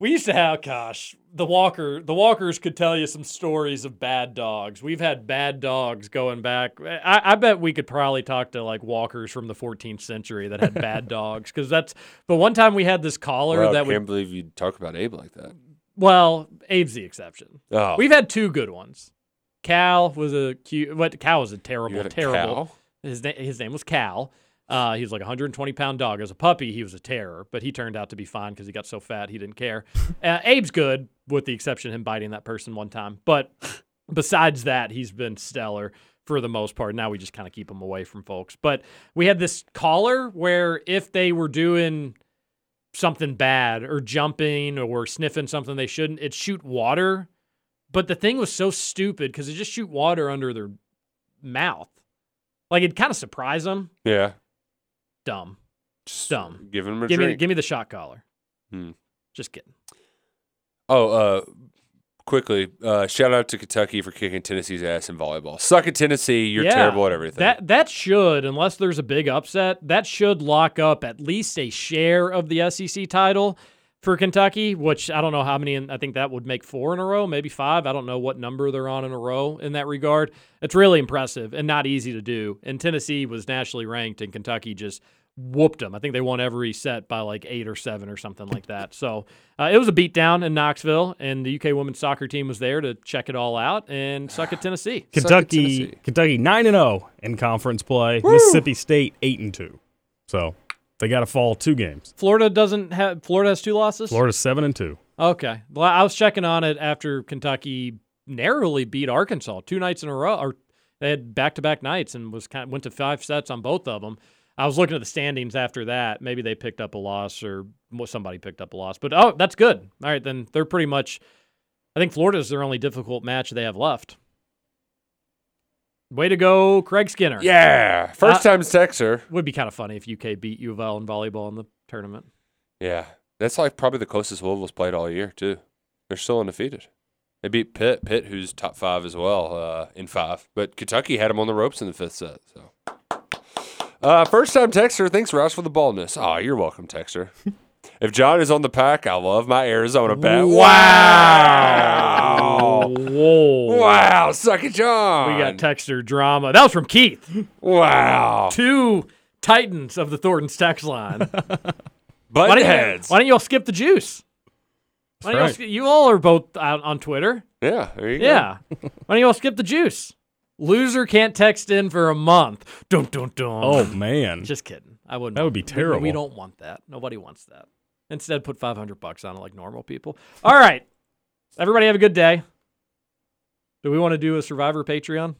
S2: We used to have, gosh, the Walker, the Walkers could tell you some stories of bad dogs. We've had bad dogs going back. I, I bet we could probably talk to like Walkers from the 14th century that had bad dogs, because that's. But one time we had this caller
S3: Wow, I
S2: that
S3: can't
S2: would.
S3: believe you talk about Abe like that.
S2: Well, Abe's the exception.
S3: Oh,
S2: We've had two good ones. Cal was a cute, but Cal was a
S3: you
S2: terrible,
S3: had a
S2: terrible.
S3: cow?
S2: His name his name was Cal. Uh, he was like a 120 pound dog. As a puppy, he was a terror, but he turned out to be fine because he got so fat he didn't care. Uh, Abe's good, with the exception of him biting that person one time. But besides that, he's been stellar for the most part. Now we just kind of keep him away from folks. But we had this caller where if they were doing something bad or jumping or sniffing something they shouldn't, it'd shoot water. But the thing was so stupid because it just shoot water under their mouth. Like it kind of surprised them.
S3: Yeah.
S2: Dumb.
S3: Just
S2: Dumb.
S3: Give him a
S2: give me
S3: drink.
S2: give me the shot collar.
S3: Hmm.
S2: Just kidding.
S3: Oh, uh, quickly, uh, shout out to Kentucky for kicking Tennessee's ass in volleyball. Suck at Tennessee. You're
S2: Yeah.
S3: terrible at everything.
S2: That that should, unless there's a big upset, that should lock up at least a share of the SEC E title. for Kentucky, which I don't know how many, and I think that would make four in a row, maybe five. I don't know what number they're on in a row in that regard. It's really impressive and not easy to do. And Tennessee was nationally ranked, and Kentucky just whooped them. I think they won every set by like eight or seven or something like that. So uh, it was a beatdown in Knoxville, and the UK women's soccer team was there to check it all out and suck at Tennessee.
S3: Suck at
S4: Kentucky,
S3: Tennessee.
S4: Kentucky nine and zero in conference play. Mississippi State eight and two. So they got to fall two games.
S2: Florida doesn't have. Florida has two losses.
S4: Florida seven and two.
S2: Okay. Well, I was checking on it after Kentucky narrowly beat Arkansas two nights in a row, or they had back-to-back nights and was kind of went to five sets on both of them. I was looking at the standings after that. Maybe they picked up a loss, or mo- somebody picked up a loss. But oh, that's good. All right, then they're pretty much. I think Florida's their only difficult match they have left. Way to go, Craig Skinner.
S3: Yeah, first
S2: Uh,
S3: time texter.
S2: Would be kind of funny if UK beat U of L in volleyball in the tournament.
S3: Yeah, that's like probably the closest Louisville's played all year too. They're still undefeated. They beat Pitt, Pitt who's top five as well uh, in five, but Kentucky had them on the ropes in the fifth set. So, uh, first time texter, thanks Roush for the baldness. Oh, you're welcome, texter. if John is on the pack, I love my Arizona bet. Wow,
S2: Whoa.
S3: wow, suck it, John.
S2: We got texter drama. That was from Keith.
S3: wow,
S2: Two titans of the Thornton's text line. Why
S3: butt
S2: don't you-
S3: heads.
S2: Why don't you all skip the juice? Why don't you, all
S4: right.
S2: sk- you all are both out on Twitter.
S3: Yeah, there you go.
S2: Yeah. why don't you all skip the juice? Loser can't text in for a month. Dun, dun, dun.
S4: Oh man,
S2: Just kidding. I wouldn't.
S4: That
S2: want-
S4: would be
S2: we- we- We
S4: terrible.
S2: don't want that. Nobody wants that. Instead, put 500 bucks on it like normal people. All right. Everybody have a good day. Do we want to do a Survivor Patreon?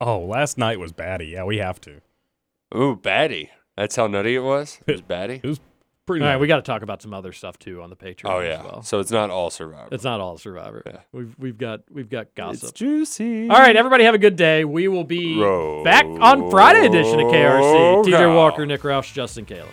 S4: oh last night was batty. Yeah, we have to.
S3: Ooh, batty. That's how nutty it was. It was batty.
S4: Pretty.
S2: All right,
S4: much.
S2: we got to talk about some other stuff too on the Patreon.
S3: Oh
S2: as
S3: yeah.
S2: well.
S3: So it's not all Survivor.
S2: It's not all Survivor.
S3: Yeah.
S2: We've we've got we've got gossip.
S3: juicy.
S2: All right, everybody have a good day. We will be
S3: Roll
S2: back on Friday edition of KRC. TJ
S3: Call.
S2: Walker, Nick Roush, Justin Caleb.